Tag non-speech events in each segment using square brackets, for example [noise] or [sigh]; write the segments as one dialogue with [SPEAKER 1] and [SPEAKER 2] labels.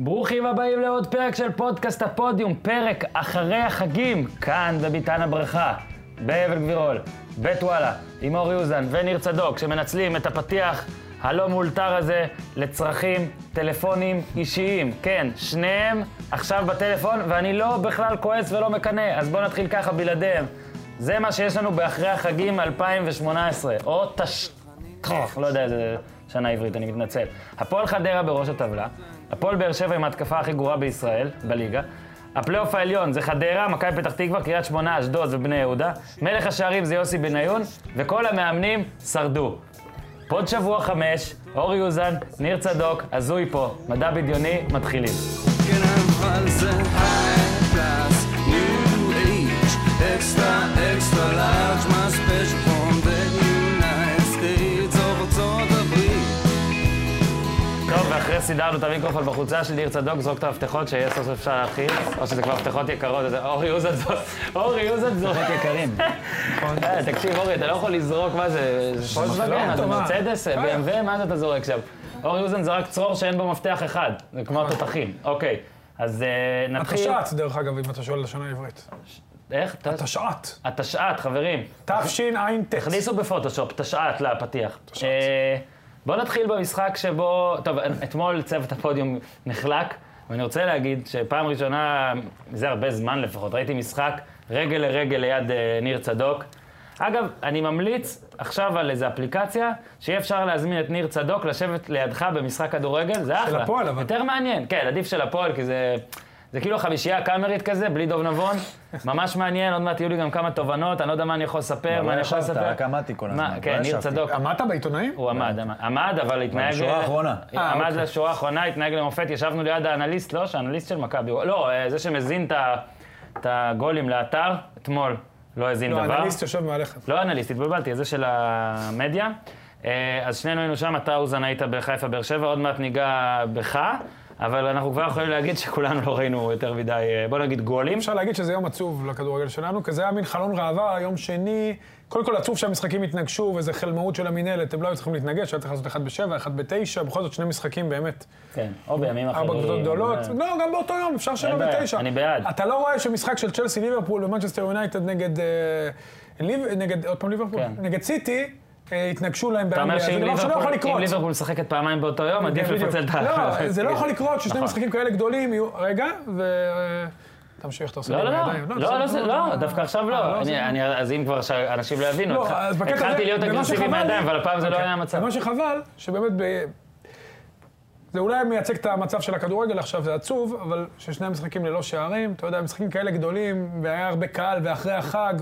[SPEAKER 1] ברוכים הבאים לעוד פרק של פודקאסט הפודיום, פרק אחרי החגים, כאן בביתן הברכה, באבל גבירול, בית וואלה, עם אור יוזן וניר צדוק, שמנצלים את הפתיח הלא מאולתר הזה לצרכים טלפונים אישיים. כן, שניהם עכשיו בטלפון, ואני לא בכלל כועס ולא מקנא, אז בואו נתחיל ככה בלעדיהם. זה מה שיש לנו באחרי החגים 2018, או תש... טוב, לא יודע איזה שנה עברית, אני מתנצל. הפועל חדרה בראש הטבלה, הפועל באר שבע עם ההתקפה הכי גרועה בישראל, בליגה. הפלייאוף העליון זה חדרה, מכבי פתח תקווה, קריית שמונה, אשדוד ובני יהודה. מלך השערים זה יוסי בניון, וכל המאמנים שרדו. פוד שבוע חמש, אור יוזן, ניר צדוק, הזוי פה, מדע בדיוני, מתחילים.
[SPEAKER 2] Can I find the high class, new age, extra, extra large, my special from the United States of ארצות הברית?
[SPEAKER 1] טוב, ואחרי סידרנו את המיקרופון בחולצה של ניר צדוק, זרוק את המפתחות, שיהיה סוף סוף אפשר להתחיל, או שזה כבר מפתחות יקרות, אז אורי יוזן זורק, אורי יוזן זורק.
[SPEAKER 3] יקרים.
[SPEAKER 1] [laughs] אה, תקשיב, אורי, אתה לא יכול לזרוק, מה זה, זה פולקסווגן, אתה
[SPEAKER 3] מה?
[SPEAKER 1] מרצדס, BMW, מה זה אתה זורק שם? אורי אוזן זרק צרור שאין בו מפתח אחד, זה כמו התותחים. אוקיי, אז אה, נתחיל.
[SPEAKER 3] התש"ט, דרך אגב, אם אתה שואל לשנה העברית.
[SPEAKER 1] איך? ת-
[SPEAKER 3] תש"ט.
[SPEAKER 1] התשע"ט, חברים.
[SPEAKER 3] תשע"ט.
[SPEAKER 1] הכניסו בפוטושופ תשעת לפתיח. אה, בואו נתחיל במשחק שבו... טוב, אתמול צוות הפודיום נחלק, ואני רוצה להגיד שפעם ראשונה, זה הרבה זמן לפחות, ראיתי משחק רגל לרגל ליד אה, ניר צדוק. אגב, אני ממליץ עכשיו על איזו אפליקציה, שיהיה אפשר להזמין את ניר צדוק לשבת לידך במשחק כדורגל, זה אחלה.
[SPEAKER 3] הפועל, אבל.
[SPEAKER 1] יותר מעניין, כן, עדיף של הפועל, כי זה... זה כאילו חמישייה הקאמרית כזה, בלי דוב נבון. ממש מעניין, עוד מעט יהיו לי גם כמה תובנות, אני לא יודע מה אני יכול לספר,
[SPEAKER 4] לא
[SPEAKER 1] מה אני יכול
[SPEAKER 4] ישבת,
[SPEAKER 1] לספר.
[SPEAKER 4] רק עמדתי כל
[SPEAKER 1] מה,
[SPEAKER 4] הזמן,
[SPEAKER 1] כן,
[SPEAKER 4] לא
[SPEAKER 1] ניר
[SPEAKER 4] ישבתי.
[SPEAKER 1] צדוק.
[SPEAKER 3] עמדת בעיתונאים?
[SPEAKER 1] הוא עמד, עמד, עמד, אבל התנהג...
[SPEAKER 4] בשורה האחרונה.
[SPEAKER 3] אה,
[SPEAKER 1] עמד
[SPEAKER 3] אוקיי.
[SPEAKER 1] לשורה האחרונה, התנהג למופת, ישבנו ליד האנליסט, לא, שהאנליסט של מכבי, הוא- לא, אה, זה שמזין את ה- את הגולים לאתר, אתמול לא האזין
[SPEAKER 3] לא,
[SPEAKER 1] דבר.
[SPEAKER 3] האנליסט יושב מעליך.
[SPEAKER 1] לא אנליסט, התבלבלתי, זה של המדיה. אה, אז שנינו היינו שם, אתה אוזן היית בחיפה באר שבע, עוד מעט ניגע בך, אבל אנחנו כבר יכולים להגיד שכולנו לא ראינו יותר מדי, אה, בוא נגיד גולים.
[SPEAKER 3] אפשר להגיד שזה יום עצוב לכדורגל שלנו, כי זה היה מין חלון ראווה, יום שני. קודם כל עצוב שהמשחקים התנגשו, וזה חלמאות של המינהלת, הם לא היו צריכים להתנגש, היה צריך לעשות אחד בשבע, אחד בתשע, בכל זאת שני משחקים באמת.
[SPEAKER 1] כן, או בימים אחרים. אה.
[SPEAKER 3] ארבע קבוצות גדולות.
[SPEAKER 1] זה-
[SPEAKER 3] לא, גם באותו יום, אפשר שבע
[SPEAKER 1] בעיה,
[SPEAKER 3] ותשע.
[SPEAKER 1] אני בעד.
[SPEAKER 3] אתה לא רואה שמשחק של צ'לסי ליברפול ומנצ'סטר יונייטד נגד, אה, ליב- נגד, עוד פעם ליברפול?
[SPEAKER 1] כן.
[SPEAKER 3] נגד סיטי, אה, התנגשו להם
[SPEAKER 1] אתה אומר
[SPEAKER 3] באנגליה. זה
[SPEAKER 1] שאם
[SPEAKER 3] דבר שלא יכול
[SPEAKER 1] ליברפול- אם
[SPEAKER 3] לקרות. כן,
[SPEAKER 1] ליברפול משחקת פעמיים באותו יום, עדיף
[SPEAKER 3] בדיוק.
[SPEAKER 1] לפצל את [laughs]
[SPEAKER 3] לא, זה לא יכול לקרות ששני
[SPEAKER 1] נכון.
[SPEAKER 3] משחקים כאלה גדולים יהיו... רגע, ו... אה, תמשיך, אתה עושה
[SPEAKER 1] לא,
[SPEAKER 3] לי
[SPEAKER 1] לא, לא,
[SPEAKER 3] בידיים.
[SPEAKER 1] לא, לא,
[SPEAKER 3] בסדר,
[SPEAKER 1] זה- לא, דווקא עכשיו
[SPEAKER 3] אה,
[SPEAKER 1] לא. אני-
[SPEAKER 3] זה-
[SPEAKER 1] אני- אז אם כבר שאנשים לא יבינו,
[SPEAKER 3] לא,
[SPEAKER 1] התח-
[SPEAKER 3] אז בקטע הזה...
[SPEAKER 1] התחלתי להיות
[SPEAKER 3] ומה
[SPEAKER 1] אגרסיבי
[SPEAKER 3] שחבל לי-
[SPEAKER 1] מהידיים, אבל הפעם זה לא
[SPEAKER 3] אוקיי.
[SPEAKER 1] היה המצב.
[SPEAKER 3] ומה שחבל, שבאמת ב... זה אולי מייצג את המצב של הכדורגל עכשיו, זה עצוב, אבל ששני המשחקים ללא שערים, אתה יודע, משחקים כאלה גדולים, והיה הרבה קהל, ואחרי החג,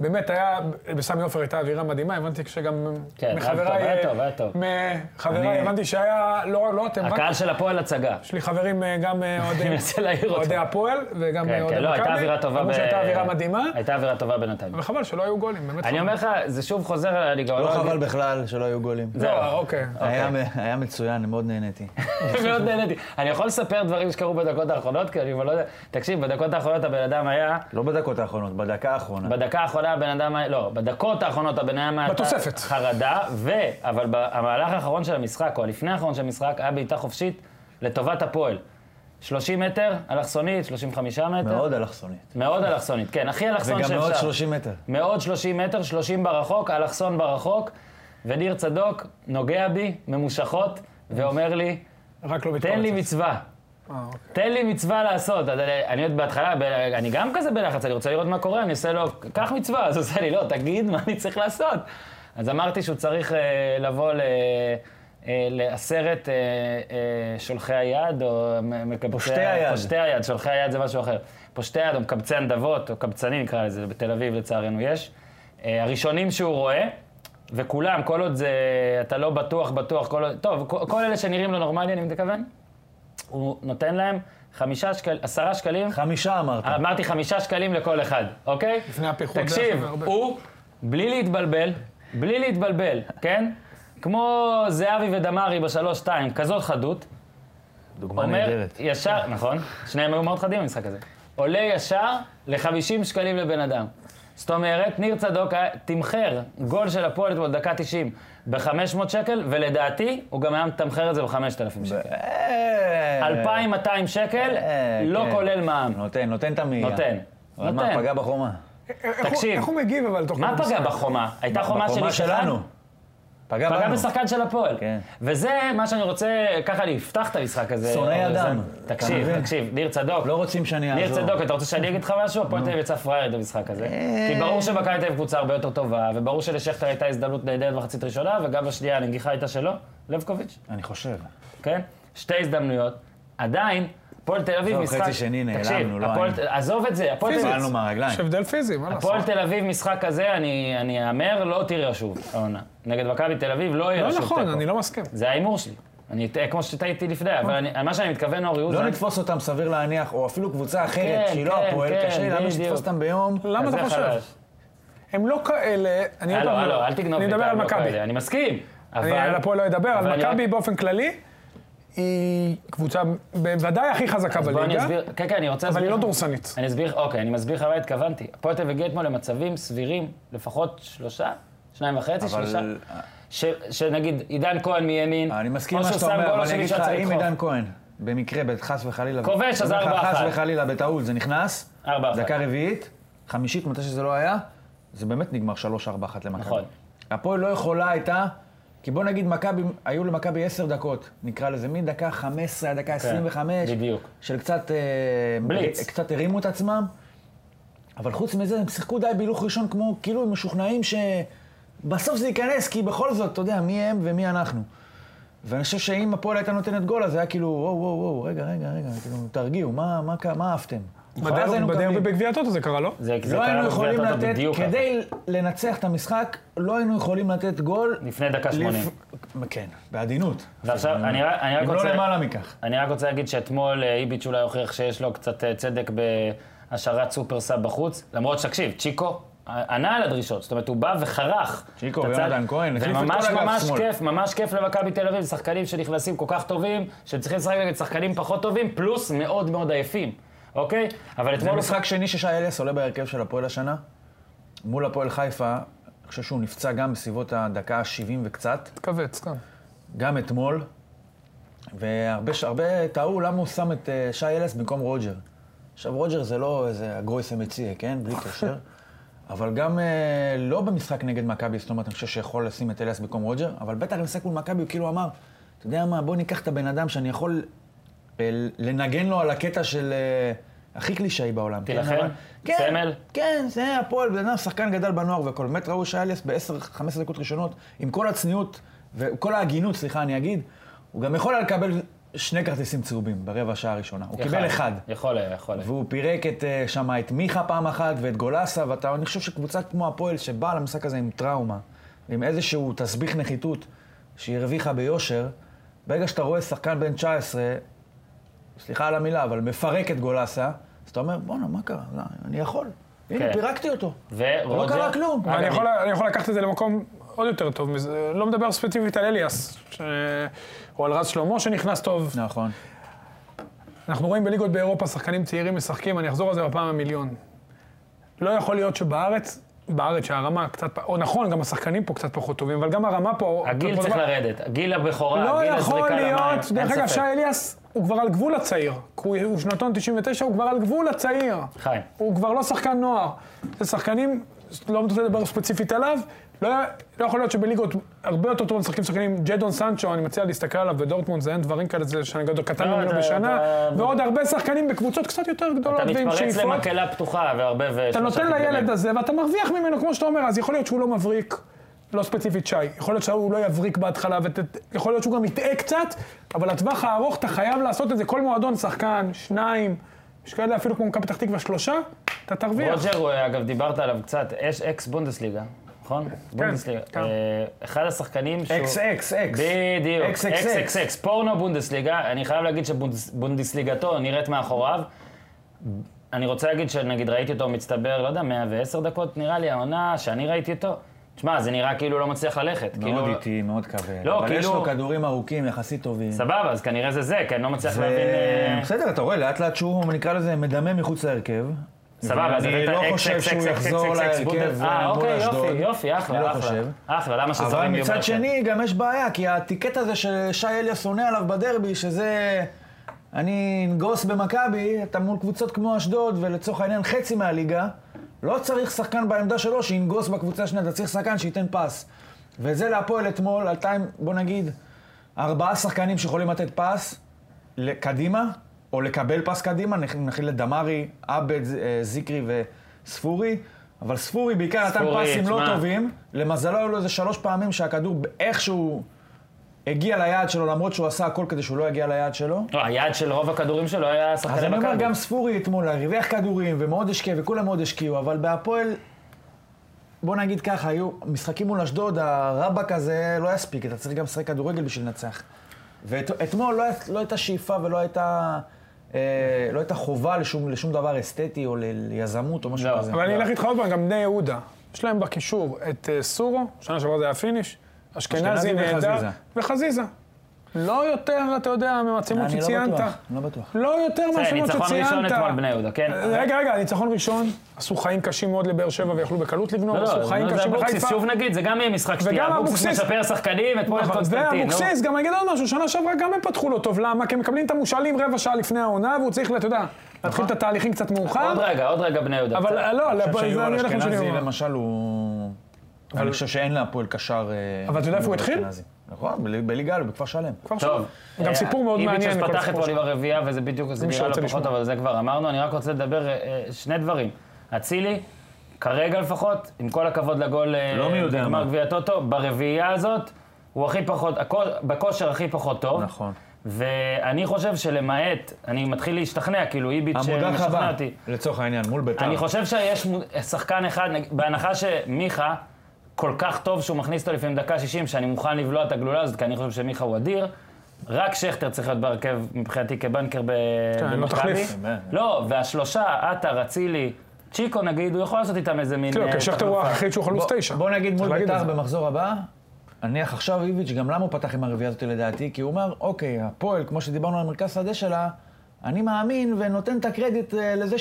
[SPEAKER 3] ובאמת היה, בסמי עופר הייתה אווירה מדהימה, הבנתי שגם
[SPEAKER 1] כן, היה
[SPEAKER 3] מחבריי...
[SPEAKER 1] טוב, היה טוב, היה טוב.
[SPEAKER 3] מחבריי,
[SPEAKER 4] אני-
[SPEAKER 3] הבנתי שהיה, לא לא אתם, רק
[SPEAKER 1] הקהל של הפועל הצגה.
[SPEAKER 3] יש לי חברים אה, גם
[SPEAKER 1] [laughs]
[SPEAKER 3] אה,
[SPEAKER 1] אני
[SPEAKER 3] אוהדים,
[SPEAKER 1] מנסה להעיר אותך.
[SPEAKER 3] אוהדי הפועל וגם אה,
[SPEAKER 1] כן,
[SPEAKER 3] אוהדי
[SPEAKER 1] כן, לא, הייתה אווירה טובה.
[SPEAKER 3] אמרו
[SPEAKER 1] ב-
[SPEAKER 3] שהייתה אווירה מדהימה, לא,
[SPEAKER 1] הייתה אווירה טובה בנתניה.
[SPEAKER 3] וחבל שלא היו גולים, באמת
[SPEAKER 1] אני
[SPEAKER 3] חבל.
[SPEAKER 1] אומר לך, זה שוב חוזר על הליגה.
[SPEAKER 4] לא חבל בכלל שלא היו גולים.
[SPEAKER 1] זהו.
[SPEAKER 3] לא, אוקיי.
[SPEAKER 4] היה מ- היה מצוין, מאוד נהניתי.
[SPEAKER 1] [laughs] מאוד נהניתי. אני יכול לספר דברים שקרו בדקות האחרונות, כי אני כבר לא יודע... תקשיב, בדקות האחרונות הבן אדם היה...
[SPEAKER 4] לא בדקות האחרונות, בדקה האחרונה.
[SPEAKER 1] בדקה האחרונה הבן אדם, היה- לא, בדקות האחרונות הבן אדם היה...
[SPEAKER 3] בתוספת.
[SPEAKER 1] חרדה, ו... אבל במהלך האחרון של המשחק, או הלפני האחרון של המשחק, היה בעיטה חופשית לטובת הפועל. 30 מטר, אלכסונית, 35 מטר.
[SPEAKER 4] מאוד אלכסונית.
[SPEAKER 1] מאוד אלכסונית, כן, הכי אלכסון
[SPEAKER 4] וגם
[SPEAKER 1] שאפשר.
[SPEAKER 4] מאוד 30 מטר.
[SPEAKER 1] מאוד 30 מטר, 30 ברחוק, אלכסון ברחוק, וניר צדוק נוגע בי, ממושכות, ואומר לי,
[SPEAKER 3] רק לא מתפרץ.
[SPEAKER 1] תן לי מצווה.
[SPEAKER 3] אה, אוקיי.
[SPEAKER 1] תן לי מצווה לעשות. אז אני- אני עוד בהתחלה, ב- אני גם כזה בלחץ, אני רוצה לראות מה קורה, אני עושה לו, קח מצווה. אז הוא עושה לי, לא, תגיד מה אני צריך לעשות. אז אמרתי שהוא צריך אה, לבוא ל... אה, לעשרת אה, אה, שולחי היד, או מ- מקבצי...
[SPEAKER 4] פושטי היד.
[SPEAKER 1] פושטי היד, שולחי היד זה משהו אחר. פושטי היד, או מקבצי הנדבות, או קבצנים נקרא לזה, בתל אביב לצערנו יש. אה, הראשונים שהוא רואה, וכולם, כל עוד זה, אתה לא בטוח, בטוח, כל עוד... טוב, כל- כל אלה שנראים לא נורמלי, אני מתכוון. הוא נותן להם חמישה שקלים, עשרה שקלים,
[SPEAKER 4] חמישה אמרת.
[SPEAKER 1] אמרתי חמישה שקלים לכל אחד, אוקיי?
[SPEAKER 3] לפני הפיחות זה היה
[SPEAKER 1] תקשיב,
[SPEAKER 3] שווה הרבה.
[SPEAKER 1] הוא, בלי להתבלבל, בלי להתבלבל, כן? כמו זהבי ודמארי בשלוש-שתיים, כזאת חדות,
[SPEAKER 4] דוגמה
[SPEAKER 1] אומר
[SPEAKER 4] נהדרת.
[SPEAKER 1] ישר, נכון, שניהם היו מאוד חדים במשחק הזה, עולה ישר ל-50 שקלים לבן אדם. זאת אומרת, ניר צדוק היה- תמחר גול של הפועל אתמול, דקה 90, ב-500 שקל, ולדעתי, הוא גם היה מתמחר את זה ב-5,000 שקל.
[SPEAKER 4] אה,
[SPEAKER 1] 2,200 שקל,
[SPEAKER 4] אה,
[SPEAKER 1] לא
[SPEAKER 4] כן.
[SPEAKER 1] כולל מע"מ.
[SPEAKER 4] נותן, נותן את המעייה.
[SPEAKER 1] נותן.
[SPEAKER 4] אבל מה,
[SPEAKER 1] נותן.
[SPEAKER 4] פגע בחומה.
[SPEAKER 3] איך הוא-
[SPEAKER 1] תקשיב.
[SPEAKER 3] איך הוא מגיב אבל תוך
[SPEAKER 1] מה
[SPEAKER 3] כדי
[SPEAKER 1] פגע
[SPEAKER 3] משחק?
[SPEAKER 1] בחומה? הייתה חומה של
[SPEAKER 4] בחומה
[SPEAKER 1] איש אחד?
[SPEAKER 4] שלנו. פגע
[SPEAKER 1] פגע
[SPEAKER 4] בנו.
[SPEAKER 1] בשחקן של הפועל.
[SPEAKER 4] כן.
[SPEAKER 1] וזה מה שאני רוצה, ככה אני אפתח את המשחק הזה.
[SPEAKER 4] שונאי
[SPEAKER 1] אבל
[SPEAKER 4] אדם.
[SPEAKER 1] זה- תקשיב,
[SPEAKER 4] אתה מבין?
[SPEAKER 1] תקשיב, ניר צדוק.
[SPEAKER 4] לא רוצים שאני
[SPEAKER 1] ניר
[SPEAKER 4] אעזור.
[SPEAKER 1] צדוק, אתה רוצה שאני אגיד לך משהו? הפועל תל אביב יצא פראיירית במשחק הזה.
[SPEAKER 4] אה.
[SPEAKER 1] כי ברור שמכבי תל אביב קבוצה הרבה יותר טובה, וברור שלשכטר הייתה הזדמנות נהדרת מחצית ראשונה, וגם בשנייה הנגיחה הייתה שלו, לבקוביץ',
[SPEAKER 4] אני חושב.
[SPEAKER 1] כן? שתי הזדמנויות. עדיין, הפועל תל אביב
[SPEAKER 4] טוב,
[SPEAKER 1] משחק...
[SPEAKER 4] חצי שני נעלמנו,
[SPEAKER 1] תקשיב,
[SPEAKER 4] לא
[SPEAKER 1] הפועל-
[SPEAKER 4] היינו.
[SPEAKER 1] עזוב את זה, הפועל תל אביב...
[SPEAKER 4] פעלנו מהרגליים.
[SPEAKER 3] יש הבדל פיזי, מה לעשות?
[SPEAKER 1] הפועל תל אביב, משחק כזה, אני אני אהמר, לא תראה שוב העונה. נגד מכבי תל אביב לא יהיה
[SPEAKER 3] לא
[SPEAKER 1] שוב תיקו.
[SPEAKER 3] נכון, אני לא מסכים.
[SPEAKER 1] זה ההימור שלי. אני אטעה כמו שטעיתי לפני, אבל אני- מה שאני מתכוון, אורי אוזן...
[SPEAKER 4] נכון. לא נתפוס אותם, סביר להניח, או אפילו קבוצה אחרת,
[SPEAKER 1] כן,
[SPEAKER 4] שהיא לא
[SPEAKER 1] כן,
[SPEAKER 4] הפועל,
[SPEAKER 1] כן,
[SPEAKER 4] קשה לנו שתתפוס
[SPEAKER 1] בדיוק.
[SPEAKER 4] אותם ביום.
[SPEAKER 3] למה
[SPEAKER 1] אז
[SPEAKER 3] אתה
[SPEAKER 1] זה
[SPEAKER 3] חושב?
[SPEAKER 1] חלש.
[SPEAKER 3] הם לא כאלה... אני עוד
[SPEAKER 1] הלו,
[SPEAKER 3] פעם-
[SPEAKER 1] הלו, אל תגנוב לי.
[SPEAKER 3] אני מדבר
[SPEAKER 1] טל,
[SPEAKER 3] על
[SPEAKER 1] לא
[SPEAKER 3] מכבי.
[SPEAKER 1] כאלה. אני מסכים. אבל...
[SPEAKER 3] אני על הפועל לא אדבר,
[SPEAKER 1] אבל
[SPEAKER 3] על
[SPEAKER 1] אני רק-
[SPEAKER 3] מכבי באופן כללי, היא קבוצה בוודאי הכי חזקה
[SPEAKER 1] בוא אני
[SPEAKER 3] בליגה,
[SPEAKER 1] אסביר, כן, כן, אני רוצה
[SPEAKER 3] אבל
[SPEAKER 1] להסביר.
[SPEAKER 3] היא לא
[SPEAKER 1] לך.
[SPEAKER 3] דורסנית.
[SPEAKER 1] אני אסביר, אוקיי, אני מסביר לך מה התכוונתי. הפועל תל אביב הגיע אתמול למצבים סבירים, לפחות שלושה, שניים וחצי, שלושה.
[SPEAKER 4] אבל
[SPEAKER 1] ש- שנגיד עידן כהן מימין,
[SPEAKER 4] אני מסכים
[SPEAKER 1] או
[SPEAKER 4] עם מה
[SPEAKER 1] שהוא
[SPEAKER 4] שאתה
[SPEAKER 1] שם
[SPEAKER 4] אומר,
[SPEAKER 1] גול
[SPEAKER 4] אבל
[SPEAKER 1] או
[SPEAKER 4] אני אגיד
[SPEAKER 1] שמישהו היה
[SPEAKER 4] לך,
[SPEAKER 1] צריך
[SPEAKER 4] אם
[SPEAKER 1] לדחוף.
[SPEAKER 4] עידן כהן, במקרה, ב- חס וחלילה...
[SPEAKER 1] כובש, אז
[SPEAKER 4] אני אומר לך,
[SPEAKER 1] ארבע אחת.
[SPEAKER 4] חס וחלילה, בטעות, זה נכנס,
[SPEAKER 1] ארבע אחת.
[SPEAKER 4] דקה רביעית, חמישית, מתי שזה לא היה, זה באמת נגמר 3-4-1 למכבי.
[SPEAKER 1] נכון.
[SPEAKER 4] הפועל לא יכולה הייתה, כי בוא נגיד, מכבי, היו למכבי 10 דקות, נקרא לזה, מדקה 15 עד דקה 25,
[SPEAKER 1] כן, בדיוק.
[SPEAKER 4] של קצת... אה,
[SPEAKER 1] בליץ.
[SPEAKER 4] קצת הרימו את עצמם, אבל חוץ מזה, הם שיחקו די בהילוך ראשון, כמו, כאילו הם משוכנעים שבסוף זה ייכנס, כי בכל זאת, אתה יודע, מי הם ומי אנחנו. ואני חושב שאם הפועל הייתה נותנת גול, אז היה כאילו, וואו, וואו, וואו, רגע, רגע, רגע, כאילו, תרגיעו, מה, מה, ק- מה אהבתם? ואז
[SPEAKER 3] בדר-
[SPEAKER 4] היינו
[SPEAKER 3] בדרבי
[SPEAKER 4] מקבלים.
[SPEAKER 3] בגביע הטוטו זה קרה, לא?
[SPEAKER 1] זה- זה
[SPEAKER 4] לא
[SPEAKER 1] קרה
[SPEAKER 4] היינו
[SPEAKER 1] בגביע
[SPEAKER 4] יכולים
[SPEAKER 1] הטוטו
[SPEAKER 4] לתת,
[SPEAKER 1] בדיוק ככה.
[SPEAKER 4] כדי לנצח את המשחק, לא היינו יכולים לתת גול...
[SPEAKER 1] לפני דקה
[SPEAKER 4] לפ-
[SPEAKER 1] 80.
[SPEAKER 4] כן, בעדינות.
[SPEAKER 1] ועכשיו, אני רק- אני רק
[SPEAKER 4] אם
[SPEAKER 1] רוצה-
[SPEAKER 4] לא למעלה מכך.
[SPEAKER 1] אני רק רוצה להגיד שאתמול אה, איביץ' אולי הוכיח שיש לו קצת אה, צדק בהשארת סופרסאב בחוץ, למרות שתקשיב, צ'יקו אה, ענה על הדרישות, זאת אומרת, הוא בא וחרך.
[SPEAKER 4] צ'יקו
[SPEAKER 1] את הצד-
[SPEAKER 4] ויונתן כהן, החליף את
[SPEAKER 1] וממש
[SPEAKER 4] כל אגף
[SPEAKER 1] ממש
[SPEAKER 4] שמאל.
[SPEAKER 1] כיף, ממש כיף למכבי תל אביב, שחקנים שנכנסים כל כך טובים, שצריכים לשחק נגד שחקנים פחות טובים, פלוס מאוד מאוד עייפים, אוקיי? אבל
[SPEAKER 4] זה
[SPEAKER 1] אתמול...
[SPEAKER 4] משחק שני ששי אליאס עולה בהרכב של הפועל השנה, מול הפועל חיפה, אני חושב שהוא נפצע גם בסביבות הדקה ה-70 וקצת,
[SPEAKER 3] התכווץ, כן.
[SPEAKER 4] גם אתמול, והרבה ש- הרבה טעו למה הוא שם את אה, שי אליאס במקום רוג'ר. עכשיו, רוג'ר זה לא איזה הגרויס המציע, כן? בלי
[SPEAKER 1] [laughs]
[SPEAKER 4] קשר. אבל גם אה, לא במשחק נגד מכבי, זאת אומרת, אני חושב שיכול לשים את אליאס במקום רוג'ר, אבל בטח במשחק מול מכבי הוא כאילו אמר, אתה יודע מה, בוא ניקח את הבן אדם שאני יכול אה, לנגן לו על הקטע של... אה, הכי קלישאי בעולם. כן,
[SPEAKER 1] תילחם?
[SPEAKER 4] אבל- כן,
[SPEAKER 1] סמל?
[SPEAKER 4] כן, זה הפועל, בן אדם שחקן גדל בנוער והכל. באמת ראו שאליאס ב-10-15 דקות ראשונות, עם כל הצניעות וכל ההגינות, סליחה, אני אגיד, הוא גם יכול היה לקבל שני כרטיסים צהובים ברבע שעה הראשונה. הוא קיבל אחד.
[SPEAKER 1] יכול היה, יכול היה.
[SPEAKER 4] והוא פירק את, אה, שם את מיכה פעם אחת ואת גולסה, ואתה, אני חושב שקבוצה כמו הפועל שבאה למשחק הזה עם טראומה, עם איזשהו תסביך נחיתות שהיא הרוויחה ביושר, ברגע שאתה רואה שחקן בן 19, סליחה על המילה, אבל מפרק את גולסה, אז אתה אומר, בואנה, מה קרה? לא, אני יכול. הנה,
[SPEAKER 1] כן.
[SPEAKER 4] פירקתי אותו.
[SPEAKER 1] ורוג'ר...
[SPEAKER 4] לא קרה כלום.
[SPEAKER 1] אגב,
[SPEAKER 3] אני יכול- אני יכול לקחת את זה למקום עוד יותר טוב מזה. לא מדבר ספציפית על אליאס, ש- או על רז שלמה שנכנס טוב.
[SPEAKER 1] לא.
[SPEAKER 4] נכון.
[SPEAKER 3] אנחנו רואים בליגות באירופה שחקנים צעירים משחקים, אני אחזור על זה בפעם המיליון. לא יכול להיות שבארץ, בארץ שהרמה קצת, פ- או נכון, גם השחקנים פה קצת פחות טובים, אבל גם הרמה פה...
[SPEAKER 1] הגיל
[SPEAKER 3] פה-
[SPEAKER 1] צריך לרדת, הגיל הבכורה,
[SPEAKER 3] לא
[SPEAKER 1] הגיל
[SPEAKER 3] יכול
[SPEAKER 1] הזריקה למים,
[SPEAKER 3] להיות,
[SPEAKER 1] אין
[SPEAKER 3] דרך אגב,
[SPEAKER 1] ספק.
[SPEAKER 3] שי אליאס הוא כבר על גבול הצעיר. הוא, הוא שנתון 99, הוא כבר על גבול הצעיר.
[SPEAKER 1] חיים.
[SPEAKER 3] הוא כבר לא שחקן נוער. זה שחקנים, לא רוצה לדבר ספציפית עליו, לא, לא יכול להיות שבליגות הרבה יותר טובות משחקים שחקנים. ג'דון סנצ'ו, אני מציע להסתכל עליו, ודורטמונד זה אין דברים כאלה, זה שאני גדול קטן
[SPEAKER 1] לא,
[SPEAKER 3] ממנו
[SPEAKER 1] אתה-
[SPEAKER 3] בשנה,
[SPEAKER 1] אתה-
[SPEAKER 3] ועוד הרבה שחקנים בקבוצות קצת יותר גדולות
[SPEAKER 1] אתה
[SPEAKER 3] ועם
[SPEAKER 1] מתפרץ
[SPEAKER 3] שאיפות.
[SPEAKER 1] למקהלה פתוחה והרבה ו...
[SPEAKER 3] אתה נותן לילד הזה ואתה מרוויח ממנו, כמו שאתה אומר, אז יכול להיות שהוא לא מבריק, לא ספציפית שי. יכול להיות שהוא לא יבריק בהתחלה, ויכול להיות שהוא גם יטעה קצת, אבל לטווח הארוך אתה חייב לעשות את זה. כל מועדון, שחקן, שניים, יש כאלה אפילו כמו מכבי פתח תקווה, שלושה, אתה תרוויח.
[SPEAKER 1] רוג'ר, הוא, אגב, דיברת עליו קצת, אש אקס בונדסליגה, נכון? בונדסליגה.
[SPEAKER 3] כן.
[SPEAKER 1] אה, אחד השחקנים שהוא...
[SPEAKER 4] אקס, אקס, אקס.
[SPEAKER 1] בדיוק,
[SPEAKER 4] אקס,
[SPEAKER 1] אקס
[SPEAKER 4] אקס,
[SPEAKER 1] אקס אקס, פורנו בונדסליגה, אני חייב להגיד שבונדסליגתו נראית מאחוריו. אני רוצה להגיד שנגיד ראיתי אותו מצטבר, לא יודע, 110 דקות נראה לי העונה שאני ראיתי אותו. תשמע, זה נראה כאילו הוא לא מצליח ללכת.
[SPEAKER 4] מאוד
[SPEAKER 1] כאילו-
[SPEAKER 4] איטי, מאוד כבד.
[SPEAKER 1] לא,
[SPEAKER 4] אבל יש
[SPEAKER 1] כאילו-
[SPEAKER 4] לו כדורים ארוכים, יחסית טובים.
[SPEAKER 1] סבבה, אז כנראה זה זה, כי אני לא מצליח להבין...
[SPEAKER 4] ו-
[SPEAKER 1] אה,
[SPEAKER 4] בסדר, אתה רואה, לאט לאט שהוא, נקרא לזה, מדמם מחוץ להרכב,
[SPEAKER 1] סבבה, אז
[SPEAKER 4] אני
[SPEAKER 1] הבאת
[SPEAKER 4] לא
[SPEAKER 1] אקס,
[SPEAKER 4] חושב
[SPEAKER 1] אקס,
[SPEAKER 4] שהוא
[SPEAKER 1] אקס, אקס,
[SPEAKER 4] יחזור
[SPEAKER 1] אקס, אקס,
[SPEAKER 4] להרכב
[SPEAKER 1] בונדר.
[SPEAKER 4] אה,
[SPEAKER 1] אה,
[SPEAKER 4] מול
[SPEAKER 1] אוקיי,
[SPEAKER 4] אשדוד.
[SPEAKER 1] יופי, יופי, אחלה,
[SPEAKER 4] אני לא
[SPEAKER 1] אחלה.
[SPEAKER 4] חושב.
[SPEAKER 1] אחלה, למה
[SPEAKER 4] אבל
[SPEAKER 1] שזרים יהיו
[SPEAKER 4] מצד
[SPEAKER 1] בהרכב?
[SPEAKER 4] שני, גם יש בעיה, כי הטיקט הזה ששי אליאס עונה עליו בדרבי, שזה... אני אנגוס במכבי, אתה מול קבוצות כמו אשדוד, ולצורך העניין חצי מהליגה, לא צריך שחקן בעמדה שלו שינגוס בקבוצה השנייה, אתה צריך שחקן שייתן פס. וזה להפועל אתמול, עלתה עם, בוא נגיד, ארבעה שחקנים שיכולים לתת פס קדימה, או לקבל פס קדימה, נכ- נכיל את דמארי, עבד, אה, זיקרי וספורי, אבל ספורי בעיקר נתן
[SPEAKER 1] ספורי,
[SPEAKER 4] פסים לא
[SPEAKER 1] תשמע.
[SPEAKER 4] טובים. טובים. למזלו היו לו איזה שלוש פעמים שהכדור איכשהו הגיע ליעד שלו, למרות שהוא עשה הכל כדי שהוא לא יגיע ליעד שלו.
[SPEAKER 1] לא, היעד של רוב הכדורים שלו היה
[SPEAKER 4] אז
[SPEAKER 1] שחקני
[SPEAKER 4] אני אומר,
[SPEAKER 1] מכבי. לא,
[SPEAKER 4] גם ספורי אתמול הרוויח כדורים, ומאוד השקיע, וכולם מאוד השקיעו, אבל בהפועל, בוא נגיד ככה, היו משחקים מול אשדוד, הרבאק הזה לא יספיק, אתה צריך גם לשחק כדורגל בשביל לנצח. ואתמול לא, היה- לא הייתה שאיפה ולא הייתה... אה, לא הייתה חובה לשום, לשום דבר אסתטי או ל- ליזמות או משהו
[SPEAKER 1] לא.
[SPEAKER 4] כזה.
[SPEAKER 3] אבל אני אלך איתך עוד פעם, גם בני יהודה. יש להם בקישור את אה, סורו, שנה שעברה זה היה פיניש, אשכנזי
[SPEAKER 4] אשכנזי
[SPEAKER 3] נהדר,
[SPEAKER 4] וחזיזה.
[SPEAKER 3] וחזיזה. לא יותר, אתה יודע, מהמעצימות
[SPEAKER 4] אני לא
[SPEAKER 3] שציינת.
[SPEAKER 4] בטוח, אני לא בטוח.
[SPEAKER 3] לא יותר
[SPEAKER 1] בסדר,
[SPEAKER 3] מהשמות שציינת.
[SPEAKER 1] ניצחון ראשון אתמול בני יהודה, כן.
[SPEAKER 3] רגע, רגע, ניצחון ראשון, עשו חיים קשים מאוד לבאר שבע ויכלו בקלות לבנות,
[SPEAKER 1] לא,
[SPEAKER 3] עשו
[SPEAKER 1] לא,
[SPEAKER 3] חיים
[SPEAKER 1] נו, זה
[SPEAKER 3] קשים
[SPEAKER 1] אבוקסיס,
[SPEAKER 3] בחיפה.
[SPEAKER 1] שוב נגיד, זה גם יהיה משחק שתייה. אבוקסיס
[SPEAKER 3] אבוקסיס.
[SPEAKER 1] משפר שחקנים, אתמול את
[SPEAKER 3] נכון,
[SPEAKER 1] קונסטנטין. נו.
[SPEAKER 3] ואבוקסיס, גם אני אגיד עוד משהו, שנה שעברה גם הם פתחו לא טוב, למה? כי הם מקבלים את המושאלים רבע שעה לפני העונה, והוא צריך, אתה יודע, להתחיל את התהליכים קצת מאוחר,
[SPEAKER 4] אה?
[SPEAKER 1] עוד רגע, עוד רגע בני יהודה.
[SPEAKER 3] אבל אה, לא,
[SPEAKER 4] אני חושב
[SPEAKER 3] זה
[SPEAKER 4] שיובל
[SPEAKER 3] אני אלך עם שלי.
[SPEAKER 4] אשכנזי
[SPEAKER 3] אומר.
[SPEAKER 4] למשל הוא... אני חושב שאין להפועל קשר... אה,
[SPEAKER 3] אבל אתה יודע איפה הוא
[SPEAKER 4] יובל
[SPEAKER 3] התחיל?
[SPEAKER 4] אשכנזי. נכון, ב- בליגה א', בכפר שלם.
[SPEAKER 3] כבר
[SPEAKER 1] טוב. אה,
[SPEAKER 3] שם. גם סיפור מאוד מעניין.
[SPEAKER 1] איביץ'
[SPEAKER 3] מכל
[SPEAKER 1] פתח
[SPEAKER 3] הסיפור
[SPEAKER 1] אתמול
[SPEAKER 3] שלו.
[SPEAKER 1] עם הרביעייה, וזה בדיוק, זה נראה
[SPEAKER 3] שרוצה
[SPEAKER 1] לא פחות,
[SPEAKER 3] לשמוע.
[SPEAKER 1] אבל זה כבר אמרנו. אני רק רוצה לדבר אה, אה, שני דברים. אצילי, כרגע לפחות, עם כל הכבוד לגול אה,
[SPEAKER 4] לא מי יודע
[SPEAKER 1] בגמר
[SPEAKER 4] מה.
[SPEAKER 1] גביע הטוטו, ברביעייה הזאת, הוא הכי פחות, הכו- בכושר הכי פחות טוב.
[SPEAKER 4] נכון.
[SPEAKER 1] ואני חושב שלמעט, אני מתחיל להשתכנע, כאילו איביץ'
[SPEAKER 4] המודח
[SPEAKER 1] משכנע
[SPEAKER 4] הבא,
[SPEAKER 1] אותי.
[SPEAKER 4] לצורך העניין, מול ביתר.
[SPEAKER 1] אני חושב שיש מו- שחקן אחד, נג- בהנחה שמיכה כל כך טוב שהוא מכניס אותו לפעמים דקה 60, שאני מוכן לבלוע את הגלולה הזאת, כי אני חושב שמיכה הוא אדיר. רק שכטר צריך להיות בהרכב מבחינתי כבנקר ב-
[SPEAKER 3] כן, לא
[SPEAKER 1] במכבי.
[SPEAKER 3] תחליף.
[SPEAKER 1] לא, והשלושה, עטר, אצילי, צ'יקו נגיד, הוא יכול לעשות איתם איזה מין...
[SPEAKER 3] לא,
[SPEAKER 1] אה,
[SPEAKER 3] כי שכטר הוא
[SPEAKER 1] תחלופה.
[SPEAKER 3] היחיד שהוא חלוץ
[SPEAKER 4] בוא-
[SPEAKER 3] תשע.
[SPEAKER 4] בוא נגיד
[SPEAKER 3] צריך
[SPEAKER 4] מול
[SPEAKER 3] להגיד את
[SPEAKER 4] ביתר
[SPEAKER 3] זה.
[SPEAKER 4] במחזור הבא, נניח עכשיו איביץ', גם למה הוא פתח עם הרביעייה הזאת לדעתי? כי הוא אומר, אוקיי, הפועל, כמו שדיברנו על מרכז שדה שלה, אני מאמין ונותן את הקרדיט אה, לזה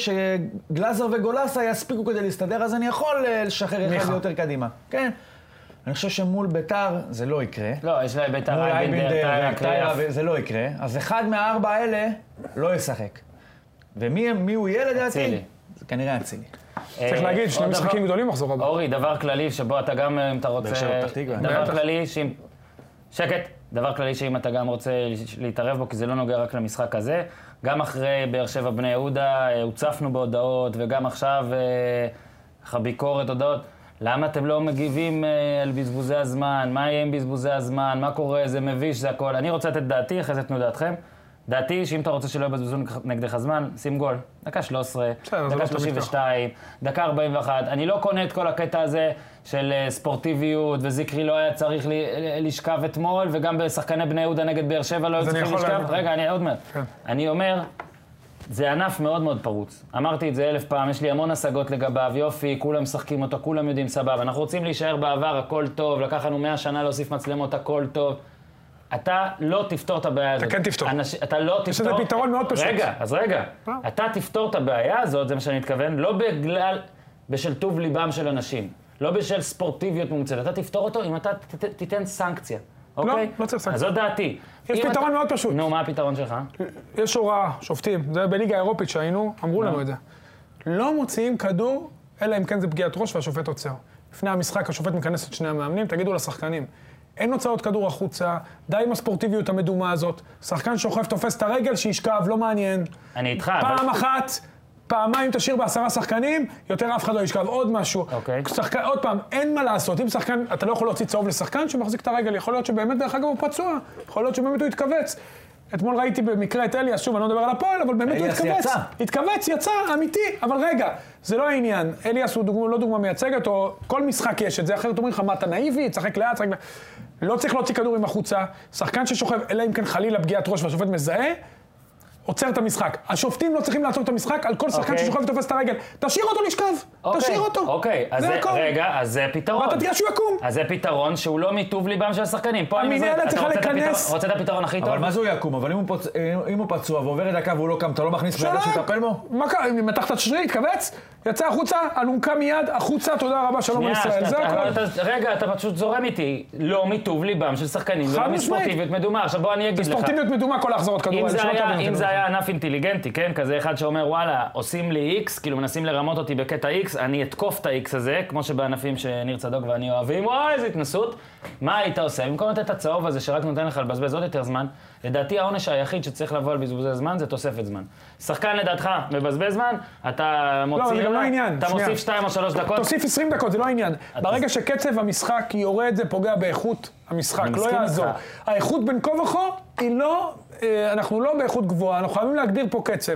[SPEAKER 4] שגלאזר וגולסה יספיקו כדי להסתדר, אז אני יכול אה, לשחרר אחד
[SPEAKER 3] מיכה.
[SPEAKER 4] יותר קדימה. כן. אני חושב שמול ביתר זה לא יקרה.
[SPEAKER 1] לא, יש להם ביתר
[SPEAKER 4] מול
[SPEAKER 1] אייבנדר,
[SPEAKER 4] אייבנדר,
[SPEAKER 3] אה,
[SPEAKER 1] טיירה,
[SPEAKER 4] טיירה,
[SPEAKER 1] קריאף.
[SPEAKER 4] ו- זה לא יקרה. אז אחד מהארבע האלה לא ישחק. ומי מי הוא יהיה לדעתי?
[SPEAKER 1] אצילי.
[SPEAKER 4] זה כנראה אצילי.
[SPEAKER 3] צריך
[SPEAKER 1] אה,
[SPEAKER 3] להגיד, שני
[SPEAKER 1] עוד דבר- אה,
[SPEAKER 3] משחקים גדולים מחזור הבא.
[SPEAKER 1] אורי, דבר כללי שבו אתה גם, אה, אם אתה רוצה...
[SPEAKER 4] באר שבע, פתח תקווה.
[SPEAKER 1] דבר
[SPEAKER 3] בטח.
[SPEAKER 1] כללי שאם... שקט. דבר כללי שאם אתה גם רוצה להתערב בו, כי זה לא נוגע רק למשחק הזה. גם אחרי באר שבע בני יהודה, אה, הוצפנו בהודעות, וגם עכשיו אה, ככה ביקורת הודעות. למה אתם לא מגיבים אה, על בזבוזי הזמן? מה יהיה עם בזבוזי הזמן? מה קורה? זה מביש, זה הכל. אני רוצה לתת דעתי, אחרי זה תנו דעתכם. דעתי היא שאם אתה רוצה שלא יבזבזו נגדך זמן, שים גול. דקה 13,
[SPEAKER 3] בסדר, זה
[SPEAKER 1] דקה
[SPEAKER 3] לא תמיד
[SPEAKER 1] 32. 2, דקה 41. אני לא קונה את כל הקטע הזה של אה, ספורטיביות, וזיקרי לא היה צריך ל- ל- לשכב אתמול, וגם בשחקני בני יהודה נגד באר שבע לא היו
[SPEAKER 3] אז אני
[SPEAKER 1] צריכים
[SPEAKER 3] יכול
[SPEAKER 1] לשכב.
[SPEAKER 3] להגיד.
[SPEAKER 1] רגע, אני עוד מעט.
[SPEAKER 3] כן.
[SPEAKER 1] אני אומר, זה ענף מאוד מאוד פרוץ. אמרתי את זה אלף פעם, יש לי המון השגות לגביו, יופי, כולם משחקים אותו, כולם יודעים, סבבה. אנחנו רוצים להישאר בעבר, הכל טוב, לקח לנו 100 שנה להוסיף מצלמות, הכל טוב. אתה לא תפתור את הבעיה הזאת.
[SPEAKER 3] כן תפתור.
[SPEAKER 1] אנש... אתה לא תפתור...
[SPEAKER 3] לזה פתרון מאוד פשוט.
[SPEAKER 1] רגע, אז רגע.
[SPEAKER 3] לא.
[SPEAKER 1] אתה תפתור את הבעיה הזאת, זה מה שאני מתכוון, לא בגלל... בשל טוב ליבם של אנשים. לא בשל ספורטיביות מומצאת. אתה תפתור אותו אם אתה ת- ת- תיתן סנקציה, אוקיי?
[SPEAKER 3] לא צריך סנקציה.
[SPEAKER 1] אז זו דעתי.
[SPEAKER 3] יש
[SPEAKER 1] אם
[SPEAKER 3] פתרון
[SPEAKER 1] אתה-
[SPEAKER 3] מאוד פשוט.
[SPEAKER 1] נו, מה הפתרון שלך?
[SPEAKER 3] יש הוראה, שופטים, זה בליגה האירופית שהיינו, אמרו
[SPEAKER 1] אה.
[SPEAKER 3] לנו את זה. לא מוציאים כדור, אלא אם כן זה פגיעת ראש והשופט עוצר. לפני המשחק השופט מכנס את שני המאמנים, תגידו לשחקנים. אין הוצאות כדור החוצה, די עם הספורטיביות המדומה הזאת. שחקן שוכב תופס את הרגל, שישכב, לא מעניין.
[SPEAKER 1] אני איתך,
[SPEAKER 3] פעם אחת, פעמיים תשאיר בעשרה שחקנים, יותר אף אחד לא ישכב. עוד משהו.
[SPEAKER 1] אוקיי.
[SPEAKER 3] שחקן, עוד פעם, אין מה לעשות. אם שחקן, אתה לא יכול להוציא צהוב לשחקן שמחזיק את הרגל. יכול להיות שבאמת, דרך אגב, הוא פצוע. יכול להיות שבאמת הוא התכווץ. אתמול ראיתי במקרה את אליאס, שוב, אני לא מדבר על הפועל, אבל באמת הוא
[SPEAKER 4] אליאס
[SPEAKER 3] התכווץ.
[SPEAKER 4] יצא.
[SPEAKER 3] התכווץ, יצא, אמיתי. אבל רגע, זה לא העניין. אליאס הוא דוגמה, לא דוגמה מייצגת, או כל משחק יש את זה, אחרת אומרים לך, מה, אתה נאיבי? תשחק לאט, תשחק... לאט." לא צריך להוציא כדורים החוצה. שחקן ששוכב, אלא אם כן חלילה פגיעת ראש והשופט מזהה, עוצר את המשחק. השופטים לא צריכים לעצור את המשחק על כל שחקן
[SPEAKER 1] אוקיי.
[SPEAKER 3] ששוכב ותופס את הרגל. תשאיר אותו לשכב,
[SPEAKER 1] אוקיי,
[SPEAKER 3] תשאיר אותו.
[SPEAKER 1] אוקיי, אז
[SPEAKER 3] זה
[SPEAKER 1] זה,
[SPEAKER 3] הכל.
[SPEAKER 1] רגע, אז זה פתרון.
[SPEAKER 3] ואתה תראה שהוא יקום.
[SPEAKER 1] אז זה פתרון שהוא לא מטוב ליבם של השחקנים. פה אני
[SPEAKER 3] המנהלת
[SPEAKER 1] מבין, אתה
[SPEAKER 3] צריכה
[SPEAKER 1] רוצה את
[SPEAKER 3] לכנס-
[SPEAKER 1] הפתרון- רוצה את הפתרון הכי טוב?
[SPEAKER 4] אבל מה זה הוא יקום? אבל אם הוא פוצ- אם- אם הוא פצוע ועובר דקה והוא לא קם, אתה לא מכניס בן אדם
[SPEAKER 3] שלום.
[SPEAKER 4] שיטפל בו?
[SPEAKER 3] מה קרה? אם מתחת שריר, התכווץ, יצא החוצה, אלונקה מיד, החוצה, תודה רבה, שלום
[SPEAKER 1] שנייה,
[SPEAKER 3] לישראל. זה
[SPEAKER 1] שנייה,
[SPEAKER 3] הכל.
[SPEAKER 1] אבל אתה- לא רגע, אתה פשוט זורם איתי. לא מטוב ליבם של שחקנים, ולא
[SPEAKER 3] חד משמעית.
[SPEAKER 1] מספורטיביות מדומה. עכשיו בוא אני אגיד לך.
[SPEAKER 3] ספורטיביות מדומה כל ההחזרות
[SPEAKER 1] אם
[SPEAKER 3] כדורגל.
[SPEAKER 1] זה
[SPEAKER 3] שלא
[SPEAKER 1] היה-
[SPEAKER 3] תבין
[SPEAKER 1] אם
[SPEAKER 3] אותי,
[SPEAKER 1] זה
[SPEAKER 3] לא.
[SPEAKER 1] היה ענף אינטליגנטי, כן? כזה אחד שאומר, וואלה, עושים לי איקס, כאילו מנסים לרמות אותי בקטע איקס, אני אתקוף את האיקס הזה, כמו שבענפים שניר צדוק ואני אוהבים, וואי, איזה התנסות. מה היית עושה? במקום לתת את הצהוב הזה שרק נותן לך לבזבז עוד יותר זמן, לדעתי העונש היחיד שצריך לבוא על בזבוזי זמן זה תוספת זמן. שחקן לדעתך מבזבז זמן, אתה מוציא...
[SPEAKER 3] זה גם לא העניין,
[SPEAKER 1] אתה
[SPEAKER 3] שנייה.
[SPEAKER 1] מוסיף שתיים או שלוש דקות.
[SPEAKER 3] תוסיף 20 דקות, זה לא העניין. ברגע שקצב המשחק יורד, זה פוגע באיכות המשחק,
[SPEAKER 1] אני
[SPEAKER 3] לא
[SPEAKER 1] מסכים
[SPEAKER 3] יעזור.
[SPEAKER 1] איתך.
[SPEAKER 3] האיכות בין כה וכה היא לא, אה, אנחנו לא באיכות גבוהה, אנחנו חייבים להגדיר פה קצב.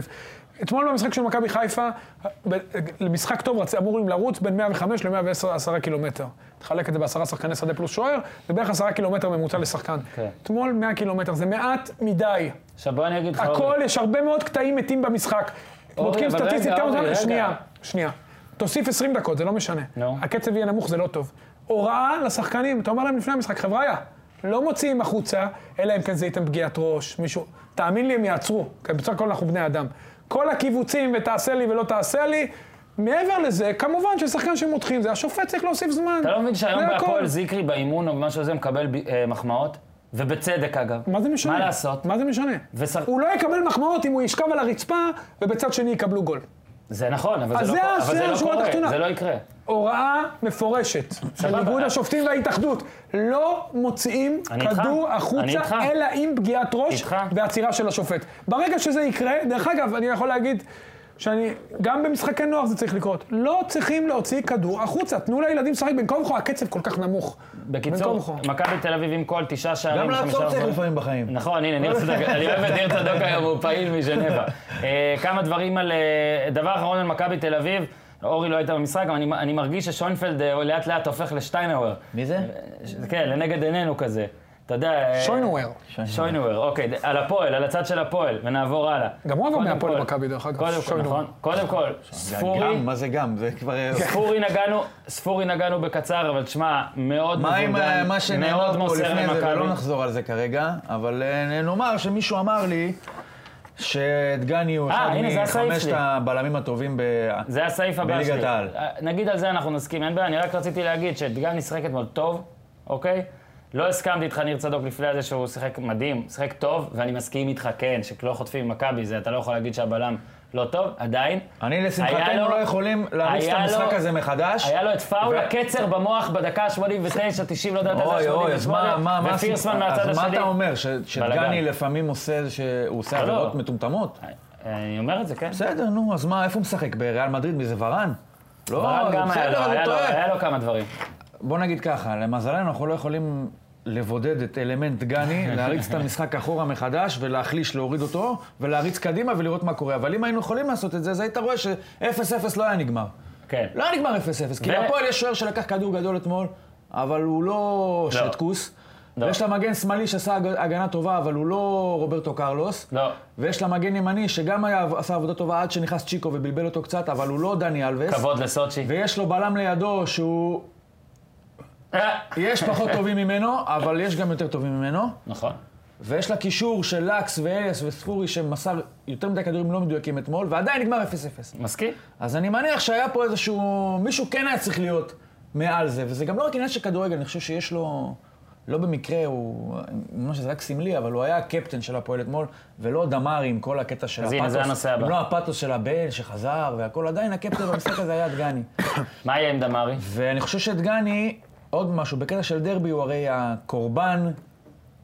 [SPEAKER 3] אתמול במשחק של מכבי חיפה, ב- למשחק טוב רצ- אמורים לרוץ בין 105 ל-110 קילומטר. תחלק את זה בעשרה שחקני שדה פלוס שוער, זה בערך עשרה קילומטר ממוצע לשחקן.
[SPEAKER 1] כן.
[SPEAKER 3] אתמול 100 קילומטר, זה מעט מדי.
[SPEAKER 1] עכשיו בוא אני אגיד לך...
[SPEAKER 3] הכל,
[SPEAKER 1] אורי.
[SPEAKER 3] יש הרבה מאוד קטעים מתים במשחק.
[SPEAKER 1] אורי,
[SPEAKER 3] בודקים
[SPEAKER 1] אוקיי, אבל
[SPEAKER 3] סטטיסטית
[SPEAKER 1] רגע,
[SPEAKER 3] כמה
[SPEAKER 1] אורי,
[SPEAKER 3] זמן...
[SPEAKER 1] רגע.
[SPEAKER 3] שנייה, שנייה. תוסיף 20 דקות, זה לא משנה.
[SPEAKER 1] נו.
[SPEAKER 3] הקצב יהיה נמוך, זה לא טוב. הוראה לשחקנים, אתה אומר להם לפני המשחק, חבריה, לא מוציאים החוצה, אלא אם כן זה ייתן פגיעת ראש, מישהו... תאמין לי, הם יעצרו, כי בסך הכל אנחנו בני אדם. כל הקיבוצים ותעשה לי ולא תעשה לי, מעבר לזה, כמובן ששחקן שמותחים זה, השופט צריך להוסיף זמן.
[SPEAKER 1] אתה לא מבין שהיום
[SPEAKER 3] זה הכל.
[SPEAKER 1] בהפועל זיקרי באימון או במשהו הזה מקבל ב- אה, מחמאות? ובצדק אגב.
[SPEAKER 3] מה זה משנה?
[SPEAKER 1] מה לעשות?
[SPEAKER 3] מה זה משנה?
[SPEAKER 1] ושח-
[SPEAKER 3] הוא לא יקבל מחמאות אם הוא ישכב על הרצפה ובצד שני יקבלו גול.
[SPEAKER 1] זה נכון, אבל
[SPEAKER 3] אז
[SPEAKER 1] זה לא
[SPEAKER 3] אה,
[SPEAKER 1] קורה. אבל
[SPEAKER 3] זה השאלה
[SPEAKER 1] זה לא
[SPEAKER 3] בשורה
[SPEAKER 1] קורה,
[SPEAKER 3] התחתונה.
[SPEAKER 1] זה לא יקרה.
[SPEAKER 3] הוראה מפורשת של
[SPEAKER 1] סבבה.
[SPEAKER 3] איגוד השופטים וההתאחדות, לא מוציאים
[SPEAKER 1] אני איתך.
[SPEAKER 3] כדור
[SPEAKER 1] אני איתך.
[SPEAKER 3] החוצה, אלא עם פגיעת ראש
[SPEAKER 1] איתך.
[SPEAKER 3] ועצירה של השופט. ברגע שזה יקרה, דרך אגב, אני יכול להגיד שאני, גם במשחקי נוער זה צריך לקרות. לא צריכים להוציא כדור החוצה, תנו לילדים לשחק בין כה וכה, הקצב כל כך נמוך.
[SPEAKER 1] בקיצור,
[SPEAKER 3] בין כה וכה.
[SPEAKER 1] מכבי תל אביב עם כל תשעה שערים,
[SPEAKER 4] גם לעצור צריך
[SPEAKER 1] עברים.
[SPEAKER 4] לפעמים בחיים.
[SPEAKER 1] נכון, הנה, ניר צדוק, אני אוהב את ניר צדוק היום, הוא פעיל מז'נבה. אה, כמה דברים על... אה, דבר אחרון על מכבי תל אביב, אורי לא הייתה במשחק, אבל אני- אני מרגיש ששוינפלד אה, לאט לאט הופך לשטיינאוור.
[SPEAKER 4] מי זה?
[SPEAKER 1] כן, לנגד עינינו כזה. אתה יודע... אה,
[SPEAKER 3] שוינואר.
[SPEAKER 1] שוינואר, אוקיי, ד- על הפועל, על הצד של הפועל, ונעבור הלאה.
[SPEAKER 3] גם הוא עבר
[SPEAKER 1] קודם
[SPEAKER 3] מהפועל
[SPEAKER 1] כל-
[SPEAKER 3] למכבי, דרך אגב,
[SPEAKER 1] קודם כל,
[SPEAKER 3] שוינואר.
[SPEAKER 1] נכון. קודם כל,
[SPEAKER 4] זה
[SPEAKER 1] ספורי,
[SPEAKER 4] גם, מה זה גם? זה כבר...
[SPEAKER 1] [laughs] ספורי נגענו, ספורי נגענו בקצר, אבל תשמע, מאוד
[SPEAKER 4] מה עם אה,
[SPEAKER 1] מבולגן,
[SPEAKER 4] מה
[SPEAKER 1] מאוד
[SPEAKER 4] שנאמר פה
[SPEAKER 1] מוסר
[SPEAKER 4] לפני זה, ולא
[SPEAKER 1] למכבי.
[SPEAKER 4] נחזור על זה כרגע, אבל אה, נאמר שמישהו אמר לי שדגני הוא
[SPEAKER 1] אה,
[SPEAKER 4] אחד
[SPEAKER 1] הנה, זה הסעיף
[SPEAKER 4] מחמשת
[SPEAKER 1] שלי.
[SPEAKER 4] הבלמים הטובים ב...
[SPEAKER 1] זה הסעיף הבא שלי.
[SPEAKER 4] בליגת העל.
[SPEAKER 1] אה, נגיד על זה אנחנו נסכים, אין בעיה, אני רק רציתי להגיד שדגני שיחק אתמול טוב, אוקיי? לא הסכמתי איתך, ניר צדוק, לפני זה שהוא שיחק מדהים, שיחק טוב, ואני מסכים איתך, כן, שלא חוטפים מכבי, זה אתה לא יכול להגיד שהבלם לא טוב, עדיין.
[SPEAKER 4] אני
[SPEAKER 1] היה
[SPEAKER 4] לשמחתנו
[SPEAKER 1] לו-
[SPEAKER 4] לא יכולים להריץ את
[SPEAKER 1] היה לו-
[SPEAKER 4] המשחק הזה מחדש.
[SPEAKER 1] היה לו את פאול
[SPEAKER 4] ו-
[SPEAKER 1] הקצר במוח בדקה ה-89, 90, לא יודעת איזה
[SPEAKER 4] אוי אוי, אז מה, מה, מה...
[SPEAKER 1] ופירסמן
[SPEAKER 4] הסיפ-
[SPEAKER 1] מהצד
[SPEAKER 4] אז
[SPEAKER 1] השני.
[SPEAKER 4] מה אתה אומר? ש- שדגני
[SPEAKER 1] בלגן.
[SPEAKER 4] לפעמים עושה, שהוא עושה
[SPEAKER 1] לא, לא.
[SPEAKER 4] עבירות מטומטמות?
[SPEAKER 1] אני אומר את זה, כן.
[SPEAKER 4] בסדר, נו, אז מה, איפה הוא משחק? בריאל מדריד? מי זה ורן? לא,
[SPEAKER 1] ברק גם היה לו,
[SPEAKER 4] בסדר,
[SPEAKER 1] היה
[SPEAKER 4] הוא
[SPEAKER 1] לו-
[SPEAKER 4] טועה.
[SPEAKER 1] היה לו כמה דברים.
[SPEAKER 4] בוא נגיד ככה, למזלנו אנחנו לא יכולים לבודד את
[SPEAKER 1] [laughs]
[SPEAKER 4] אלמנט גני, להריץ את המשחק אחורה מחדש ולהחליש, להוריד אותו, ולהריץ קדימה ולראות מה קורה. אבל אם היינו יכולים לעשות את זה, אז היית רואה ש-0-0 לא היה נגמר.
[SPEAKER 1] כן.
[SPEAKER 4] לא היה נגמר 0-0, כי
[SPEAKER 1] ו-
[SPEAKER 4] להפועל יש שוער שלקח כדור גדול אתמול, אבל הוא לא
[SPEAKER 1] לא.
[SPEAKER 4] שטקוס.
[SPEAKER 1] לא.
[SPEAKER 4] ויש לה מגן שמאלי שעשה הג- הגנה טובה, אבל הוא לא רוברטו קרלוס.
[SPEAKER 1] לא.
[SPEAKER 4] ויש לה מגן ימני שגם היה, עשה עבודה טובה עד שנכנס צ'יקו ובלבל אותו קצת, אבל הוא לא דני אלווס.
[SPEAKER 1] כבוד לסוצ'י.
[SPEAKER 4] ויש לו בלם לידו שהוא
[SPEAKER 1] אה,
[SPEAKER 4] יש פחות טובים ממנו, אבל יש גם יותר טובים ממנו.
[SPEAKER 1] נכון.
[SPEAKER 4] ויש לה קישור של לקס ואליאס וספורי שמסר יותר מדי כדורים לא מדויקים אתמול, ועדיין נגמר 0-0.
[SPEAKER 1] מסכים?
[SPEAKER 4] אז אני מניח שהיה פה איזשהו... מישהו כן היה צריך להיות מעל זה, וזה גם לא רק עניין של כדורגל, אני חושב שיש לו... לא במקרה, הוא... ממש זה רק סמלי, אבל הוא היה הקפטן של הפועל אתמול, ולא דמרי עם כל הקטע של
[SPEAKER 1] אז
[SPEAKER 4] הפאתוס.
[SPEAKER 1] הנה, זה הנושא הבא.
[SPEAKER 4] אם לא הפאתוס של הבן שחזר והכל, עדיין הקפטן במשחק הזה היה דגני.
[SPEAKER 1] מה יהיה עם דמארי?
[SPEAKER 4] ואני חושב שדגני, עוד משהו, בקטע של דרבי הוא הרי הקורבן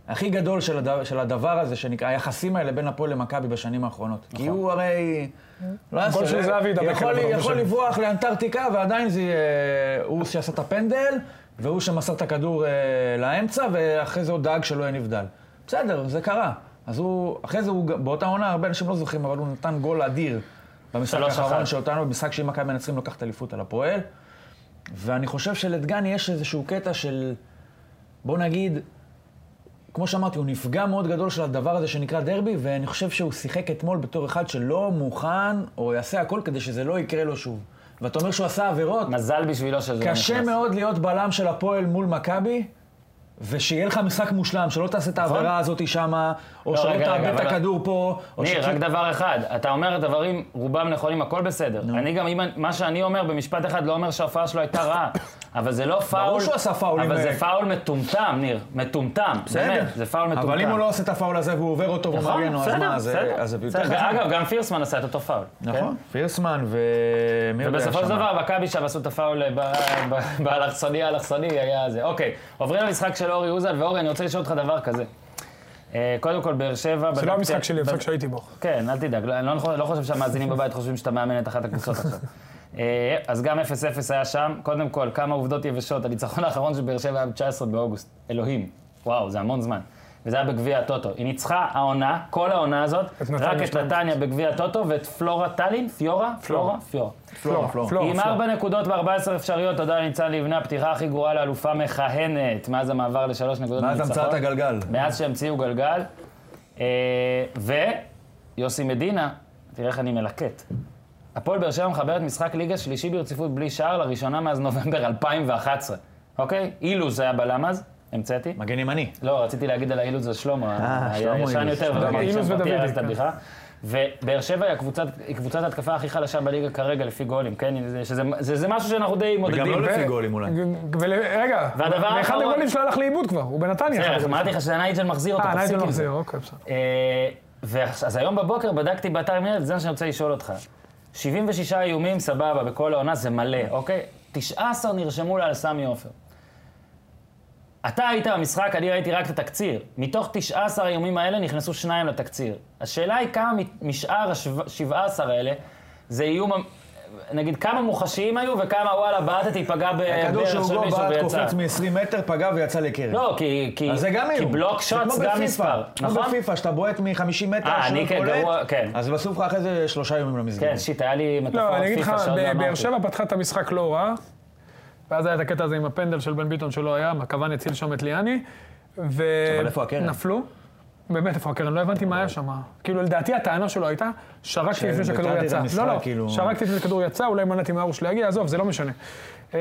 [SPEAKER 4] הכי גדול של, הדבר, של הדבר הזה, שנקרא, היחסים האלה בין הפועל למכבי בשנים האחרונות. נכון. כי הוא הרי... לא
[SPEAKER 3] גול של זהבי ידבק
[SPEAKER 4] יכול,
[SPEAKER 3] עליו הרבה
[SPEAKER 4] יכול
[SPEAKER 3] שנים.
[SPEAKER 4] לברוח לאנטארקטיקה, ועדיין זה יהיה... הוא שעשה את הפנדל, והוא שמסר את הכדור אה, לאמצע, ואחרי זה הוא דאג שלא יהיה נבדל. בסדר, זה קרה. אז הוא, אחרי זה הוא, ג- באותה עונה, הרבה אנשים לא זוכרים, אבל הוא נתן גול אדיר במשחק
[SPEAKER 1] שלוש אחת.
[SPEAKER 4] האחרון שאותנו, במשחק שאם מכבי מנצחים לוקחת אליפות על הפועל. ואני חושב שלדגני יש איזשהו קטע של, בוא נגיד, כמו שאמרתי, הוא נפגע מאוד גדול של הדבר הזה שנקרא דרבי, ואני חושב שהוא שיחק אתמול בתור אחד שלא מוכן, או יעשה הכל כדי שזה לא יקרה לו שוב. ואתה אומר שהוא עשה עבירות,
[SPEAKER 1] מזל בשבילו שזה לא נכנס.
[SPEAKER 4] קשה מאוד להיות בלם של הפועל מול מכבי, ושיהיה לך משחק מושלם, שלא תעשה את העבירה הזאת שמה, או
[SPEAKER 1] נכון. לא,
[SPEAKER 4] שלא
[SPEAKER 1] רגע, רגע,
[SPEAKER 4] תאבד את
[SPEAKER 1] אבל-
[SPEAKER 4] הכדור פה, או
[SPEAKER 1] ניר,
[SPEAKER 4] שכן-
[SPEAKER 1] רק דבר אחד, אתה אומר דברים, רובם נכונים, הכל בסדר. אני גם, אם אני- מה שאני אומר במשפט אחד לא אומר שההופעה שלו הייתה
[SPEAKER 4] [laughs]
[SPEAKER 1] רעה, אבל זה לא פאול...
[SPEAKER 4] שהוא עשה פאולים,
[SPEAKER 1] אבל
[SPEAKER 4] אה,
[SPEAKER 1] זה פאול מטומטם, ניר, מטומטם, באמת, זה פאול מטומטם.
[SPEAKER 4] אבל אם הוא לא עושה את הפאול הזה והוא עובר אותו
[SPEAKER 1] נכון,
[SPEAKER 4] ומגן, לו, אז
[SPEAKER 1] בסדר,
[SPEAKER 4] מה, אז
[SPEAKER 1] בסדר,
[SPEAKER 4] אז זה
[SPEAKER 1] בסדר.
[SPEAKER 4] יותר חכם.
[SPEAKER 1] אגב, גם פירסמן עשה את אותו פאול.
[SPEAKER 4] נכון, פירסמן ו... מי
[SPEAKER 3] כן,
[SPEAKER 4] יודע
[SPEAKER 1] ובסופו של
[SPEAKER 4] שם?
[SPEAKER 1] דבר, מכבי שם עשו את הפאול אה, ב- ב- באלכסוני, האלכסוני היה זה. אוקיי, עוברים למשחק של אורי אוזן, ואורי, אני רוצה לשאול אותך דבר כזה. אה, קודם כל, באר שבע...
[SPEAKER 3] זה לא
[SPEAKER 1] בדקתי-
[SPEAKER 3] המשחק שלי,
[SPEAKER 1] בד-
[SPEAKER 3] המשחק שהייתי בו.
[SPEAKER 1] כן, אל תדאג, לא- אני לא, לא חושב שהמאזינים בבית חושבים שאתה מאמן את אחת הקבוצות
[SPEAKER 3] [laughs]
[SPEAKER 1] עכשיו. אה, אז גם 0-0 היה שם. קודם כל, כמה עובדות יבשות. הניצחון האחרון של באר שבע היה ב-19 באוגוסט. אלוהים. וואו, זה המון זמן. וזה היה בגביע הטוטו. היא ניצחה העונה, כל העונה הזאת,
[SPEAKER 3] את נתניה
[SPEAKER 1] רק את
[SPEAKER 3] שתיים.
[SPEAKER 1] נתניה בגביע הטוטו ואת פלורה טאלין, פיורה? פלורה? פיורה.
[SPEAKER 4] פלורה, פלורה.
[SPEAKER 3] פלורה,
[SPEAKER 1] עם ארבע נקודות ו-14 אפשריות, תודה לניצן לבנה, הפתיחה הכי גרועה לאלופה מכהנת מאז המעבר לשלוש נקודות
[SPEAKER 4] מאז
[SPEAKER 1] מניצחון.
[SPEAKER 4] המצאת הגלגל.
[SPEAKER 1] מאז שהמציאו גלגל. אה, ויוסי מדינה, תראה איך אני מלקט. הפועל באר שבע מחברת משחק ליגה שלישי ברציפות בלי שער, לראשונה מאז נובמבר [laughs] 2011. אוקיי? אילוז היה בלם אז, המצאתי.
[SPEAKER 4] מגן ימני.
[SPEAKER 1] לא, רציתי להגיד על האילוז ושלמה, היה
[SPEAKER 4] אה, שלמה
[SPEAKER 1] ישן
[SPEAKER 4] אילוז.
[SPEAKER 1] יותר,
[SPEAKER 4] שלמה
[SPEAKER 1] וגם
[SPEAKER 3] אילוז
[SPEAKER 1] שם פרטי
[SPEAKER 3] ודוידי,
[SPEAKER 1] הרס את
[SPEAKER 3] כן.
[SPEAKER 1] הבדיחה. ובאר שבע היא הקבוצת, היא קבוצת ההתקפה הכי חלשה בליגה כרגע, לפי גולים, כן? זה, שזה, זה, זה משהו שאנחנו די
[SPEAKER 4] וגם
[SPEAKER 1] מודדים.
[SPEAKER 4] לא
[SPEAKER 3] ו-
[SPEAKER 4] לפי גולים אולי.
[SPEAKER 3] ו- ול- רגע,
[SPEAKER 1] והדבר
[SPEAKER 3] ואחד
[SPEAKER 1] האחרון-
[SPEAKER 3] הגולים שלו הלך לאיבוד כבר, הוא בנתניה. אחד
[SPEAKER 1] בסדר,
[SPEAKER 3] הגולים.
[SPEAKER 1] אמרתי לך שנייג'ל מחזיר אותו,
[SPEAKER 3] אה,
[SPEAKER 1] תפסיק
[SPEAKER 3] ניידון
[SPEAKER 1] עם זה.
[SPEAKER 3] מחזיר, אוקיי, בסדר.
[SPEAKER 1] אה, ואח- אז היום בבוקר בדקתי באתר מנהל, זה מה שאני רוצה לשאול אותך. 76 איומים, סבבה, בכל העונה זה מלא, אוקיי? 19 נרשמו לה על סמי עופר. אתה היית במשחק, אני ראיתי רק את התקציר. מתוך 19 האיומים האלה נכנסו שניים לתקציר. השאלה היא כמה מ- משאר ה-17 האלה זה איום, המ- נגיד כמה מוחשיים היו וכמה וואלה בעטתי, פגע ב-
[SPEAKER 4] הכדור
[SPEAKER 1] בבאר
[SPEAKER 4] שהוא
[SPEAKER 1] של
[SPEAKER 4] גול
[SPEAKER 1] אה, מישהו
[SPEAKER 4] בעט
[SPEAKER 1] ויצא.
[SPEAKER 4] קופץ מ-20 מטר, פגע ויצא לקרן.
[SPEAKER 1] לא, כי, כי,
[SPEAKER 4] אז זה גם
[SPEAKER 1] כי
[SPEAKER 4] איום.
[SPEAKER 1] בלוק
[SPEAKER 4] זה
[SPEAKER 1] שוטס
[SPEAKER 4] כמו
[SPEAKER 1] גם
[SPEAKER 4] בפיפא.
[SPEAKER 1] מספר,
[SPEAKER 4] כמו
[SPEAKER 1] נכון?
[SPEAKER 4] בפיפא, שאתה בועט מ-50 מטר,
[SPEAKER 1] אה, אני
[SPEAKER 4] השוער
[SPEAKER 1] כן,
[SPEAKER 4] קולט,
[SPEAKER 1] גרוע, כן.
[SPEAKER 4] אז בסוף לך אחרי זה שלושה ימים לא למסגרת.
[SPEAKER 1] כן, שיט, היה לי מטאפורת
[SPEAKER 3] לא, אני אגיד לך,
[SPEAKER 1] פיפ"א שעוד לא
[SPEAKER 3] ב- באר
[SPEAKER 1] אמרתי.
[SPEAKER 3] שבע פתחה את המשחק לא רע, ואז היה את הקטע הזה עם הפנדל של בן ביטון שלא היה, מכוון הציל שם את ליאני, ו...
[SPEAKER 4] אבל איפה הקרן?
[SPEAKER 3] נפלו. באמת, איפה הקרן? לא הבנתי
[SPEAKER 4] כן.
[SPEAKER 3] מה היה שם. כאילו, לדעתי הטענה שלו הייתה, שרקתי לפני שהכדור
[SPEAKER 4] שביטלתי כן, את
[SPEAKER 3] יצא.
[SPEAKER 4] המשחק,
[SPEAKER 3] לא, לא,
[SPEAKER 4] כאילו-
[SPEAKER 3] שרקתי לפני שהכדור יצא, אולי מנעתי מהרוש להגיע, עזוב, זה לא משנה. אה,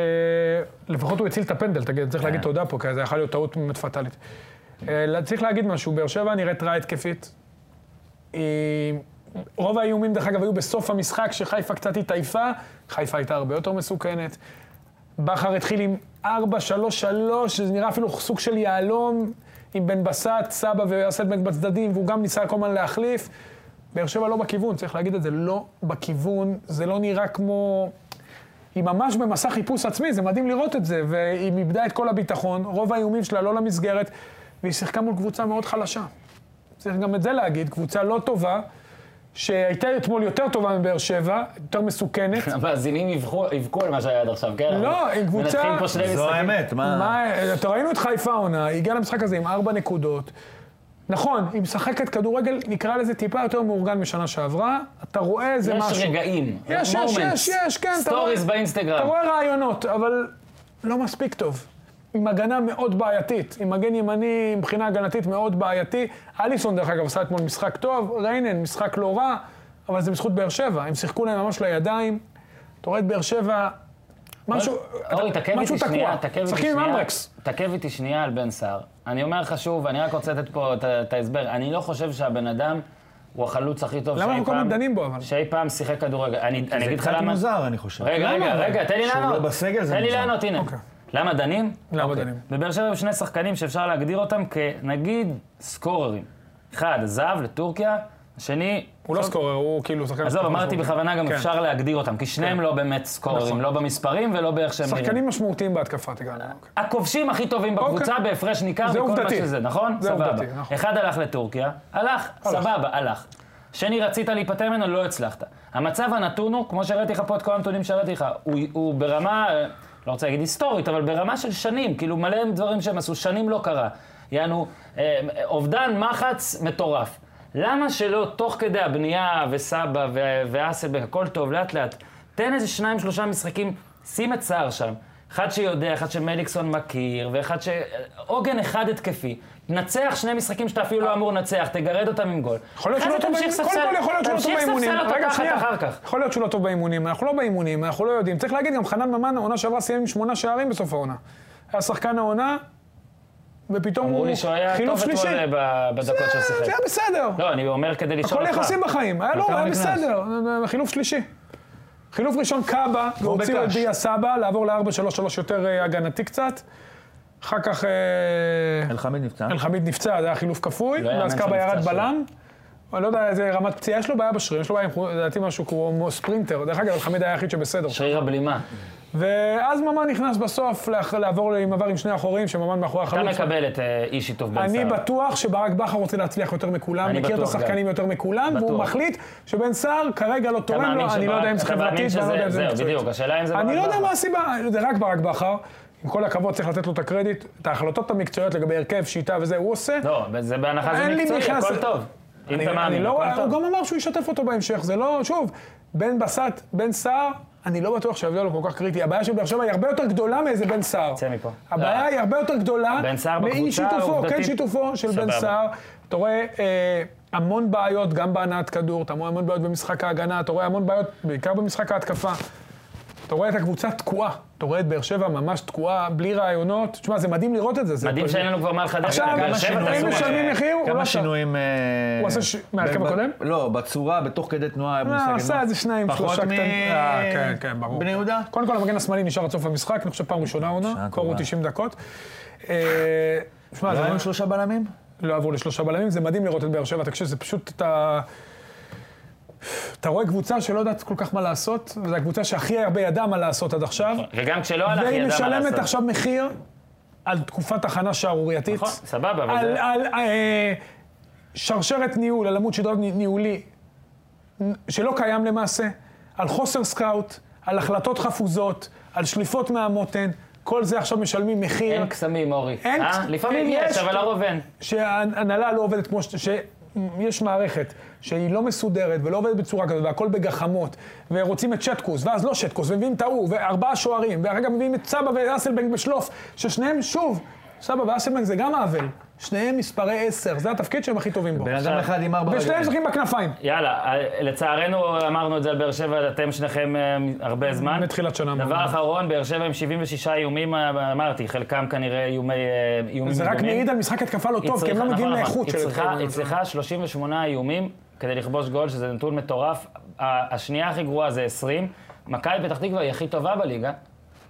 [SPEAKER 3] לפחות הוא הציל את הפנדל, תגיד, צריך
[SPEAKER 4] כן.
[SPEAKER 3] להגיד תודה פה, כי זה יכול להיות טעות באמת פטאלית. אה, צריך להגיד משהו, באר שבע נראית רע התקפית, אה, רוב האיומים, דרך אגב, היו בסוף המשחק, שחיפה קצת התעייפה, חיפה הייתה הרבה יותר מסוכנת. בכר התחיל עם 4-3-3, שזה נראה אפילו סוג של יהלום, עם בן בסט, סבא ואסלבנק בצדדים, והוא גם ניסה כל הזמן להחליף. באר שבע לא בכיוון, צריך להגיד את זה, לא בכיוון, זה לא נראה כמו... היא ממש במסע חיפוש עצמי, זה מדהים לראות את זה, והיא איבדה את כל הביטחון, רוב האיומים שלה לא למסגרת, והיא שיחקה מול קבוצה מאוד חלשה. צריך גם את זה להגיד, קבוצה לא טובה, שהייתה אתמול יותר טובה מבאר שבע, יותר מסוכנת.
[SPEAKER 1] המאזינים יבכו- יבכו על מה שהיה עד עכשיו, כן?
[SPEAKER 3] לא,
[SPEAKER 1] אנחנו
[SPEAKER 3] עם קבוצה-
[SPEAKER 1] מנתחים פה שני
[SPEAKER 4] זו
[SPEAKER 1] משחקים.
[SPEAKER 4] האמת, מה...
[SPEAKER 3] מה,
[SPEAKER 1] אה.
[SPEAKER 3] אתה ראינו את חיפה העונה, היא הגיעה למשחק הזה עם ארבע נקודות. נכון, היא משחקת כדורגל, נקרא לזה טיפה יותר מאורגן משנה שעברה, אתה רואה איזה
[SPEAKER 1] יש
[SPEAKER 3] משהו.
[SPEAKER 1] רגעים.
[SPEAKER 3] יש, יש,
[SPEAKER 1] moments.
[SPEAKER 3] יש, יש, כן, אתה רואה.
[SPEAKER 1] סטוריז
[SPEAKER 3] אתה
[SPEAKER 1] באינסטגרם.
[SPEAKER 3] רואה רעיונות, אבל לא מספיק טוב. עם הגנה מאוד בעייתית, עם מגן ימני מבחינה הגנתית מאוד בעייתי. אליסון, דרך אגב, עשה אתמול משחק טוב, ריינן, משחק לא רע, אבל זה בזכות באר שבע. הם שיחקו להם ממש לידיים. אתה רואה את באר שבע, משהו
[SPEAKER 1] אורי,
[SPEAKER 3] אתה-
[SPEAKER 1] תקן
[SPEAKER 3] משהו
[SPEAKER 1] איתי שנייה,
[SPEAKER 3] תקוע.
[SPEAKER 1] תקן איתי
[SPEAKER 3] משחקים עם
[SPEAKER 1] שנייה.
[SPEAKER 3] אמברקס.
[SPEAKER 1] תקן איתי שנייה על בן סער. אני אומר לך שוב, אני רק רוצה לתת פה את ה- את ההסבר. אני לא חושב שהבן אדם הוא החלוץ הכי טוב
[SPEAKER 3] למה
[SPEAKER 1] שאי
[SPEAKER 3] אנחנו כל
[SPEAKER 1] פעם-
[SPEAKER 3] הזמן דנים בו, אבל?
[SPEAKER 1] שאי פעם שיחק כדורגל. אני אני
[SPEAKER 4] זה
[SPEAKER 1] אגיד לך
[SPEAKER 4] קצת
[SPEAKER 1] למה...
[SPEAKER 4] מוזר, אני חושב.
[SPEAKER 1] רגע, רגע,
[SPEAKER 3] למה?
[SPEAKER 1] רגע, תן לי
[SPEAKER 4] שהוא
[SPEAKER 1] לענות.
[SPEAKER 4] לא בסגל, זה
[SPEAKER 1] תן לי
[SPEAKER 4] מוזר.
[SPEAKER 1] לענות, הנה.
[SPEAKER 3] אוקיי.
[SPEAKER 1] למה דנים?
[SPEAKER 3] למה
[SPEAKER 1] אוקיי.
[SPEAKER 3] דנים?
[SPEAKER 1] בבאר שבע יש שני שחקנים שאפשר להגדיר אותם כנגיד סקוררים. אחד, זהב לטורקיה, השני...
[SPEAKER 3] הוא לא סקורר, הוא כאילו שחקן...
[SPEAKER 1] עזוב, אמרתי בכוונה גם
[SPEAKER 3] כן.
[SPEAKER 1] אפשר להגדיר אותם, כי שניהם לא באמת סקוררים,
[SPEAKER 3] נכון.
[SPEAKER 1] לא במספרים ולא באיך שהם נראים.
[SPEAKER 3] שחקנים משמעותיים בהתקפה, תגענו.
[SPEAKER 1] אה. הכובשים הכי טובים בקבוצה
[SPEAKER 3] אוקיי.
[SPEAKER 1] בהפרש ניכר
[SPEAKER 3] זה
[SPEAKER 1] מכל מה
[SPEAKER 3] עובדתי.
[SPEAKER 1] שזה, נכון?
[SPEAKER 3] זה
[SPEAKER 1] סבבה.
[SPEAKER 3] עובדתי, נכון.
[SPEAKER 1] אחד הלך לטורקיה, הלך, סבבה, הלך. שני, רצית להיפטר ממנו, לא הצלחת. המצב הנתון הוא, כמו שהראיתי לך פה את כל הנתונים שהראיתי לך, הוא, הוא ברמה, אה, לא רוצה להגיד היסטורית, אבל ברמה של שנים, כאילו מלא דברים שהם עשו, שנים לא קרה. יענו, אה, אובדן מחץ מטורף. למה שלא, תוך כדי הבנייה, וסבא, ו- ואסלבק, הכל טוב, לאט לאט, תן איזה שניים, שלושה משחקים, שים את סער שם. אחד שיודע, אחד שמליקסון מכיר, ואחד ש... עוגן אחד התקפי. נצח שני משחקים שאתה אפילו לא אמור לנצח, תגרד אותם עם גול.
[SPEAKER 3] יכול להיות שהוא לא
[SPEAKER 1] אחרי
[SPEAKER 3] טוב
[SPEAKER 1] זה תמשיך ספסל-
[SPEAKER 3] באימונים. קודם כל יכול להיות שהוא לא טוב
[SPEAKER 1] תמשיך
[SPEAKER 3] באימונים.
[SPEAKER 1] ספסל אותו
[SPEAKER 3] רגע,
[SPEAKER 1] תחת
[SPEAKER 3] שנייה.
[SPEAKER 1] אחר כך.
[SPEAKER 3] יכול להיות שהוא לא טוב באימונים, אנחנו לא באימונים, אנחנו לא יודעים. צריך להגיד, גם חנן ממן, העונה שעברה סיים עם שמונה שערים בסוף העונה. היה שחקן העונה, ופתאום
[SPEAKER 1] אמרו
[SPEAKER 3] הוא
[SPEAKER 1] לי שהוא היה טוב
[SPEAKER 3] חילוף שלישי.
[SPEAKER 1] אתמול אה, ב- בדקות שהוא
[SPEAKER 3] זה
[SPEAKER 1] שיחק.
[SPEAKER 3] היה בסדר.
[SPEAKER 1] לא, אני אומר כדי לשאול
[SPEAKER 3] הכל
[SPEAKER 1] אותך.
[SPEAKER 3] יחסים בחיים. היה לא,
[SPEAKER 4] מכבי
[SPEAKER 3] היה
[SPEAKER 4] נכנס.
[SPEAKER 3] בסדר. חילוף שלישי. חילוף ראשון קאבה, והוציאו את
[SPEAKER 4] בקש.
[SPEAKER 3] דיה סבא, לעבור ל-4-3-3 יותר אה, הגנתי קצת. אחר כך... אה,
[SPEAKER 4] אלחמיד נפצע.
[SPEAKER 3] אלחמיד נפצע, זה היה חילוף כפוי,
[SPEAKER 1] לא היה מאמן
[SPEAKER 3] ואז קאבה
[SPEAKER 1] שהנפצע
[SPEAKER 3] ירד
[SPEAKER 1] שלו.
[SPEAKER 3] בלם. אני לא יודע איזה רמת פציעה, יש לו בעיה בשריר, יש לו בעיה, עם- לדעתי משהו כמו ספרינטר. דרך אגב, אלחמיד היה היחיד שבסדר.
[SPEAKER 1] שריר הבלימה.
[SPEAKER 3] ואז ממן נכנס בסוף לאח- לעבור עם עבר עם שני אחורים, שממן מאחורי
[SPEAKER 1] אתה
[SPEAKER 3] החלוץ.
[SPEAKER 1] מקבל את אה, איש איתו בן סער.
[SPEAKER 3] אני בטוח שברק בכר רוצה להצליח יותר מכולם,
[SPEAKER 1] אני
[SPEAKER 3] מכיר את
[SPEAKER 1] בטוח גם.
[SPEAKER 3] השחקנים יותר מכולם, והוא
[SPEAKER 1] בטוח.
[SPEAKER 3] מחליט שבן סער כרגע לא
[SPEAKER 1] אתה
[SPEAKER 3] תורם
[SPEAKER 1] מאמין
[SPEAKER 3] לו, אני לא
[SPEAKER 1] שברק-
[SPEAKER 3] יודע אם זה
[SPEAKER 1] אתה מאמין
[SPEAKER 3] חברתית, ואני לא יודע
[SPEAKER 1] שזה-
[SPEAKER 3] אם זה
[SPEAKER 1] זהו,
[SPEAKER 3] מקצועית.
[SPEAKER 1] בדיוק, השאלה אם זה
[SPEAKER 3] אני
[SPEAKER 1] ברק
[SPEAKER 3] לא יודע
[SPEAKER 1] בכר.
[SPEAKER 3] מה הסיבה, זה רק ברק בכר. עם כל הכבוד, צריך לתת לו את הקרדיט. את ההחלטות המקצועיות לגבי הרכב, שיטה וזה, הוא עושה.
[SPEAKER 1] לא, זה בהנחה
[SPEAKER 3] אין
[SPEAKER 1] זה
[SPEAKER 3] לי
[SPEAKER 1] מקצועי,
[SPEAKER 3] נכנס-
[SPEAKER 1] הכל טוב. אם אתה
[SPEAKER 3] אני- אני
[SPEAKER 1] מאמין,
[SPEAKER 3] לא-
[SPEAKER 1] הכל
[SPEAKER 3] הוא
[SPEAKER 1] טוב.
[SPEAKER 3] גם אמר שהוא ישתף אותו בהמשך, זה לא, שוב, בן בסט, בן סער, אני לא בטוח שההבדל הוא כל כך קריטי. הבעיה של באר שבע היא הרבה יותר גדולה מאיזה בן סער.
[SPEAKER 1] צא מפה.
[SPEAKER 3] הבעיה
[SPEAKER 1] לא.
[SPEAKER 3] היא הרבה יותר גדולה
[SPEAKER 1] בן סער
[SPEAKER 3] מאי
[SPEAKER 1] בקבוצה,
[SPEAKER 3] שיתופו, כן
[SPEAKER 1] עובדתית.
[SPEAKER 3] שיתופו של בן
[SPEAKER 1] סבבה.
[SPEAKER 3] סער. אתה רואה אה, המון בעיות גם בהנעת כדור, אתה רואה המון בעיות במשחק ההגנה, אתה רואה המון בעיות בעיקר במשחק ההתקפה. אתה רואה את הקבוצה תקועה, אתה רואה את באר שבע ממש תקועה, בלי רעיונות. תשמע, זה מדהים לראות את זה. זה
[SPEAKER 1] מדהים
[SPEAKER 3] פשוט-
[SPEAKER 1] שאין לנו כבר מה לחדש.
[SPEAKER 3] עכשיו,
[SPEAKER 1] לבאר
[SPEAKER 3] כמה
[SPEAKER 1] שבע
[SPEAKER 3] שינויים
[SPEAKER 1] תעשו משהו.
[SPEAKER 3] משלמים מחיר, הוא לא
[SPEAKER 4] כמה
[SPEAKER 3] עשה.
[SPEAKER 4] שינויים... אה,
[SPEAKER 3] הוא עשה ש- מההרכב
[SPEAKER 4] ב-
[SPEAKER 3] הקודם?
[SPEAKER 4] לא, בצורה, בתוך כדי תנועה.
[SPEAKER 3] אה,
[SPEAKER 4] במשחק
[SPEAKER 3] עשה
[SPEAKER 4] גדול.
[SPEAKER 3] איזה שניים,
[SPEAKER 4] לא? פחות
[SPEAKER 3] שלושה
[SPEAKER 4] מ-
[SPEAKER 3] קטנים. אה, כן, כן, ברור.
[SPEAKER 4] בני יהודה?
[SPEAKER 3] קודם כל, המגן השמאלי נשאר עד סוף המשחק, אני חושב פעם ראשונה עונה,
[SPEAKER 4] שעה
[SPEAKER 3] קורו
[SPEAKER 4] טובה.
[SPEAKER 3] 90 דקות. אה, שמע,
[SPEAKER 4] לא
[SPEAKER 3] זה
[SPEAKER 4] היו שלושה בלמים?
[SPEAKER 3] לא עברו לשלושה בלמים, זה מדהים לראות את באר שבע, תקשיב, זה פשוט, אתה... אתה רואה קבוצה שלא יודעת כל כך מה לעשות, וזו הקבוצה שהכי הרבה ידעה מה לעשות עד עכשיו,
[SPEAKER 1] וגם כשלא הלך,
[SPEAKER 3] והיא
[SPEAKER 1] היא ידעה מה
[SPEAKER 3] משלמת
[SPEAKER 1] לעשות.
[SPEAKER 3] עכשיו מחיר על תקופת הכנה שערורייתית.
[SPEAKER 1] נכון, סבבה, אבל
[SPEAKER 3] על,
[SPEAKER 1] זה...
[SPEAKER 3] על אה, שרשרת ניהול, על עמוד שדרות ני- ניהולי נ- שלא קיים למעשה, על חוסר סקאוט, על החלטות חפוזות, על שליפות מהמותן, כל זה עכשיו משלמים מחיר
[SPEAKER 1] אין קסמים, אורי.
[SPEAKER 3] אין
[SPEAKER 1] אה?
[SPEAKER 3] קס- כן,
[SPEAKER 1] לפעמים
[SPEAKER 3] יש.
[SPEAKER 1] יש, אבל לרוב אין.
[SPEAKER 3] שההנהלה לא עובדת כמו ש... ש... יש מערכת שהיא לא מסודרת ולא עובדת בצורה כזאת, והכל בגחמות, ורוצים את שטקוס, ואז לא שטקוס, ומביאים את ההוא, וארבעה שוערים, ואחר כך מביאים את סבא ואסלבנק בשלוף, ששניהם, שוב, סבא ואסלבנק זה גם עוול, שניהם מספרי עשר, זה התפקיד שהם הכי טובים בו.
[SPEAKER 4] בן אדם אחד עם ארבע
[SPEAKER 3] ושניהם
[SPEAKER 4] רגליים.
[SPEAKER 3] זוכים בכנפיים,
[SPEAKER 1] יאללה, אה, לצערנו אמרנו את זה על באר שבע, אתם שניכם אה, הרבה זמן.
[SPEAKER 3] מתחילת שנה אמרנו.
[SPEAKER 1] דבר אחרון, באר שבע עם 76 איומים, אה, אמרתי, חלקם כנראה איומי... אה, איומים
[SPEAKER 3] זה רק
[SPEAKER 1] דומים.
[SPEAKER 3] מעיד על משחק התקפה לא
[SPEAKER 1] היא
[SPEAKER 3] טוב, כי הם
[SPEAKER 1] צריכה-
[SPEAKER 3] לא מגיעים
[SPEAKER 1] נכון, נכון.
[SPEAKER 3] לאיכות
[SPEAKER 1] היא
[SPEAKER 3] של...
[SPEAKER 1] צריכה- היא צריכה 38 איומים כדי לכבוש גול, שזה נתון מטורף. ה- השנייה הכי גרועה זה 20. מכבי פתח תקווה היא הכי טובה בליגה,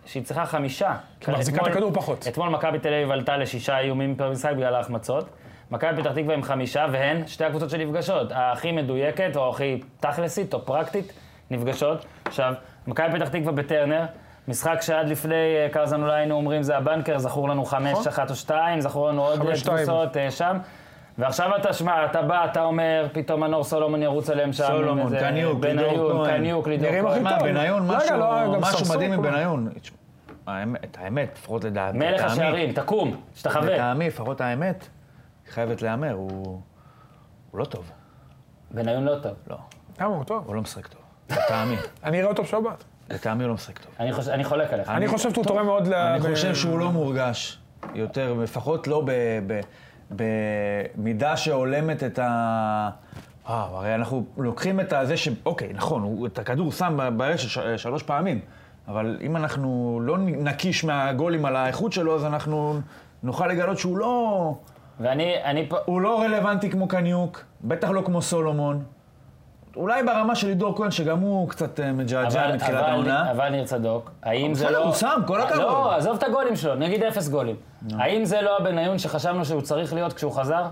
[SPEAKER 1] שהיא צריכה חמישה.
[SPEAKER 3] מחזיקה את
[SPEAKER 1] אתמול-
[SPEAKER 3] הכדור פחות.
[SPEAKER 1] אתמול מכבי תל אביב עלתה לשישה איומים פר משחק בגלל ההחמצות. מכבי פתח תקווה עם חמישה, והן שתי הקבוצות שנפגשות. הכי מדויקת, או הכי תכלסית, או פרקטית, נפגשות. עכשיו, מכבי פתח תקווה בטרנר, משחק שעד לפני אה, קרזן אולי היינו אומרים זה הבנקר, זכור לנו
[SPEAKER 4] נכון.
[SPEAKER 1] חמש, אחת או שתיים, זכור לנו עוד אה,
[SPEAKER 3] חמש, שתיים.
[SPEAKER 1] תבוסות אה, שם. ועכשיו אתה, שמע, אתה בא, אתה אומר, פתאום מנור סולומון ירוץ עליהם שם.
[SPEAKER 4] סולומון,
[SPEAKER 1] עם איזה
[SPEAKER 4] קניוק,
[SPEAKER 1] בניון,
[SPEAKER 4] לידור כהן.
[SPEAKER 1] קניוק, לידור
[SPEAKER 3] נראים הכי
[SPEAKER 1] כהן.
[SPEAKER 3] טוב.
[SPEAKER 4] מה, בניון,
[SPEAKER 3] רגע,
[SPEAKER 4] משהו
[SPEAKER 3] לא, גם
[SPEAKER 4] משהו
[SPEAKER 3] סרסור,
[SPEAKER 4] מדהים עם
[SPEAKER 3] כולם.
[SPEAKER 4] בניון. תשמע, האמת, האמת, לפחות לדעתי.
[SPEAKER 1] מלך
[SPEAKER 4] לטעמי,
[SPEAKER 1] השערים, תקום, שתחווה.
[SPEAKER 4] לטעמי, לפחות האמת, היא חייבת להיאמר, הוא הוא לא טוב.
[SPEAKER 1] בניון לא טוב.
[SPEAKER 4] לא,
[SPEAKER 3] למה הוא טוב?
[SPEAKER 4] הוא לא משחק טוב. לטעמי.
[SPEAKER 3] אני אראה אותו בשבת.
[SPEAKER 4] לטעמי הוא לא משחק טוב.
[SPEAKER 1] אני חוש- אני חולק עליך.
[SPEAKER 3] אני חושב שהוא תורם מאוד ל...
[SPEAKER 4] אני
[SPEAKER 3] ב-
[SPEAKER 4] חושב שהוא לא מורגש יותר, לפחות לא ב- ב- במידה שהולמת את ה... וואו, הרי אנחנו לוקחים את הזה ש... אוקיי, נכון, הוא את הכדור שם ב- ברשת ש- שלוש פעמים, אבל אם אנחנו לא נ- נקיש מהגולים על האיכות שלו, אז אנחנו נוכל לגלות שהוא לא...
[SPEAKER 1] ואני אני פה...
[SPEAKER 4] הוא לא רלוונטי כמו קניוק, בטח לא כמו סולומון. אולי ברמה של לידור כהן, שגם הוא קצת אה, מג'עג'ע
[SPEAKER 1] אבל,
[SPEAKER 4] מתחילת
[SPEAKER 1] אבל,
[SPEAKER 4] העונה.
[SPEAKER 1] אבל ניר צדוק, האם זה
[SPEAKER 4] בסדר,
[SPEAKER 1] לא...
[SPEAKER 4] הוא שם, כל הכבוד.
[SPEAKER 1] לא, עזוב את הגולים שלו, נגיד אפס גולים. האם זה לא הבניון שחשבנו שהוא צריך להיות כשהוא חזר?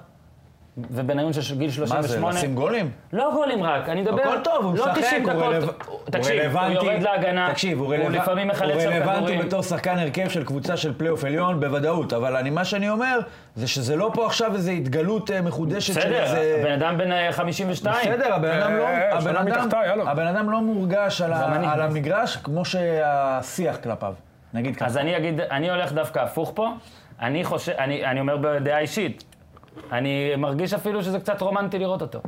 [SPEAKER 1] ובניון של גיל 38?
[SPEAKER 4] מה זה, לשים גולים?
[SPEAKER 1] לא גולים רק, אני מדבר...
[SPEAKER 4] הכל טוב, הוא
[SPEAKER 1] לא
[SPEAKER 4] משחק,
[SPEAKER 1] 90
[SPEAKER 4] הוא
[SPEAKER 1] דקות.
[SPEAKER 4] רלו-
[SPEAKER 1] תקשיב,
[SPEAKER 4] הוא רלוונטי.
[SPEAKER 1] הוא יורד להגנה,
[SPEAKER 4] תקשיב, הוא, רלו-
[SPEAKER 1] לפעמים מחלץ
[SPEAKER 4] הוא
[SPEAKER 1] שם
[SPEAKER 4] רלוונטי
[SPEAKER 1] כדורים.
[SPEAKER 4] בתור שחקן הרכב של קבוצה של פלייאוף עליון, בוודאות. אבל אני, מה שאני אומר, זה שזה לא פה עכשיו איזו התגלות אה, מחודשת של
[SPEAKER 1] בסדר,
[SPEAKER 4] איזה...
[SPEAKER 1] הבן אדם בן אה, 52.
[SPEAKER 4] בסדר, הבן אדם לא...
[SPEAKER 3] אה,
[SPEAKER 4] הבן
[SPEAKER 3] שנה
[SPEAKER 4] אדם-
[SPEAKER 3] מתחתיי, הלו.
[SPEAKER 4] הבן אדם לא מורגש על
[SPEAKER 1] גם אני.
[SPEAKER 4] ה- על המגרש כמו שהשיח כלפיו. נגיד ככה.
[SPEAKER 1] אז אני אגיד, אני הולך דווקא הפוך פה. אני חושב, אני, אני אומר בדעה אישית, אני מרגיש אפילו שזה קצת רומנטי לראות אותו.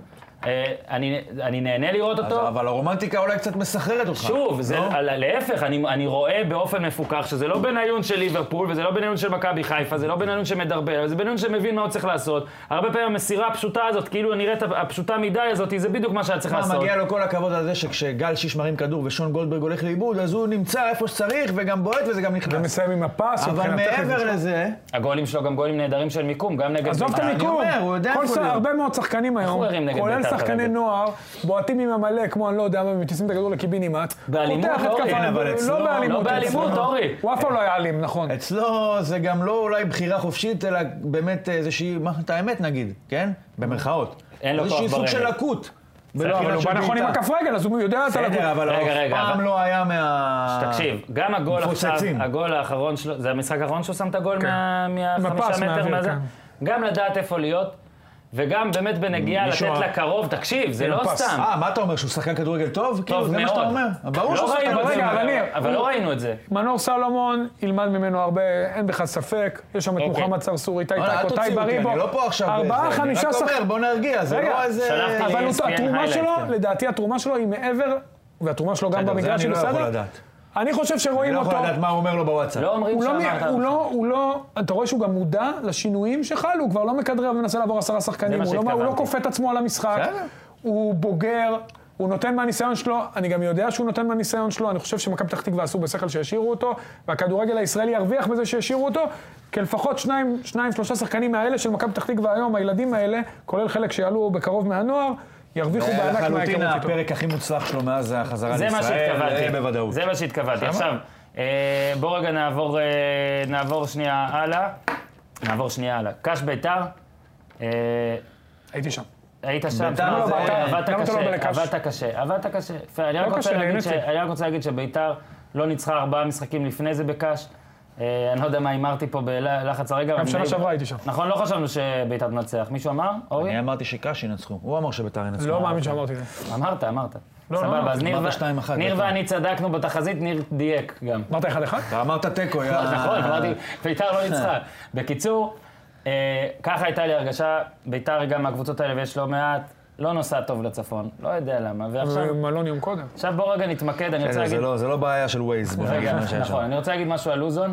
[SPEAKER 1] אה, אני אני נהנה לראות
[SPEAKER 4] אז-
[SPEAKER 1] אותו.
[SPEAKER 4] אבל הרומנטיקה אולי קצת מסחררת אותך.
[SPEAKER 1] שוב, זה,
[SPEAKER 4] לא?
[SPEAKER 1] על- להפך, אני, אני רואה באופן מפוקח שזה לא בניון של ליברפול, וזה לא בניון של מכבי חיפה, זה לא בניון שמדרבל, אבל זה בניון שמבין מה הוא צריך לעשות. הרבה פעמים המסירה הפשוטה הזאת, כאילו נראית הפשוטה מדי הזאת, זה בדיוק מה שהיה צריך
[SPEAKER 4] מה,
[SPEAKER 1] לעשות.
[SPEAKER 4] מגיע לו כל הכבוד על זה שכשגל שיש מרים כדור ושון גולדברג הולך לאיבוד, אז הוא נמצא איפה שצריך וגם בועט וזה גם נכנס.
[SPEAKER 3] מסיים עם הפס,
[SPEAKER 4] אבל
[SPEAKER 3] מבחינה טכנית.
[SPEAKER 4] מעבר לזה,
[SPEAKER 1] הגולים שלו גם גולים נהדרים של מיקום, גם נגד...
[SPEAKER 3] עזוב את
[SPEAKER 1] אה,
[SPEAKER 3] המיקום,
[SPEAKER 4] אומר, הוא יודע
[SPEAKER 3] כל
[SPEAKER 4] איפה
[SPEAKER 3] ש-
[SPEAKER 4] להיות.
[SPEAKER 3] הרבה מאוד שחקנים היום,
[SPEAKER 1] הוא הרים נגד
[SPEAKER 3] כולל
[SPEAKER 1] בית"ר
[SPEAKER 3] שחקני
[SPEAKER 1] כרגע.
[SPEAKER 3] נוער, בועטים עם המלא, כמו אני לא יודע מה, ומטיסים את הכדור לקיבינימט.
[SPEAKER 1] באלימות,
[SPEAKER 3] פותח את
[SPEAKER 1] אורי,
[SPEAKER 3] כף
[SPEAKER 1] כן,
[SPEAKER 3] הרגל,
[SPEAKER 4] אבל אצלו-
[SPEAKER 3] לא באלימות,
[SPEAKER 1] לא באלימות,
[SPEAKER 3] אצלו.
[SPEAKER 1] אורי.
[SPEAKER 3] הוא אף פעם לא היה אלים, נכון.
[SPEAKER 4] אצלו זה גם לא אולי בחירה חופשית, אלא באמת איזושהי, מה, את האמת נגיד, כן? במרכאות.
[SPEAKER 1] אין לו כוח
[SPEAKER 4] איזשהו סוג
[SPEAKER 1] ברגל.
[SPEAKER 4] של לקות. ולא
[SPEAKER 1] אבל
[SPEAKER 3] אבל
[SPEAKER 4] הבנה
[SPEAKER 3] הוא
[SPEAKER 4] של
[SPEAKER 3] בא נכון עם
[SPEAKER 4] בעיטה.
[SPEAKER 3] הכף רגל, אז הוא יודע את הלגות.
[SPEAKER 4] בסדר, אבל
[SPEAKER 1] רגע,
[SPEAKER 4] הוא אף
[SPEAKER 1] רגע,
[SPEAKER 4] פעם
[SPEAKER 1] אבל-
[SPEAKER 4] לא היה מה...
[SPEAKER 1] תקשיב, גם הגול עכשיו,
[SPEAKER 4] מפוצצים.
[SPEAKER 1] הגול האחרון שלו, זה המשחק האחרון שהוא שם את הגול
[SPEAKER 3] כן.
[SPEAKER 1] מה- מהחמישה
[SPEAKER 3] מפס,
[SPEAKER 1] מטר
[SPEAKER 3] מהאוויר,
[SPEAKER 1] מהזה?
[SPEAKER 3] כן.
[SPEAKER 1] גם לדעת איפה להיות, וגם באמת בנגיעה לתת
[SPEAKER 4] מישהו ה-
[SPEAKER 1] לקרוב, תקשיב, זה לא
[SPEAKER 3] מפס.
[SPEAKER 1] סתם.
[SPEAKER 4] אה, מה אתה אומר, שהוא שחקן כדורגל טוב? כאילו,
[SPEAKER 1] טוב
[SPEAKER 4] זה מה שאתה
[SPEAKER 1] מאוד.
[SPEAKER 4] אומר. ברור שהוא
[SPEAKER 1] לא
[SPEAKER 4] שחקן
[SPEAKER 1] ראינו את
[SPEAKER 3] אבל
[SPEAKER 1] זה,
[SPEAKER 3] רגע,
[SPEAKER 1] אבל-
[SPEAKER 3] אבל ניר,
[SPEAKER 1] אבל
[SPEAKER 3] הוא-
[SPEAKER 1] לא ראינו את זה.
[SPEAKER 3] מנור סלומון, ילמד ממנו הרבה, אין בכלל ספק. יש שם את
[SPEAKER 1] אוקיי.
[SPEAKER 3] מוחמד צרצור, איתי
[SPEAKER 4] וואלה, אל
[SPEAKER 3] טקו, טייב
[SPEAKER 4] תוציאו אותי,
[SPEAKER 3] בריבו.
[SPEAKER 4] אני לא פה עכשיו.
[SPEAKER 3] ארבעה,
[SPEAKER 4] באיזה-
[SPEAKER 3] חמישה
[SPEAKER 4] אני רק
[SPEAKER 3] שחקנים.
[SPEAKER 4] אומר, בוא נרגיע, זה
[SPEAKER 3] רגע,
[SPEAKER 4] לא איזה...
[SPEAKER 1] שלחתי
[SPEAKER 4] אבל
[SPEAKER 3] אבל הוא-
[SPEAKER 1] ESPN
[SPEAKER 3] התרומה
[SPEAKER 1] highlights,
[SPEAKER 3] שלו,
[SPEAKER 1] כן.
[SPEAKER 3] לדעתי התרומה שלו היא מעבר, והתרומה שלו גם
[SPEAKER 4] בסדר, זה
[SPEAKER 3] במגרש
[SPEAKER 4] אני
[SPEAKER 3] היא
[SPEAKER 4] לא יכול
[SPEAKER 3] בסדר.
[SPEAKER 4] לדעת.
[SPEAKER 3] אני חושב שרואים
[SPEAKER 4] אני לא יכול
[SPEAKER 3] אותו,
[SPEAKER 4] לדעת מה הוא אומר לו בוואטסאפ.
[SPEAKER 1] לא אומרים
[SPEAKER 3] הוא לא,
[SPEAKER 1] שאמרת.
[SPEAKER 3] הוא לא, הוא לא, אתה רואה שהוא גם מודע לשינויים שחלו, הוא כבר לא מכדרר ומנסה לעבור עשרה שחקנים,
[SPEAKER 1] מה
[SPEAKER 3] הוא לא, הוא לא
[SPEAKER 1] שהתכוונתי.
[SPEAKER 3] כופה את עצמו על המשחק,
[SPEAKER 4] בסדר.
[SPEAKER 3] הוא בוגר, הוא נותן מהניסיון שלו, אני גם יודע שהוא נותן מהניסיון שלו, אני חושב שמכבי פתח תקווה עשו בשכל שהשאירו אותו, והכדורגל הישראלי ירוויח בזה שהשאירו אותו, כי לפחות שניים, שניים, שלושה שחקנים מהאלה של מכבי פתח תקווה היום, הילדים האלה, כולל חלק שיעלו בקרוב מהנוער, ירוויחו
[SPEAKER 4] זה
[SPEAKER 3] בענק
[SPEAKER 4] אה, לחלוטין
[SPEAKER 3] מההיכרות איתו.
[SPEAKER 4] הפרק הכי מוצלח שלו מאז החזרה
[SPEAKER 1] זה
[SPEAKER 4] לישראל.
[SPEAKER 1] מה שהתכוונתי.
[SPEAKER 4] זה אה, בוודאות.
[SPEAKER 1] זה מה שהתכוונתי. עכשיו, אה, בוא רגע נעבור, אה, נעבור שנייה הלאה. נעבור שנייה הלאה. קש ביתר, אה,
[SPEAKER 3] הייתי שם.
[SPEAKER 1] היית שם,
[SPEAKER 4] ביתר
[SPEAKER 1] שמע,
[SPEAKER 4] לא
[SPEAKER 1] זה-
[SPEAKER 4] באת.
[SPEAKER 1] עבדת
[SPEAKER 3] למה אתה לא בא
[SPEAKER 1] קשה,
[SPEAKER 3] לקש?
[SPEAKER 1] עבדת קשה, עבדת קשה. יפה, אני רק
[SPEAKER 3] לא
[SPEAKER 1] רוצה
[SPEAKER 3] קשה,
[SPEAKER 1] להגיד ש-
[SPEAKER 3] נהניתי.
[SPEAKER 1] אני רק רוצה להגיד שביתר לא ניצחה ארבעה משחקים לפני זה בקש. אה, אני לא יודע מה הימרתי פה בלחץ הרגע. אבל
[SPEAKER 3] שנה
[SPEAKER 1] אני-
[SPEAKER 3] שעברה הייתי שם.
[SPEAKER 1] נכון, לא חשבנו שביתר תנצח. מישהו אמר? אורי?
[SPEAKER 4] אני אמרתי שקאש ינצחו, הוא אמר שביתר ינצחו.
[SPEAKER 3] לא מאמין שאמרתי את זה.
[SPEAKER 1] אמרת, אמרת.
[SPEAKER 3] לא,
[SPEAKER 1] סבבה,
[SPEAKER 3] לא,
[SPEAKER 1] אז ניר
[SPEAKER 4] אמרת
[SPEAKER 1] ו-
[SPEAKER 4] 2-1,
[SPEAKER 1] ניר
[SPEAKER 4] ביתר.
[SPEAKER 1] ואני צדקנו בתחזית, ניר דייק גם.
[SPEAKER 3] אמרת אחד אחד?
[SPEAKER 4] אתה אמרת תיקו, יא... אה,
[SPEAKER 1] אז נכון, אמרתי, ביתר לא ניצחה. בקיצור, אה, ככה הייתה לי הרגשה, ביתר גם מהקבוצות האלה, ויש לא מעט, לא נוסעת טוב לצפון, לא יודע למה. ועכשיו,
[SPEAKER 3] מלון יום קודם.
[SPEAKER 1] עכשיו בוא רגע נתמקד, אני רוצה
[SPEAKER 4] בסדר,
[SPEAKER 1] להגיד...
[SPEAKER 4] זה לא- זה לא בעיה של ווייז.
[SPEAKER 1] רגע,
[SPEAKER 4] מה שיש
[SPEAKER 1] נכון,
[SPEAKER 4] שם.
[SPEAKER 1] אני רוצה להגיד משהו על לוזון,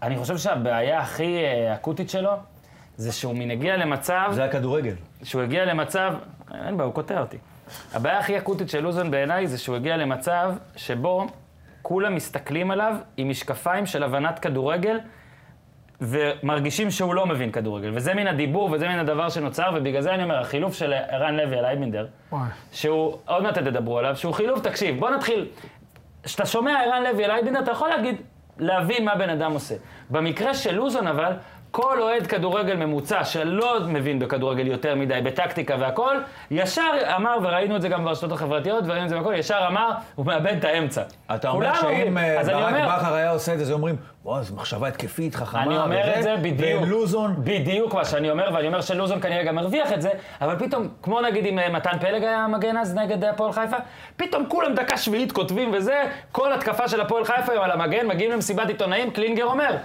[SPEAKER 1] שאני חושב שהבעיה הכי אה, אקוטית שלו, זה שהוא מן הגיע למצב...
[SPEAKER 4] זה הכדורגל.
[SPEAKER 1] שהוא הגיע למצב, אין בעיה, הוא קוטע אותי. הבעיה הכי אקוטית של לוזון בעיניי זה שהוא הגיע למצב שבו כולם מסתכלים עליו עם משקפיים של הבנת כדורגל, ומרגישים שהוא לא מבין כדורגל. וזה מן הדיבור וזה מן הדבר שנוצר, ובגלל זה אני אומר, החילוף של ערן לוי על אייבנדר,
[SPEAKER 3] וואי.
[SPEAKER 1] שהוא, עוד מעט תדברו עליו, שהוא חילוף, תקשיב, בוא נתחיל. כשאתה שומע ערן לוי על אייבנדר, אתה יכול להגיד, להבין מה בן אדם עושה. במקרה של לוזון אבל, כל אוהד כדורגל ממוצע שלא מבין בכדורגל יותר מדי, בטקטיקה והכל, ישר אמר, וראינו את זה גם ברשתות החברתיות, וראינו את זה והכל, ישר אמר, הוא מאבד את האמצע.
[SPEAKER 4] אתה אומר
[SPEAKER 1] כולם
[SPEAKER 4] שאם
[SPEAKER 1] אומרים.
[SPEAKER 4] אה,
[SPEAKER 1] אז אני
[SPEAKER 4] ברק
[SPEAKER 1] אומר-
[SPEAKER 4] בכר היה עושה את זה, אז היו אומרים, וואו, זו מחשבה התקפית, חכמה,
[SPEAKER 1] אני אומר
[SPEAKER 4] וזה",
[SPEAKER 1] את זה בדיוק.
[SPEAKER 4] ולוזון,
[SPEAKER 1] בדיוק מה שאני אומר, ואני אומר שלוזון כנראה גם הרוויח את זה, אבל פתאום, כמו נגיד אם אה, מתן פלג היה מגן אז נגד אה, הפועל חיפה, פתאום כולם דקה שביעית כותבים וזה, כל התקפה של הפועל חיפה היום על המגן, מגיעים למסיבת עיתונאים, קלינגר אומר.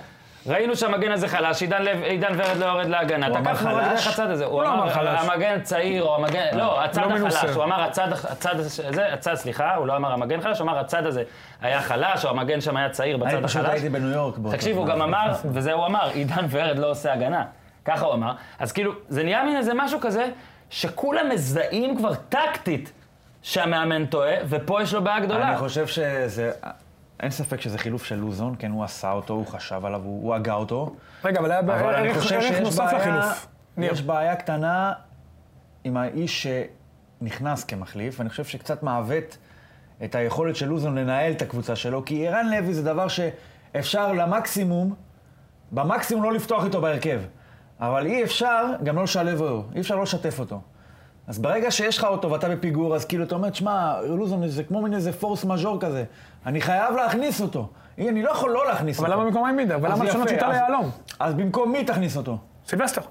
[SPEAKER 1] ראינו שהמגן הזה חלש, עידן, לב, עידן ורד לא יורד להגנה.
[SPEAKER 4] הוא אמר
[SPEAKER 1] תקפנו רק
[SPEAKER 4] חלש?
[SPEAKER 1] דרך הצד הזה. הוא
[SPEAKER 3] לא אמר חלש.
[SPEAKER 1] המגן צעיר, או המגן... לא, הצד
[SPEAKER 3] לא מנוסה.
[SPEAKER 1] החלש. הוא אמר הצד, הצד, זה, הצד, סליחה, הוא לא אמר המגן חלש, הוא אמר הצד הזה היה חלש, או המגן שם היה צעיר בצד החלש.
[SPEAKER 4] אני פשוט הייתי בניו יורק באותו
[SPEAKER 1] תקשיב, הוא
[SPEAKER 4] זמן.
[SPEAKER 1] גם אמר, וזה הוא אמר, עידן ורד לא עושה הגנה. ככה הוא אמר. אז כאילו, זה נהיה מין איזה משהו כזה, שכולם מזהים כבר טקטית שהמאמן טועה, ופה יש לו בעיה גדולה.
[SPEAKER 4] אני חושב שזה... אין ספק שזה חילוף של לוזון, כן, הוא עשה אותו, הוא חשב עליו, הוא הוא הגה אותו.
[SPEAKER 3] רגע, אבל היה בעיה-
[SPEAKER 4] אבל אני
[SPEAKER 3] ערך-
[SPEAKER 4] חושב
[SPEAKER 3] ערך
[SPEAKER 4] שיש
[SPEAKER 3] נוסף
[SPEAKER 4] בעיה,
[SPEAKER 3] לחילוף. ניר.
[SPEAKER 4] יש בעיה קטנה עם האיש שנכנס כמחליף, ואני חושב שקצת מעוות את היכולת של לוזון לנהל את הקבוצה שלו, כי ערן לוי זה דבר שאפשר למקסימום, במקסימום לא לפתוח איתו בהרכב, אבל אי אפשר גם לא לשלב אותו, אי אפשר לא לשתף אותו. אז ברגע שיש לך אותו ואתה בפיגור, אז כאילו אתה אומר, שמע, לוזון זה כמו מין איזה פורס מז'ור כזה, אני חייב להכניס אותו. אי, אני לא יכול לא להכניס
[SPEAKER 3] אבל
[SPEAKER 4] אותו.
[SPEAKER 3] למה במקום איימינדר?
[SPEAKER 4] אז
[SPEAKER 3] ולמה לשנות
[SPEAKER 4] יפה,
[SPEAKER 3] שיטה
[SPEAKER 4] אז-
[SPEAKER 3] ליהלום?
[SPEAKER 4] אז במקום מי תכניס אותו?
[SPEAKER 3] סילבסטר.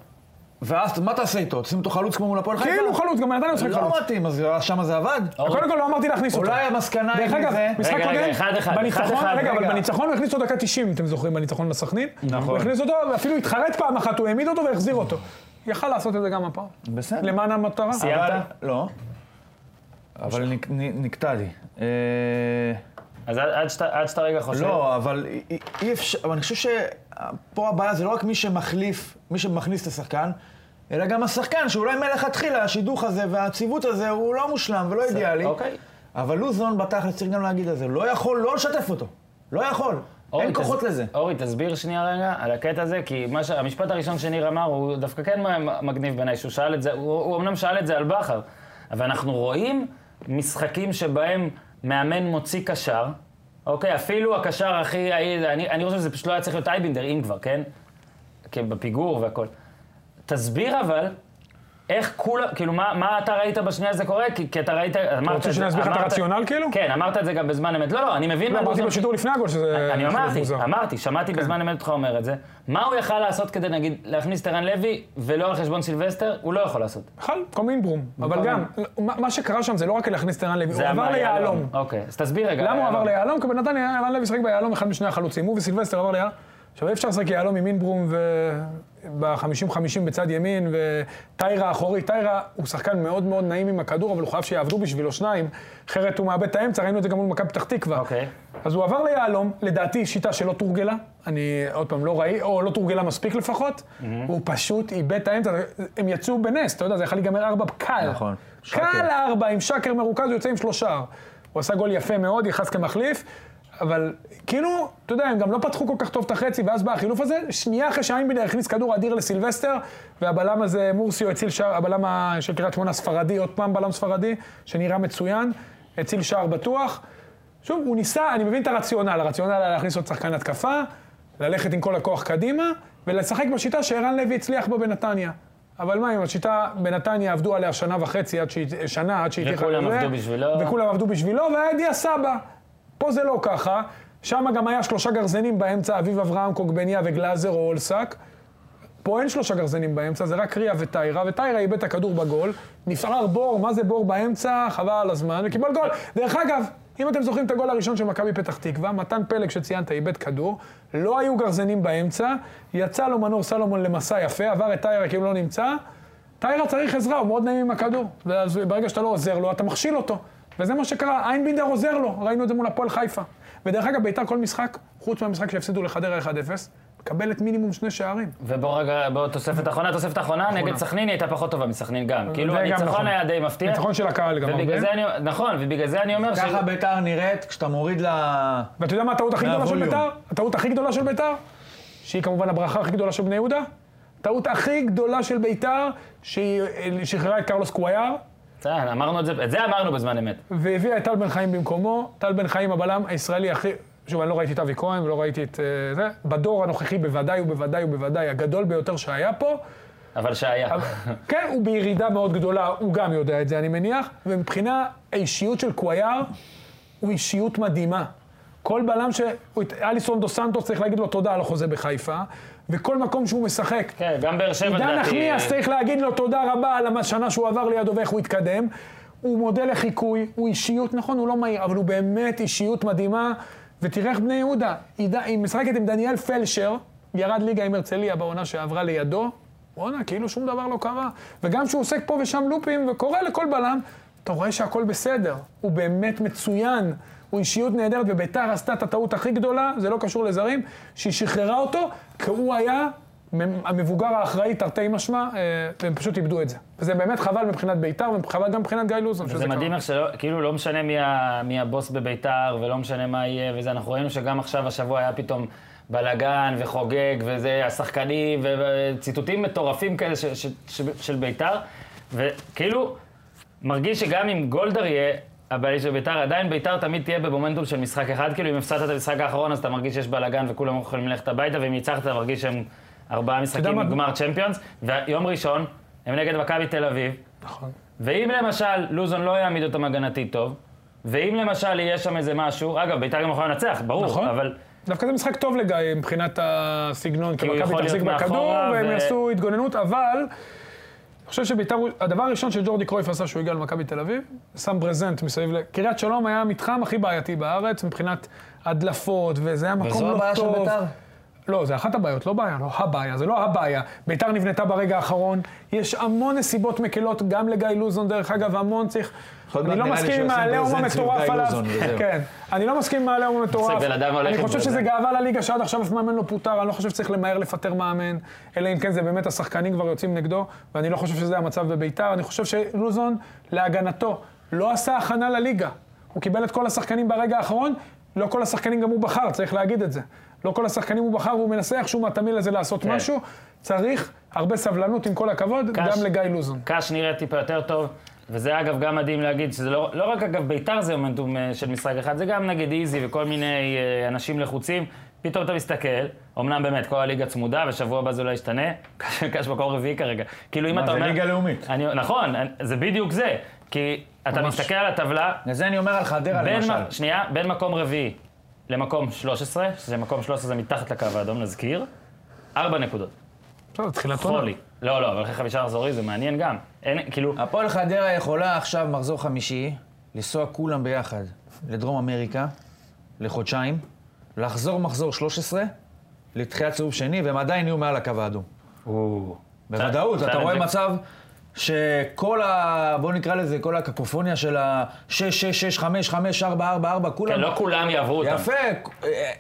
[SPEAKER 4] ואז מה תעשה איתו? תשים אותו חלוץ כמו מול הפועל חיפה?
[SPEAKER 3] כאילו חלוץ, גם נתניה משחק חלוץ.
[SPEAKER 4] לא מתאים, אז שמה זה עבד?
[SPEAKER 3] קודם כל לא אמרתי להכניס אותו.
[SPEAKER 4] אולי המסקנה היא
[SPEAKER 3] דרך אגב,
[SPEAKER 4] מזה...
[SPEAKER 3] משחק
[SPEAKER 1] רגע, רגע, אחד, אחד,
[SPEAKER 3] קודם, בניצחון,
[SPEAKER 1] אחד, אחד,
[SPEAKER 3] רגע,
[SPEAKER 4] רגע.
[SPEAKER 3] אבל בניצחון הוא הכניס אותו דקה 90, אתם זוכרים, בניצחון לסכנין?
[SPEAKER 4] נכון.
[SPEAKER 3] הוא הכניס אותו, ואפילו התחרט פעם אחת, הוא העמיד אותו והחזיר אותו. יכל לעשות את זה גם הפעם.
[SPEAKER 4] בסדר.
[SPEAKER 3] למען המטרה.
[SPEAKER 1] סיימת?
[SPEAKER 4] אבל- לא. אבל נק- נ- נקטעתי. אה,
[SPEAKER 1] אז עד- עד שאתה- עד שאתה רגע חושב...
[SPEAKER 4] לא, אבל אי- אי- אי אפשר, אבל אני חושב שפה הבעיה זה לא רק מי שמחליף, מי שמכניס את השחקן, אלא גם השחקן, שאולי מלכתחילה השידוך הזה והציוות הזה הוא לא מושלם ולא אידיאלי.
[SPEAKER 1] אוקיי.
[SPEAKER 4] אבל לוזון בתכלס צריך גם להגיד את זה, לא יכול לא לשתף אותו. לא יכול.
[SPEAKER 1] אורי,
[SPEAKER 4] אין כוחות
[SPEAKER 1] תס-
[SPEAKER 4] לזה.
[SPEAKER 1] אורי, תסביר שנייה רגע על הקטע הזה, כי מה ש... המשפט הראשון שניר אמר הוא דווקא כן מ- מגניב בעיניי, שהוא שאל את זה, הוא, הוא אמנם שאל את זה על בכר, אבל אנחנו רואים משחקים שבהם מאמן מוציא קשר, אוקיי, אפילו הקשר הכי... אני, אני חושב שזה פשוט לא היה צריך להיות אייבינדר, אם כבר, כן? כי בפיגור והכל. תסביר אבל איך כולם, כאילו, מה, מה אתה ראית בשנייה הזה קורה? כי, כי אתה ראית, אמרת את זה...
[SPEAKER 3] רוצה שאני אסביר לך את
[SPEAKER 1] אמרת-
[SPEAKER 3] הרציונל, כאילו?
[SPEAKER 1] כן, אמרת את זה גם בזמן אמת. לא, לא, אני מבין...
[SPEAKER 3] לא,
[SPEAKER 1] מה
[SPEAKER 3] אמרתי
[SPEAKER 1] לוזון-
[SPEAKER 3] בשידור לפני הגול שזה...
[SPEAKER 1] אני
[SPEAKER 3] שזה
[SPEAKER 1] אמרתי,
[SPEAKER 3] אה, מוזר. כן.
[SPEAKER 1] אמרתי, שמעתי בזמן אמת אותך אומר את זה. מה הוא יכל לעשות כדי, נגיד, להכניס את ערן לוי ולא על חשבון סילבסטר? הוא לא יכול לעשות.
[SPEAKER 3] בכלל, קום אינברום. אבל גם, מה מה שקרה שם זה לא רק להכניס את ערן לוי, הוא
[SPEAKER 1] זה
[SPEAKER 3] עבר
[SPEAKER 1] אמר
[SPEAKER 3] ליהלום.
[SPEAKER 1] אוקיי, אז תסביר רגע.
[SPEAKER 3] למה הוא עבר ליהלום? כי בנתניה ערן לוי שיחק ביהלום אחד משני החלוצים, הוא וסילבסטר עבר ליהלום. עכשיו אי אפשר לשחק יהלום עם אינברום ו... ב-50-50 בצד ימין, וטיירה אחורי. טיירה הוא שחקן מאוד מאוד נעים עם הכדור, אבל הוא חייב שיעבדו בשבילו שניים, אחרת הוא מאבד את האמצע, ראינו את זה גם מול מכבי פתח תקווה.
[SPEAKER 1] אוקיי.
[SPEAKER 3] אז הוא עבר ליהלום, לדעתי שיטה שלא תורגלה, אני עוד פעם לא ראי, או לא תורגלה מספיק לפחות, הוא פשוט איבד את האמצע, הם יצאו בנס, אתה יודע, זה יכול להיגמר ארבע קל.
[SPEAKER 4] נכון.
[SPEAKER 3] קל
[SPEAKER 4] שקר.
[SPEAKER 3] ארבע, עם שקר מרוכז, הוא יוצא עם שלושה. הוא עשה גול יפה מאוד, נכנס כמחליף, אבל כאילו, אתה יודע, הם גם לא פתחו כל כך טוב את החצי, ואז בא החילוף הזה, שנייה אחרי שאיינבינר הכניס כדור אדיר לסילבסטר, והבלם הזה, מורסיו הציל שער, הבלם ה- של קריית שמונה ספרדי, עוד פעם בלם ספרדי, שנראה מצוין, הציל שער בטוח. שוב, הוא ניסה, אני מבין את הרציונל, הרציונל היה להכניס עוד שחקן התקפה, ללכת עם כל הכוח קדימה, ולשחק בשיטה שערן לוי הצליח בה בנתניה. אבל מה, אם השיטה בנתניה עבדו עליה שנה וחצי, עד שהיא, שנה עד שהיא
[SPEAKER 1] וכולם
[SPEAKER 3] תיכנס לזה,
[SPEAKER 1] עבדו בשבילו.
[SPEAKER 3] וכולם עבדו בשבילו, והיה דיה סבא. פה זה לא ככה, שם גם היה שלושה גרזנים באמצע, אביב אברהם, קוגבניה וגלאזר או אולסק. פה אין שלושה גרזנים באמצע, זה רק קריאה וטיירה, וטיירה איבד את הכדור בגול, נפער בור, מה זה בור באמצע, חבל על הזמן, וקיבל גול. דרך אגב, אם אתם זוכרים את הגול הראשון של מכבי פתח תקווה, מתן פלג שציינת איבד כדור, לא היו גרזנים באמצע, יצא לו מנור סלומון למסע יפה, עבר את טיירה כי הוא לא נמצא, טיירה צריך עזרה, הוא מאוד נעים עם הכדור, ואז ברגע שאתה לא עוזר לו, אתה מכשיל אותו. וזה מה שקרה, איינבינדר עוזר לו, ראינו את זה מול הפועל חיפה. ודרך אגב, ביתר כל משחק, חוץ מהמשחק שהפסידו לחדרה 1-0, מקבלת מינימום שני שערים.
[SPEAKER 1] ובוא רגע, בוא תוספת אחרונה, תוספת אחרונה, נגד סכנין היא הייתה פחות טובה מסכנין גם. כאילו,
[SPEAKER 3] גם
[SPEAKER 1] הניצחון
[SPEAKER 3] נכון.
[SPEAKER 1] היה די מפתיע.
[SPEAKER 3] ניצחון כן. של הקהל גם הרבה.
[SPEAKER 1] ובגלל זה אני, נכון, ובגלל זה אני אומר ש...
[SPEAKER 4] ככה ביתר נראית כשאתה מוריד לה...
[SPEAKER 3] ואתה יודע מה הטעות הכי גדולה של
[SPEAKER 4] מהווליום.
[SPEAKER 3] ביתר? הטעות הכי גדולה של ביתר, שהיא כמובן הברכה הכי גדולה של בני יהודה, הטעות הכי גדולה של ביתר, שהיא אה, שחררה את קרלוס קוויאר,
[SPEAKER 1] בסדר, אמרנו את זה, את זה אמרנו בזמן אמת.
[SPEAKER 3] והביאה את טל בן חיים במקומו, טל בן חיים הבלם הישראלי הכי... שוב, אני לא ראיתי את אבי כהן ולא ראיתי את אה, זה. בדור הנוכחי בוודאי ובוודאי ובוודאי הגדול ביותר שהיה פה.
[SPEAKER 1] אבל שהיה.
[SPEAKER 3] אבל- כן, הוא בירידה מאוד גדולה, הוא גם יודע את זה, אני מניח. ומבחינה האישיות של קוויאר, הוא אישיות מדהימה. כל בלם ש... הוא- אליסון דו סנטוס צריך להגיד לו תודה על החוזה בחיפה, וכל מקום שהוא משחק,
[SPEAKER 1] כן, גם באר שבע,
[SPEAKER 3] עידן
[SPEAKER 1] לדעתי,
[SPEAKER 3] נחמיאס צריך להגיד לו תודה רבה על השנה שהוא עבר לידו ואיך הוא התקדם. הוא מודל לחיקוי, הוא אישיות, נכון, הוא לא מהיר, אבל הוא באמת אישיות מדהימה. ותראה איך בני יהודה, עיד- היא משחקת עם דניאל פלשר, ירד ליגה עם הרצליה בעונה שעברה לידו, בואנה, כאילו שום דבר לא קרה. וגם שהוא עוסק פה ושם לופים וקורא לכל בלם, אתה רואה שהכל בסדר. הוא באמת מצוין, הוא אישיות נהדרת, וביתר עשתה את הטעות הכי גדולה, זה לא קשור לזרים, שהיא שחררה אותו, כי הוא היה מ- המבוגר האחראי, תרתי משמע, אה, והם פשוט איבדו את זה. וזה באמת חבל מבחינת ביתר, וחבל גם מבחינת גיא לוזון. שזה
[SPEAKER 1] זה
[SPEAKER 3] קרה.
[SPEAKER 1] מדהים איך שלא, כאילו לא משנה מי, ה, מי הבוס בביתר, ולא משנה מה יהיה, וזה, אנחנו ראינו שגם עכשיו, השבוע היה פתאום בלאגן וחוגג, וזה השחקנים, ו- וציטוטים מטורפים כאלה ש, ש, ש, של ביתר, וכאילו, מרגיש שגם אם גולדר יהיה הבעלים של ביתר, עדיין ביתר תמיד תהיה במומנטום של משחק אחד, כאילו אם הפסדת את המשחק האחרון, אז אתה מרגיש שיש בלאגן וכולם יכולים ללכת הביתה, ואם ניצחת, אתה מרגיש שהם ארבעה משחקים
[SPEAKER 3] מה-
[SPEAKER 1] בגמר צ'מפיונס, ויום ראשון, הם נגד מכבי תל אביב. ואם למשל לוזון לא יעמיד אותם הגנתית טוב, ואם למשל יהיה שם איזה משהו, אגב, ביתר גם יכולה לנצח, ברור,
[SPEAKER 3] נכון.
[SPEAKER 1] אבל
[SPEAKER 3] דווקא זה משחק טוב לגיא אה, מבחינת הסגנון, כי
[SPEAKER 1] הוא
[SPEAKER 3] מכבי
[SPEAKER 1] יכול
[SPEAKER 3] תחזיק
[SPEAKER 1] להיות אה,
[SPEAKER 3] בכדור,
[SPEAKER 1] מאחורה,
[SPEAKER 3] והם
[SPEAKER 1] ו-
[SPEAKER 3] יעשו התגוננות, אבל אני חושב שביתר, הדבר הראשון שג'ורדי קרויף עשה כשהוא הגיע למכבי תל אביב, שם ברזנט מסביב ל... קריית שלום היה המתחם הכי בעייתי בארץ מבחינת הדלפות, וזה היה מקום
[SPEAKER 4] וזו
[SPEAKER 3] לא
[SPEAKER 4] הבעיה של
[SPEAKER 3] טוב.
[SPEAKER 4] ביתר?
[SPEAKER 3] לא, זה אחת הבעיות, לא בעיה, לא הבעיה, זה לא הבעיה. ביתר נבנתה ברגע האחרון, יש המון נסיבות מקלות, גם לגיא לוזון דרך אגב, המון צריך...
[SPEAKER 4] עוד
[SPEAKER 3] אני
[SPEAKER 4] מעט
[SPEAKER 3] לא
[SPEAKER 4] נראה לי
[SPEAKER 3] מסכים עם
[SPEAKER 4] שעושים
[SPEAKER 3] העליהום
[SPEAKER 4] ברזנט סביב
[SPEAKER 3] המטורף
[SPEAKER 4] גיא
[SPEAKER 3] עליו.
[SPEAKER 4] לוזון, וזהו.
[SPEAKER 3] כן, אני לא מסכים עם העליהום המטורף.
[SPEAKER 1] בן אדם הולך
[SPEAKER 3] אני
[SPEAKER 1] עם
[SPEAKER 3] חושב שזה
[SPEAKER 1] ברזנט.
[SPEAKER 3] גאווה לליגה שעד עכשיו אף מאמן לא פוטר, אני לא חושב שצריך למהר לפטר מאמן, אלא אם כן זה באמת השחקנים כבר יוצאים נגדו, ואני לא חושב שזה המצב בביתר. אני חושב שלוזון, להגנתו, לא עשה הכנה לליגה. הוא קיבל את כל השחקנים ברגע האחרון, לא כל השחקנים גם הוא בחר, צריך להגיד את זה. לא כל השחקנים הוא בחר, הוא מנסה איכשהו מהתמיל הזה לעשות
[SPEAKER 1] כן.
[SPEAKER 3] משהו. צריך הרבה סבלנות, עם כל הכבוד,
[SPEAKER 1] קאש.
[SPEAKER 3] גם לגיא לוזון.
[SPEAKER 1] קאש נראה טיפה יותר טוב, וזה אגב גם מדהים להגיד, שזה לא, לא רק אגב ביתר זה מומנטום אה, של משחק אחד, זה גם נגיד איזי וכל מיני אה, אנשים לחוצים. פתאום אתה מסתכל, אמנם באמת כל הליגה צמודה, ושבוע הבא זה אולי ישתנה, [laughs] קאש- קאש מקום רביעי כרגע. כאילו אם
[SPEAKER 4] מה,
[SPEAKER 1] אתה
[SPEAKER 4] זה
[SPEAKER 1] אומר...
[SPEAKER 4] ליגה לאומית.
[SPEAKER 1] אני, נכון, אני- זה בדיוק זה. כי אתה מסתכל על הטבלה,
[SPEAKER 4] לזה אני אומר על חדרה
[SPEAKER 1] בין,
[SPEAKER 4] למשל.
[SPEAKER 1] מ- שנייה, בין מקום רביעי למקום 13, שזה מקום 13 זה מתחת לקו האדום, נזכיר, ארבע נקודות.
[SPEAKER 3] בסדר, תחילת עונה.
[SPEAKER 1] חולי. לא, לא, אבל אחרי חמישה מחזורים זה מעניין גם. אין, כאילו,
[SPEAKER 4] הפועל חדרה יכולה עכשיו, מחזור חמישי, לנסוע כולם ביחד לדרום אמריקה, לחודשיים, לחזור מחזור 13, לתחיית סיבוב שני, והם עדיין יהיו מעל הקו האדום. בוודאות, אתה
[SPEAKER 1] צ'אלנג'ר.
[SPEAKER 4] רואה מצב שכל ה... בוא נקרא לזה, כל הקקופוניה של ה-6, 6, 6, 5, 5, 4, 4, 4,
[SPEAKER 1] כן,
[SPEAKER 4] כולם...
[SPEAKER 1] לא כולם יעברו אותם.
[SPEAKER 4] יפה, אה,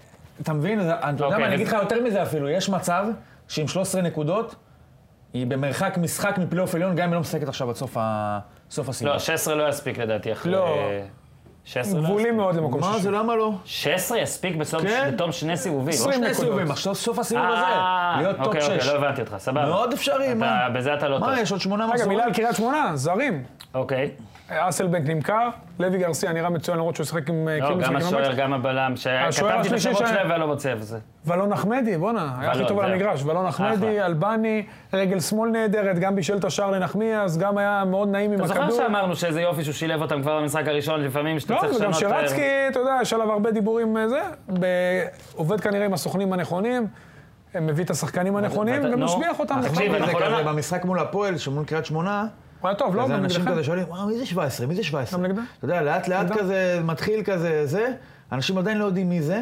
[SPEAKER 4] אתה מבין? זה- אתה יודע
[SPEAKER 1] אוקיי,
[SPEAKER 4] מה, אני אגיד
[SPEAKER 1] אז-
[SPEAKER 4] לך יותר מזה אפילו, יש מצב שעם 13 נקודות, היא במרחק משחק מפלייאוף עליון, גם אם היא לא משחקת עכשיו עד סוף ה- סוף הסיבוב.
[SPEAKER 1] לא, 16 לא יספיק לדעתי אחרי...
[SPEAKER 3] לא.
[SPEAKER 1] 16 לא יספיק.
[SPEAKER 3] גבולים מאוד למקום
[SPEAKER 4] מה
[SPEAKER 3] שישי.
[SPEAKER 4] זה, למה לא?
[SPEAKER 1] 16 יספיק בסוף-
[SPEAKER 4] כן.
[SPEAKER 1] בתום שני סיבובים.
[SPEAKER 4] לא שני
[SPEAKER 3] נקודות.
[SPEAKER 4] סיבובים, עכשיו סוף הסיבוב הזה,
[SPEAKER 1] אה,
[SPEAKER 4] להיות טופ
[SPEAKER 1] אוקיי,
[SPEAKER 4] 6.
[SPEAKER 1] אוקיי, לא הבנתי אותך, סבבה.
[SPEAKER 4] מאוד אפשרי,
[SPEAKER 1] אתה-
[SPEAKER 4] מה?
[SPEAKER 1] בזה אתה לא טוב.
[SPEAKER 4] מה, יש עוד שמונה
[SPEAKER 3] רגע,
[SPEAKER 4] מחזורים?
[SPEAKER 3] מילה על קריית שמונה, זרים.
[SPEAKER 1] אוקיי.
[SPEAKER 3] אסלבנק נמכר, לוי גרסיה נראה מצוין למרות שהוא שיחק עם... אה,
[SPEAKER 1] לא,
[SPEAKER 3] כאילו
[SPEAKER 1] גם
[SPEAKER 3] משחק עם
[SPEAKER 1] השוער,
[SPEAKER 3] המאץ'.
[SPEAKER 1] גם הבלם,
[SPEAKER 3] השוער
[SPEAKER 1] שכתבתי את
[SPEAKER 3] השלישי
[SPEAKER 1] השמות
[SPEAKER 3] שה-
[SPEAKER 1] שלהם ואני לא מוצא את זה.
[SPEAKER 3] ולון אחמדי, בואנה, היה הכי
[SPEAKER 1] ולון,
[SPEAKER 3] טוב על
[SPEAKER 1] זהו.
[SPEAKER 3] המגרש. ולון אחמדי,
[SPEAKER 1] אחלה.
[SPEAKER 3] אלבני, רגל שמאל נהדרת, גם בישל את השער לנחמיאס, גם היה מאוד נעים עם
[SPEAKER 1] אתה
[SPEAKER 3] הכדור.
[SPEAKER 1] זוכר שאמרנו שאיזה יופי שהוא שילב אותם כבר במשחק הראשון, לפעמים שאתה צריך
[SPEAKER 3] לא, וגם
[SPEAKER 1] לשנות... אה,
[SPEAKER 3] שרצקי, אתה יודע, יש עליו הרבה דיבורים אה, זה, ב- עובד כנראה עם הסוכנים הנכונים, אה, מביא את השחקנים הנכונים
[SPEAKER 1] ואתה- נו.
[SPEAKER 3] ומשביח אותם.
[SPEAKER 1] אז
[SPEAKER 3] נחמד.
[SPEAKER 1] תקשיב,
[SPEAKER 4] זה
[SPEAKER 1] אנחנו
[SPEAKER 4] כזה
[SPEAKER 1] לא-
[SPEAKER 4] במשחק מול הפועל, שמול קריית שמונה,
[SPEAKER 3] הוא היה טוב, לא?
[SPEAKER 4] אז אנשים
[SPEAKER 3] נגדכם?
[SPEAKER 4] כזה שואלים, "וואו, מי זה 17? מי זה 17?
[SPEAKER 3] גם נגדם?
[SPEAKER 4] אתה יודע, לאט לאט
[SPEAKER 3] נגדם.
[SPEAKER 4] כזה, מתחיל כזה, זה, אנשים עדיין לא יודעים מי זה,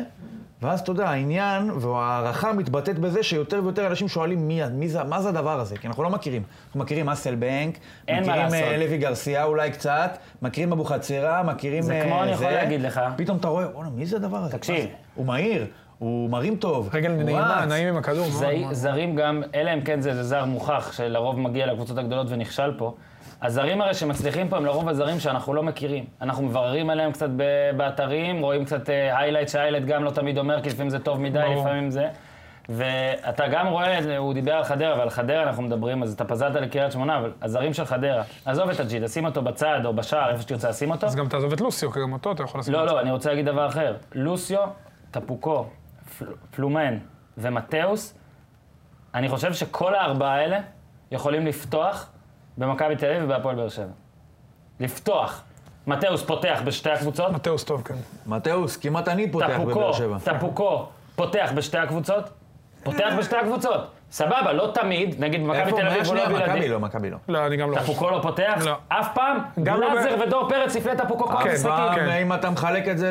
[SPEAKER 4] ואז אתה יודע, העניין וההערכה מתבטאת בזה שיותר ויותר אנשים שואלים מי, מי זה, מה זה הדבר הזה, כי אנחנו לא מכירים. אנחנו מכירים אסלבנק,
[SPEAKER 1] אין מה
[SPEAKER 4] מכירים
[SPEAKER 1] לעשות.
[SPEAKER 4] אה, לוי גרסיה אולי קצת, מכירים אבוחצירה, מכירים
[SPEAKER 1] זה
[SPEAKER 4] אה,
[SPEAKER 1] כמו אני יכול להגיד לך.
[SPEAKER 4] פתאום אתה רואה, וואלה, מי זה הדבר הזה?
[SPEAKER 1] תקשיב.
[SPEAKER 4] מה זה? הוא מהיר, הוא מרים טוב,
[SPEAKER 3] רגל
[SPEAKER 4] הוא
[SPEAKER 3] נעימה,
[SPEAKER 4] רץ.
[SPEAKER 3] נעים עם הכדור. מאוד,
[SPEAKER 1] זי-
[SPEAKER 3] מאוד.
[SPEAKER 1] זרים גם, אלא אם כן זה זה זר מוכח, שלרוב מגיע לקבוצות הגדולות ונכשל פה. הזרים הרי שמצליחים פה הם לרוב הזרים שאנחנו לא מכירים. אנחנו מבררים עליהם קצת ב- באתרים, רואים קצת היילייט שהיילייט גם לא תמיד אומר, כי לפעמים זה טוב מדי,
[SPEAKER 3] ברור.
[SPEAKER 1] לפעמים זה. ואתה גם רואה, הוא דיבר על חדרה, ועל חדרה אנחנו מדברים, אז אתה פזלת לקריית שמונה, אבל הזרים של חדרה, עזוב את הג'ידה, שים אותו בצד או בשער, איפה שתרצה לשים אותו.
[SPEAKER 3] אז גם תעזוב את לוסיו, כי גם אותו אתה יכול לשים.
[SPEAKER 1] לא, לא, אני רוצה להגיד דבר אחר. לוסיו, טפוקו, פל- פלומן ומטאוס, אני חושב שכל הארבעה האלה יכולים לפתוח במכבי תל אביב ובהפועל באר שבע. לפתוח. מטאוס פותח בשתי הקבוצות,
[SPEAKER 3] מתאוס טוב, כן.
[SPEAKER 4] מתאוס, כמעט אני פותח
[SPEAKER 1] טפוקו,
[SPEAKER 4] בבאר שבע.
[SPEAKER 1] טפוקו פותח בשתי הקבוצות, פותח בשתי הקבוצות. סבבה, לא תמיד, נגיד במכבי
[SPEAKER 4] איפה?
[SPEAKER 1] תל
[SPEAKER 4] מה
[SPEAKER 1] אביב הוא
[SPEAKER 4] שנייה?
[SPEAKER 1] לא
[SPEAKER 4] מכבי
[SPEAKER 1] בלעדי.
[SPEAKER 4] לא, מכבי לא.
[SPEAKER 3] לא, אני גם לא...
[SPEAKER 1] טפוקו לא פותח?
[SPEAKER 3] לא.
[SPEAKER 1] אף פעם?
[SPEAKER 3] גם לא ב-
[SPEAKER 1] גלאזר ודור פרץ לפני טפוקו כל
[SPEAKER 3] כן,
[SPEAKER 1] המשחקים.
[SPEAKER 4] פעם,
[SPEAKER 3] כן.
[SPEAKER 4] אם אתה מחלק את זה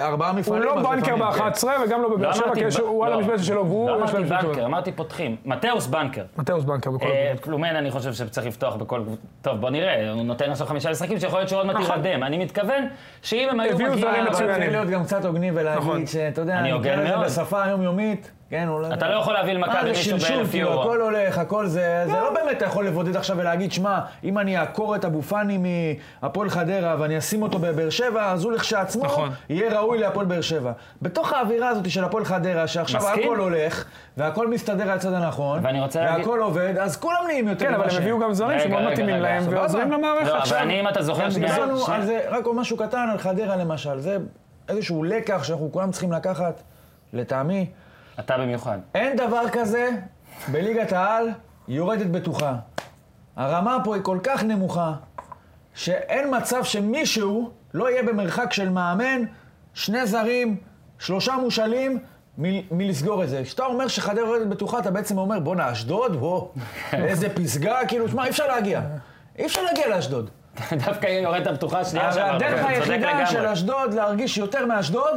[SPEAKER 4] לארבעה
[SPEAKER 3] הוא
[SPEAKER 4] מפעלים...
[SPEAKER 3] לא
[SPEAKER 4] אז
[SPEAKER 3] בנקר
[SPEAKER 4] לפעמים, כן.
[SPEAKER 3] ב-11 וגם לא בבאר
[SPEAKER 1] לא
[SPEAKER 3] שבע, כי
[SPEAKER 1] אמרתי
[SPEAKER 3] יש-
[SPEAKER 1] ב-
[SPEAKER 3] הוא על
[SPEAKER 1] לא.
[SPEAKER 3] המשבצת שלו והוא...
[SPEAKER 1] לא
[SPEAKER 3] יש
[SPEAKER 1] אמרתי
[SPEAKER 3] להם שני
[SPEAKER 1] בנקר,
[SPEAKER 3] טובים.
[SPEAKER 1] אמרתי פותחים. מטאוס בנקר.
[SPEAKER 3] מתאוס בנקר בכל
[SPEAKER 1] אה,
[SPEAKER 3] הקבוצות.
[SPEAKER 1] פלומן, אני חושב שצריך לפתוח בכל... טוב, בוא נראה, הוא נותן עכשיו חמישה משחקים שיכול להיות שהוא עוד מעט יירדם. אני מתכוון שאם הם היו
[SPEAKER 3] נכון. הביאו
[SPEAKER 1] מגיעים... אבל-
[SPEAKER 3] זרים
[SPEAKER 4] אבל
[SPEAKER 3] מצוינים.
[SPEAKER 4] צריך להיות גם קצת הוגני
[SPEAKER 3] נכון.
[SPEAKER 4] ולהגיד שאתה יודע,
[SPEAKER 1] אני
[SPEAKER 4] אני
[SPEAKER 1] הוגן
[SPEAKER 4] אקרא לזה
[SPEAKER 1] מאוד.
[SPEAKER 4] בשפה היומיומית, כן, אולי...
[SPEAKER 1] אתה לא יכול להביא למכבי מישהו באלף
[SPEAKER 4] כאילו,
[SPEAKER 1] יורו.
[SPEAKER 4] הכל הולך, הכל זה...
[SPEAKER 3] כן.
[SPEAKER 4] זה לא באמת אתה יכול לבודד עכשיו ולהגיד, שמע, אם אני אעקור את אבו פאני מהפועל חדרה ואני אשים אותו בבאר שבע, אז הוא לכשעצמו
[SPEAKER 3] נכון.
[SPEAKER 4] יהיה ראוי להפועל באר שבע. בתוך האווירה הזאת של הפועל חדרה, שעכשיו
[SPEAKER 1] מסכים.
[SPEAKER 4] הכל הולך, והכל מסתדר לצד הנכון,
[SPEAKER 1] ואני רוצה להגיד-
[SPEAKER 4] והכל עובד, אז כולם נהיים יותר...
[SPEAKER 3] כן, אבל
[SPEAKER 4] ממה
[SPEAKER 3] הם
[SPEAKER 4] ש-
[SPEAKER 3] הביאו גם זרים
[SPEAKER 1] רגע,
[SPEAKER 3] שמאוד
[SPEAKER 1] רגע,
[SPEAKER 3] מתאימים
[SPEAKER 1] רגע,
[SPEAKER 3] להם,
[SPEAKER 1] סבבה.
[SPEAKER 3] ועוזרים למערכת
[SPEAKER 1] לא, אבל
[SPEAKER 3] עכשיו.
[SPEAKER 1] אני, אם אתה זוכר,
[SPEAKER 4] גם
[SPEAKER 1] שנייה...
[SPEAKER 4] כן, דיברנו
[SPEAKER 1] שנייה.
[SPEAKER 4] על זה, רק עוד משהו קטן על חדרה למשל, זה איזשהו לקח שאנחנו כולם צריכים לקחת, לטעמי.
[SPEAKER 1] אתה במיוחד. [laughs]
[SPEAKER 4] אין דבר כזה בליגת העל יורדת בטוחה. הרמה פה היא כל כך נמוכה, שאין מצב שמישהו לא יהיה במרחק של מאמן, שני זרים, שלושה מושאלים, מ- מלסגור את זה. כשאתה אומר שחדרה יורדת בטוחה, אתה בעצם אומר, בואנה, אשדוד,
[SPEAKER 1] [laughs]
[SPEAKER 4] וואו, איזה פסגה, כאילו, שמע, אי אפשר להגיע. אי אפשר להגיע לאשדוד.
[SPEAKER 1] דווקא היא יורדת הפתוחה השנייה
[SPEAKER 4] אבל
[SPEAKER 1] שעברה.
[SPEAKER 4] הדרך
[SPEAKER 1] אה, אתה צודק
[SPEAKER 4] היחידה
[SPEAKER 1] לגמרי.
[SPEAKER 4] של אשדוד להרגיש יותר מאשדוד,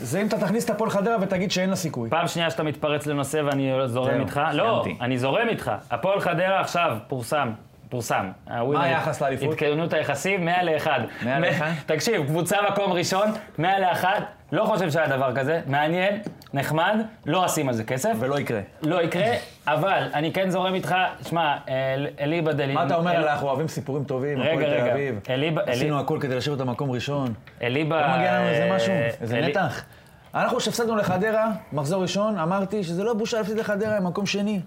[SPEAKER 4] זה אם אתה תכניס את הפועל חדרה ותגיד שאין לה סיכוי.
[SPEAKER 1] פעם שנייה שאתה מתפרץ לנושא ואני זורם
[SPEAKER 4] זהו,
[SPEAKER 1] איתך. לא,
[SPEAKER 4] סיימתי.
[SPEAKER 1] אני זורם איתך. הפועל חדרה עכשיו פורסם. פורסם. הווינר-
[SPEAKER 4] היחס לאליפות?
[SPEAKER 1] התקיימות היחסים 100 ל-1.
[SPEAKER 4] 100 לאחד?
[SPEAKER 1] תקשיב, קבוצה מקום ראשון, 100 ל-1, לא חושב שהיה דבר כזה, מעניין, נחמד, לא אשים על זה כסף.
[SPEAKER 4] ולא יקרה.
[SPEAKER 1] לא יקרה, אבל אני כן זורם איתך, שמע, אל- אליבא דלי...
[SPEAKER 4] מה אתה אומר?
[SPEAKER 1] אל-
[SPEAKER 4] אנחנו אוהבים סיפורים טובים,
[SPEAKER 1] רגע,
[SPEAKER 4] הפועל
[SPEAKER 1] רגע.
[SPEAKER 4] תל אביב.
[SPEAKER 1] אליבא- אלי-
[SPEAKER 4] עשינו הכל כדי להשאיר אותה במקום ראשון.
[SPEAKER 1] אליבא...
[SPEAKER 4] לא מגיע לנו איזה משהו,
[SPEAKER 1] אה,
[SPEAKER 4] איזה
[SPEAKER 1] אלי-
[SPEAKER 4] נתח. אנחנו שהפסדנו לחדרה, מחזור ראשון, אמרתי שזה לא בושה להפסיד לחדרה עם מקום
[SPEAKER 1] [laughs]
[SPEAKER 4] שני.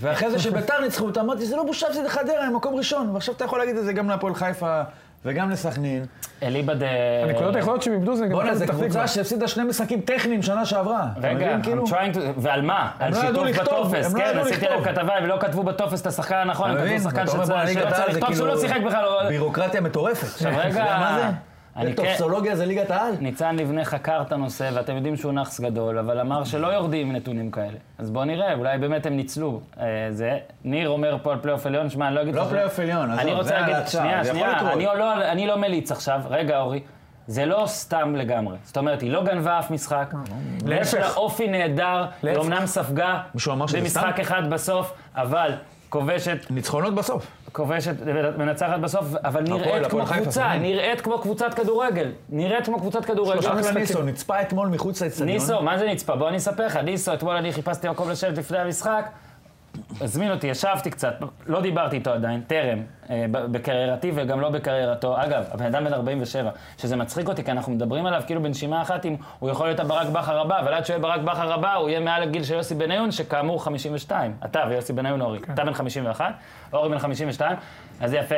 [SPEAKER 4] ואחרי זה שביתר ניצחו אותה, אמרתי שזה לא בושה להפסיד לחדרה עם מקום ראשון. ועכשיו אתה יכול להגיד את זה גם להפועל חיפה וגם לסכנין.
[SPEAKER 1] אליבא ד...
[SPEAKER 3] הנקודות היחידות שהם איבדו זה נגד
[SPEAKER 4] בואנה,
[SPEAKER 3] מכבי
[SPEAKER 4] זו
[SPEAKER 3] פתח תקווה.
[SPEAKER 4] קבוצה שהפסידה שני משחקים טכניים שנה שעברה. אתה
[SPEAKER 1] רגע,
[SPEAKER 4] מבין, כאילו?
[SPEAKER 1] I'm trying to... ועל מה? על
[SPEAKER 4] לא
[SPEAKER 1] שיתוף
[SPEAKER 4] ידעו לכתוב,
[SPEAKER 1] בטופס,
[SPEAKER 4] הם לא
[SPEAKER 1] כן,
[SPEAKER 4] ידעו
[SPEAKER 1] עשיתי
[SPEAKER 4] לכתוב.
[SPEAKER 1] עליו כתבה, הם לא כתבו בטופס את השחקן הנכון, הם
[SPEAKER 4] אתה
[SPEAKER 1] כתבו
[SPEAKER 4] מבין?
[SPEAKER 1] שחקן
[SPEAKER 4] ואתה אומר,
[SPEAKER 1] שצריך-
[SPEAKER 4] בואנה, ליגת
[SPEAKER 1] שלא
[SPEAKER 4] העל
[SPEAKER 1] צריך
[SPEAKER 4] זה
[SPEAKER 1] לכתוב, שהוא לא
[SPEAKER 4] כאילו
[SPEAKER 1] שיחק בכלל. לא-
[SPEAKER 4] בירוקרטיה מטורפת. עכשיו,
[SPEAKER 1] רגע,
[SPEAKER 4] אתה יודע מה זה?
[SPEAKER 1] אני
[SPEAKER 4] זה
[SPEAKER 1] כן-
[SPEAKER 4] טופסולוגיה, זה ליגת העל.
[SPEAKER 1] ניצן לבנה חקר את הנושא, ואתם יודעים שהוא נאחס גדול, אבל אמר שלא יורדים עם נתונים כאלה. אז בואו נראה, אולי באמת הם ניצלו. אה, זה, ניר אומר פה על פלייאוף עליון, שמע, אני לא אגיד
[SPEAKER 4] לא
[SPEAKER 1] לך-
[SPEAKER 4] פלייאוף עליון, עזוב,
[SPEAKER 1] אני רוצה
[SPEAKER 4] זה
[SPEAKER 1] להגיד,
[SPEAKER 4] העלאת שער,
[SPEAKER 1] שנייה,
[SPEAKER 4] זה יכול
[SPEAKER 1] שנייה,
[SPEAKER 4] לקרות.
[SPEAKER 1] אני לא- אני לא מליץ עכשיו. רגע, אורי. זה לא סתם לגמרי. זאת אומרת, היא לא גנבה אף
[SPEAKER 4] אה,
[SPEAKER 1] משחק. יש לה
[SPEAKER 3] להפך.
[SPEAKER 1] אופי נהדר, היא
[SPEAKER 3] להפך.
[SPEAKER 1] אומנם ספגה
[SPEAKER 4] מישהו אמר שזה
[SPEAKER 1] במשחק
[SPEAKER 4] סתם?
[SPEAKER 1] אחד בסוף, אבל כובשת
[SPEAKER 4] ניצחונות בסוף.
[SPEAKER 1] כובשת, מנצחת בסוף, אבל נראית
[SPEAKER 4] הפועל
[SPEAKER 1] כמו
[SPEAKER 4] חיפה, לא?
[SPEAKER 1] קבוצה,
[SPEAKER 4] סכנין.
[SPEAKER 1] נראית כמו קבוצת כדורגל. נראית כמו קבוצת כדורגל.
[SPEAKER 4] אחלה ניסו, נצפה אתמול מחוץ לאצטדיון.
[SPEAKER 1] ניסו, מה זה נצפה? בוא אני אספר לך. ניסו, אתמול אני חיפשתי מקום לשבת לפני המשחק, הזמין אותי, ישבתי קצת, לא דיברתי איתו עדיין, טרם, אה, ב- בקריירתי וגם לא בקריירתו. אגב, הבן אדם בן 47, שזה מצחיק אותי, כי אנחנו מדברים עליו כאילו בנשימה אחת, אם הוא יכול להיות הברק בכר הבא, אבל עד שהוא יהיה ברק בכר הבא, הוא יהיה מעל הגיל של יוסי בניון, שכאמור 52. אתה ויוסי בניון, אורי.
[SPEAKER 4] כן.
[SPEAKER 1] אתה בן 51, אורי בן 52, אז זה יפה.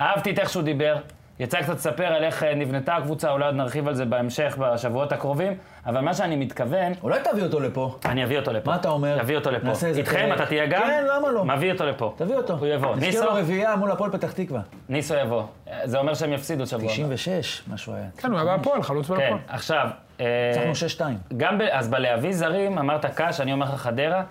[SPEAKER 1] אהבתי את איך שהוא דיבר. יצא קצת לספר על איך אה, נבנתה הקבוצה, אולי עוד נרחיב על זה בהמשך, בשבועות הקרובים, אבל מה שאני מתכוון,
[SPEAKER 4] אולי תביא אותו לפה.
[SPEAKER 1] אני אביא אותו לפה.
[SPEAKER 4] מה אתה אומר?
[SPEAKER 1] אביא אותו לפה.
[SPEAKER 4] כן. נעשה איזה
[SPEAKER 1] איתכם
[SPEAKER 4] פרק.
[SPEAKER 1] אתה תהיה גם?
[SPEAKER 4] כן, למה לא?
[SPEAKER 1] מביא אותו לפה.
[SPEAKER 4] תביא אותו.
[SPEAKER 1] הוא יבוא. ניסו,
[SPEAKER 4] תזכיר לו רביעייה מול הפועל פתח תקווה.
[SPEAKER 1] ניסו יבוא. זה אומר שהם יפסידו שבוע הבא.
[SPEAKER 4] 96, משהו היה.
[SPEAKER 3] כן, הוא היה בהפועל, חלוץ
[SPEAKER 1] כן,
[SPEAKER 3] בהפועל.
[SPEAKER 1] עכשיו, אה,
[SPEAKER 4] ניצחנו 6-2.
[SPEAKER 1] גם ב... אז בלהביא זרים, אמרת קאש, אני אומר לך חדרה.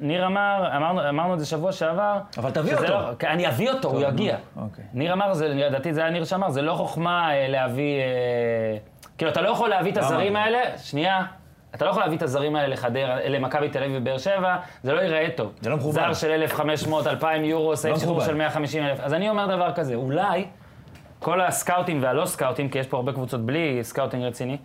[SPEAKER 1] ניר אמר, אמרנו, אמרנו את זה שבוע שעבר.
[SPEAKER 4] אבל תביא
[SPEAKER 1] שזה
[SPEAKER 4] אותו.
[SPEAKER 1] לא, כן, אני אביא אותו, הוא יגיע.
[SPEAKER 4] אוקיי.
[SPEAKER 1] ניר אמר, זה, לדעתי זה היה ניר שאמר, זה לא חוכמה אה, להביא... אה, כאילו, אתה לא יכול להביא את הזרים האלה, שנייה, אתה לא יכול להביא את הזרים האלה לחדרה, למכבי תל אביב ובאר שבע, זה לא ייראה טוב.
[SPEAKER 4] זה לא מכובד.
[SPEAKER 1] זר של 1,500, 2,000 יורו, עושה
[SPEAKER 4] לא
[SPEAKER 1] שחרור
[SPEAKER 4] מכובד.
[SPEAKER 1] של 150 אלף. אז אני אומר דבר כזה, אולי כל הסקאוטים והלא סקאוטים, כי יש פה הרבה קבוצות בלי סקאוטינג רציני,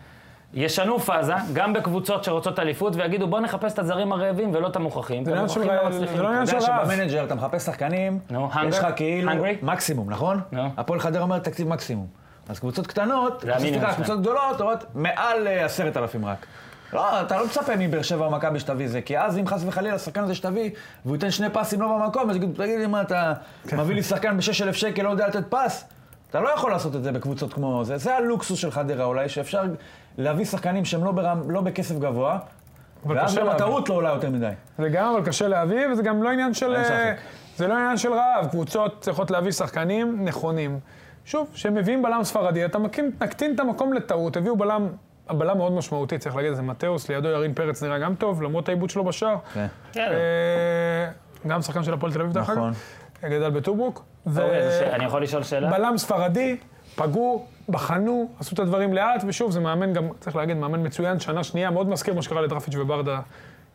[SPEAKER 1] ישנו פאזה, גם בקבוצות שרוצות אליפות, ויגידו, בוא נחפש את הזרים הרעבים ולא את המוכחים.
[SPEAKER 3] זה
[SPEAKER 1] את
[SPEAKER 3] לא עניין של
[SPEAKER 1] המוכחים לא
[SPEAKER 3] רע-
[SPEAKER 1] מצליחים.
[SPEAKER 3] זה לא
[SPEAKER 4] אתה
[SPEAKER 3] עניין של
[SPEAKER 4] יודע
[SPEAKER 3] רעב.
[SPEAKER 4] שבמנג'ר אתה מחפש שחקנים,
[SPEAKER 1] נו,
[SPEAKER 4] יש
[SPEAKER 1] hungry?
[SPEAKER 4] לך כאילו
[SPEAKER 1] hungry?
[SPEAKER 4] מקסימום, נכון?
[SPEAKER 1] נו.
[SPEAKER 4] הפועל חדרה אומרת תקציב מקסימום. אז קבוצות קטנות,
[SPEAKER 1] זה המינימום
[SPEAKER 4] סליחה,
[SPEAKER 1] שלהם.
[SPEAKER 4] קבוצות גדולות, אומרות מעל אה, 10,000 רק. לא, אתה לא מצפה מבאר שבע או מכבי שתביא זה, כי אז אם חס וחלילה השחקן הזה שתביא, והוא ייתן שני פסים לא במקום, אז יגידו, תגיד לי מה, אתה מביא לי שחקן ב-6,000 שקל, לא יודע לתת פס? אתה לא יכול לעשות את זה בקבוצות כמו זה. זה הלוקסוס של חדרה אולי, שאפשר להביא שחקנים שהם לא, ברם, לא בכסף גבוה,
[SPEAKER 3] אבל
[SPEAKER 4] ואז
[SPEAKER 3] קשה
[SPEAKER 4] גם
[SPEAKER 3] להביא.
[SPEAKER 4] הטעות לא עולה יותר מדי.
[SPEAKER 3] זה גם אבל קשה להביא, וזה גם לא עניין של...
[SPEAKER 4] אין
[SPEAKER 3] אה,
[SPEAKER 4] ספק.
[SPEAKER 3] זה לא עניין של רעב, קבוצות צריכות להביא שחקנים נכונים. שוב, כשמביאים בלם ספרדי, אתה מקים, נקטין את המקום לטעות, הביאו בלם, הבלם מאוד משמעותי, צריך להגיד את זה, מתאוס, לידו ירין פרץ נראה גם טוב, למרות העיבוד שלו בשער.
[SPEAKER 4] כן.
[SPEAKER 1] כן.
[SPEAKER 3] אה, גם שחקן של הפועל תל אביב, דרך
[SPEAKER 4] נכון.
[SPEAKER 3] אגב. גדל בטוברוק. ו-
[SPEAKER 1] אוקיי, אז ש- אני יכול לשאול שאלה?
[SPEAKER 3] בלם ספרדי, פגעו, בחנו, עשו את הדברים לאט, ושוב, זה מאמן גם, צריך להגיד, מאמן מצוין, שנה שנייה, מאוד מזכיר מה שקרה לדרפיץ' וברדה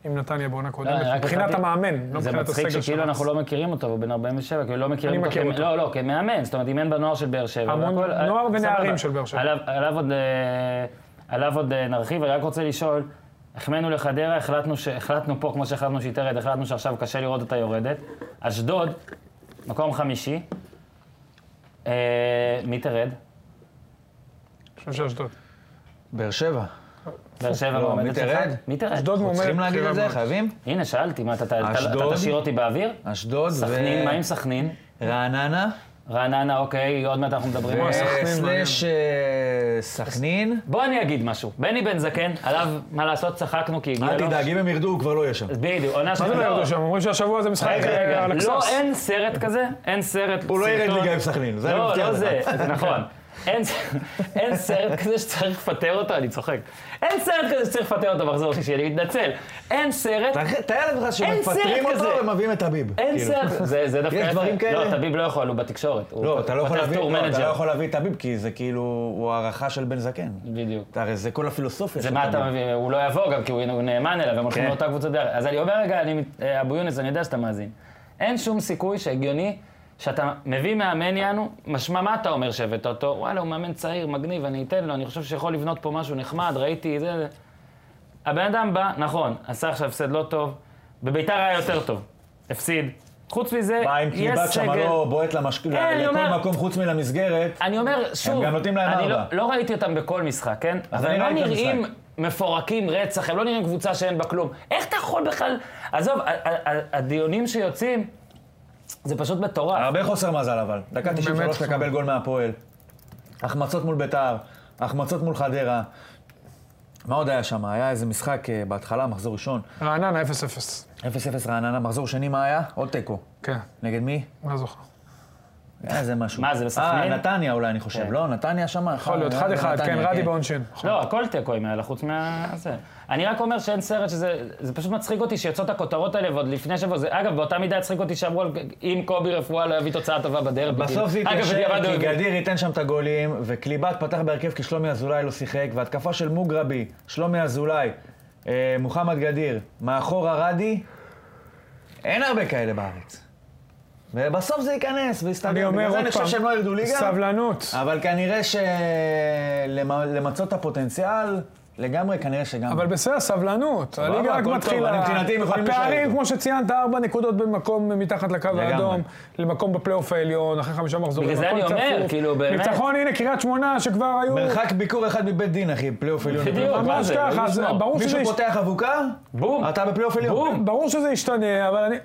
[SPEAKER 3] עם נתניה בעונה
[SPEAKER 1] לא, אני רק
[SPEAKER 3] קודמת, מבחינת
[SPEAKER 1] התחלתי-
[SPEAKER 3] המאמן, לא
[SPEAKER 1] זה
[SPEAKER 3] מבחינת
[SPEAKER 1] מצחיק
[SPEAKER 3] הסגל
[SPEAKER 1] שכאילו
[SPEAKER 3] שלנו.
[SPEAKER 1] אנחנו לא מכירים אותו, הוא בן 47, כאילו לא מכירים
[SPEAKER 3] אני
[SPEAKER 1] אותו.
[SPEAKER 3] מכיר
[SPEAKER 1] כמ-
[SPEAKER 3] אותו.
[SPEAKER 1] לא, לא, כמאמן, זאת אומרת, אימן בנוער של באר שבע.
[SPEAKER 3] המון-
[SPEAKER 1] והכל- אה,
[SPEAKER 3] נוער
[SPEAKER 1] סבבה.
[SPEAKER 3] ונערים של באר שבע.
[SPEAKER 1] עליו- עליו עוד, אה, עליו עוד אה, נרחיב, אני רק רוצה לשאול, החמאנו לחדרה, החלטנו ש- החלטנו פה, כמו שהחלטנו שהיא תרד, החלטנו שעכשיו קשה לראות אותה יורדת. אשדוד, מקום חמישי. אה, מי תרד?
[SPEAKER 3] אני חושב שאשדוד.
[SPEAKER 4] באר שבע.
[SPEAKER 1] באר שבע
[SPEAKER 4] לא,
[SPEAKER 1] מועמדת
[SPEAKER 4] מי
[SPEAKER 1] לך?
[SPEAKER 4] תרד?
[SPEAKER 1] מי תרד?
[SPEAKER 3] אשדוד אה,
[SPEAKER 4] אנחנו
[SPEAKER 3] מועמדת
[SPEAKER 4] צריכים להגיד את
[SPEAKER 3] בכירה
[SPEAKER 4] זה,
[SPEAKER 3] מאוד.
[SPEAKER 4] חייבים?
[SPEAKER 1] הנה, שאלתי, מה, אתה- אתה אתה-
[SPEAKER 4] אשדוד?
[SPEAKER 1] אתה תשאיר אותי באוויר?
[SPEAKER 4] אשדוד
[SPEAKER 1] סכנין, מה עם סכנין?
[SPEAKER 4] רעננה,
[SPEAKER 1] רעננה, אוקיי, עוד מעט אנחנו מדברים
[SPEAKER 4] אה,
[SPEAKER 1] על זה.
[SPEAKER 3] סכנין,
[SPEAKER 4] סלאש אה, סכנין.
[SPEAKER 1] בוא אני אגיד משהו. בני בן זקן, עליו, מה לעשות, צחקנו כי הגיע לו.
[SPEAKER 4] אל תדאג, אם הם ירדו, הוא כבר לא יהיה שם.
[SPEAKER 1] בדיוק, עונה
[SPEAKER 3] מה זה לא ירדו שם? אומרים שהשבוע זה משחק
[SPEAKER 1] רגע,
[SPEAKER 3] אה,
[SPEAKER 1] רגע,
[SPEAKER 3] על
[SPEAKER 1] לא,
[SPEAKER 3] הקסס.
[SPEAKER 1] אין סרט כזה, אין סרט.
[SPEAKER 4] הוא לא ירד
[SPEAKER 1] סרטון.
[SPEAKER 4] ליגה עם סכנין, זה אני
[SPEAKER 1] לא,
[SPEAKER 4] מבטיח
[SPEAKER 1] לא
[SPEAKER 4] לך.
[SPEAKER 1] זה, נכון. אין ס- [laughs] אין סרט כזה שצריך לפטר אותו, אני צוחק. אין סרט כזה שצריך לפטר אותו במחזור השלישי, אני מתנצל. אין סרט,
[SPEAKER 4] תאר לעצמך שמפטרים
[SPEAKER 1] סרט
[SPEAKER 4] אותו
[SPEAKER 1] כזה.
[SPEAKER 4] ומביאים את הביב.
[SPEAKER 1] אין
[SPEAKER 4] כאילו.
[SPEAKER 1] סרט. זה זה דווקא...
[SPEAKER 4] יש
[SPEAKER 1] יפה.
[SPEAKER 4] דברים כאלה?
[SPEAKER 1] לא, טביב לא יכול, הוא בתקשורת. הוא
[SPEAKER 4] לא, אתה לא יכול
[SPEAKER 1] פתח
[SPEAKER 4] להביא-
[SPEAKER 1] טור
[SPEAKER 4] לא, אתה לא
[SPEAKER 1] מנג'ר.
[SPEAKER 4] יכול להביא את הביב, כי זה כאילו, הוא הערכה של בן זקן.
[SPEAKER 1] בדיוק.
[SPEAKER 4] אתה הרי זה כל הפילוסופיה
[SPEAKER 1] זה
[SPEAKER 4] של
[SPEAKER 1] מה אתה
[SPEAKER 4] הביב.
[SPEAKER 1] מבין, הוא לא יבוא גם כי הוא הוא נאמן אליו, הם הולכים
[SPEAKER 4] כן.
[SPEAKER 1] לאותה קבוצת דרך. אז אני אומר רגע, אני מת- אה, אבו יונס, אני יודע שאתה מאזין. אין שום סיכוי שהגיוני שאתה מביא מאמן יענו, משמע מה אתה אומר שהבאת אותו? וואלה, הוא מאמן צעיר, מגניב, אני אתן לו, אני חושב שיכול לבנות פה משהו נחמד, ראיתי זה... זה." הבן אדם בא, נכון, עשה עכשיו הפסד לא טוב, בביתר היה יותר טוב, הפסיד. חוץ מזה,
[SPEAKER 4] מה, אם קליבת שם לא בועט למש-
[SPEAKER 1] אה, אני
[SPEAKER 4] לכל
[SPEAKER 1] אומר-
[SPEAKER 4] מקום חוץ מלמסגרת?
[SPEAKER 1] אני אומר, שוב,
[SPEAKER 4] גם נותנים להם
[SPEAKER 1] אני לא,
[SPEAKER 4] ארבע.
[SPEAKER 1] לא ראיתי אותם בכל משחק, כן?
[SPEAKER 4] אז
[SPEAKER 1] אבל
[SPEAKER 4] אני
[SPEAKER 1] הם לא
[SPEAKER 4] ראיתי את
[SPEAKER 1] נראים
[SPEAKER 4] המשחק.
[SPEAKER 1] מפורקים רצח, הם לא נראים קבוצה שאין בה כלום. איך אתה יכול בכלל... עזוב, ה- ה- ה- הדיונים שיוצאים, זה פשוט מטורף.
[SPEAKER 4] הרבה חוסר מזל אבל. דקה 93
[SPEAKER 3] חוסר
[SPEAKER 4] לקבל גול מהפועל. החמצות מול ביתר, החמצות מול חדרה. מה עוד היה שם? היה איזה משחק אה, בהתחלה, מחזור ראשון.
[SPEAKER 3] רעננה 0-0.
[SPEAKER 4] 0-0 רעננה, מחזור שני, מה היה? עוד תיקו.
[SPEAKER 3] כן,
[SPEAKER 4] נגד מי?
[SPEAKER 3] לא זוכר.
[SPEAKER 4] היה איזה משהו.
[SPEAKER 1] מה, זה בסכנין?
[SPEAKER 4] אה, נתניה אולי, אני חושב.
[SPEAKER 1] כן.
[SPEAKER 4] לא, נתניה שם?
[SPEAKER 3] יכול להיות, אחד אחד,
[SPEAKER 4] אה,
[SPEAKER 3] כן, רדי בעונשין.
[SPEAKER 1] לא, הכל תיקו עם האלה, חוץ מה... זה. אני רק אומר שאין סרט שזה... זה פשוט מצחיק אותי שיוצאות הכותרות האלה ועוד לפני שבוע זה... אגב, באותה מידה הצחיק אותי שאמרו על... אם קובי רפואה לא יביא תוצאה טובה בדרבי. כאילו.
[SPEAKER 4] בסוף זה
[SPEAKER 1] אגב,
[SPEAKER 4] התיישר,
[SPEAKER 1] בדיעבד הוא
[SPEAKER 4] כי
[SPEAKER 1] הביא.
[SPEAKER 4] גדיר ייתן שם את הגולים, וקליבת פתח בהרכב כי שלומי אזולאי לא שיחק, והתקפה של מוגרבי, שלומי אזולאי, אה, מוחמד גדיר, מאחורה רדי, אין הרבה כאלה בארץ. ובסוף זה ייכנס, ויסתדר.
[SPEAKER 3] אני אומר עוד
[SPEAKER 4] בגלל זה אה, אני
[SPEAKER 3] פעם,
[SPEAKER 4] חושב שהם לא ירדו ליגה,
[SPEAKER 3] סבלנות.
[SPEAKER 4] אבל כנראה שלמצות את הפוטנציאל, לגמרי, כנראה שגם...
[SPEAKER 3] אבל בסדר, סבלנות. הליגה רק
[SPEAKER 4] הכל טוב, אני
[SPEAKER 3] מתחילה.
[SPEAKER 4] מבחינתי הם יכולים להישאר
[SPEAKER 3] הפערים,
[SPEAKER 4] איתו.
[SPEAKER 3] כמו שציינת, ארבע נקודות במקום מתחת לקו
[SPEAKER 4] לגמרי.
[SPEAKER 3] האדום, למקום בפלייאוף העליון, אחרי חמישה מחזורים.
[SPEAKER 1] בגלל זה
[SPEAKER 3] הכל
[SPEAKER 1] אני אומר,
[SPEAKER 3] צפוף.
[SPEAKER 1] כאילו, באמת.
[SPEAKER 3] ניצחון, הנה, קריית שמונה, שכבר היו...
[SPEAKER 4] מרחק ביקור אחד מבית דין, אחי, פלייאוף עליון.
[SPEAKER 1] בדיוק, מה
[SPEAKER 3] ממש
[SPEAKER 1] זה? לא אלוהים
[SPEAKER 3] ככה, אז
[SPEAKER 1] ישמור.
[SPEAKER 3] ברור שזה
[SPEAKER 4] מישהו
[SPEAKER 3] יש-
[SPEAKER 4] פותח אבוקה,
[SPEAKER 1] בום.
[SPEAKER 4] אתה בפלייאוף עליון.
[SPEAKER 1] בום.
[SPEAKER 3] ברור שזה ישתנה, אבל אני...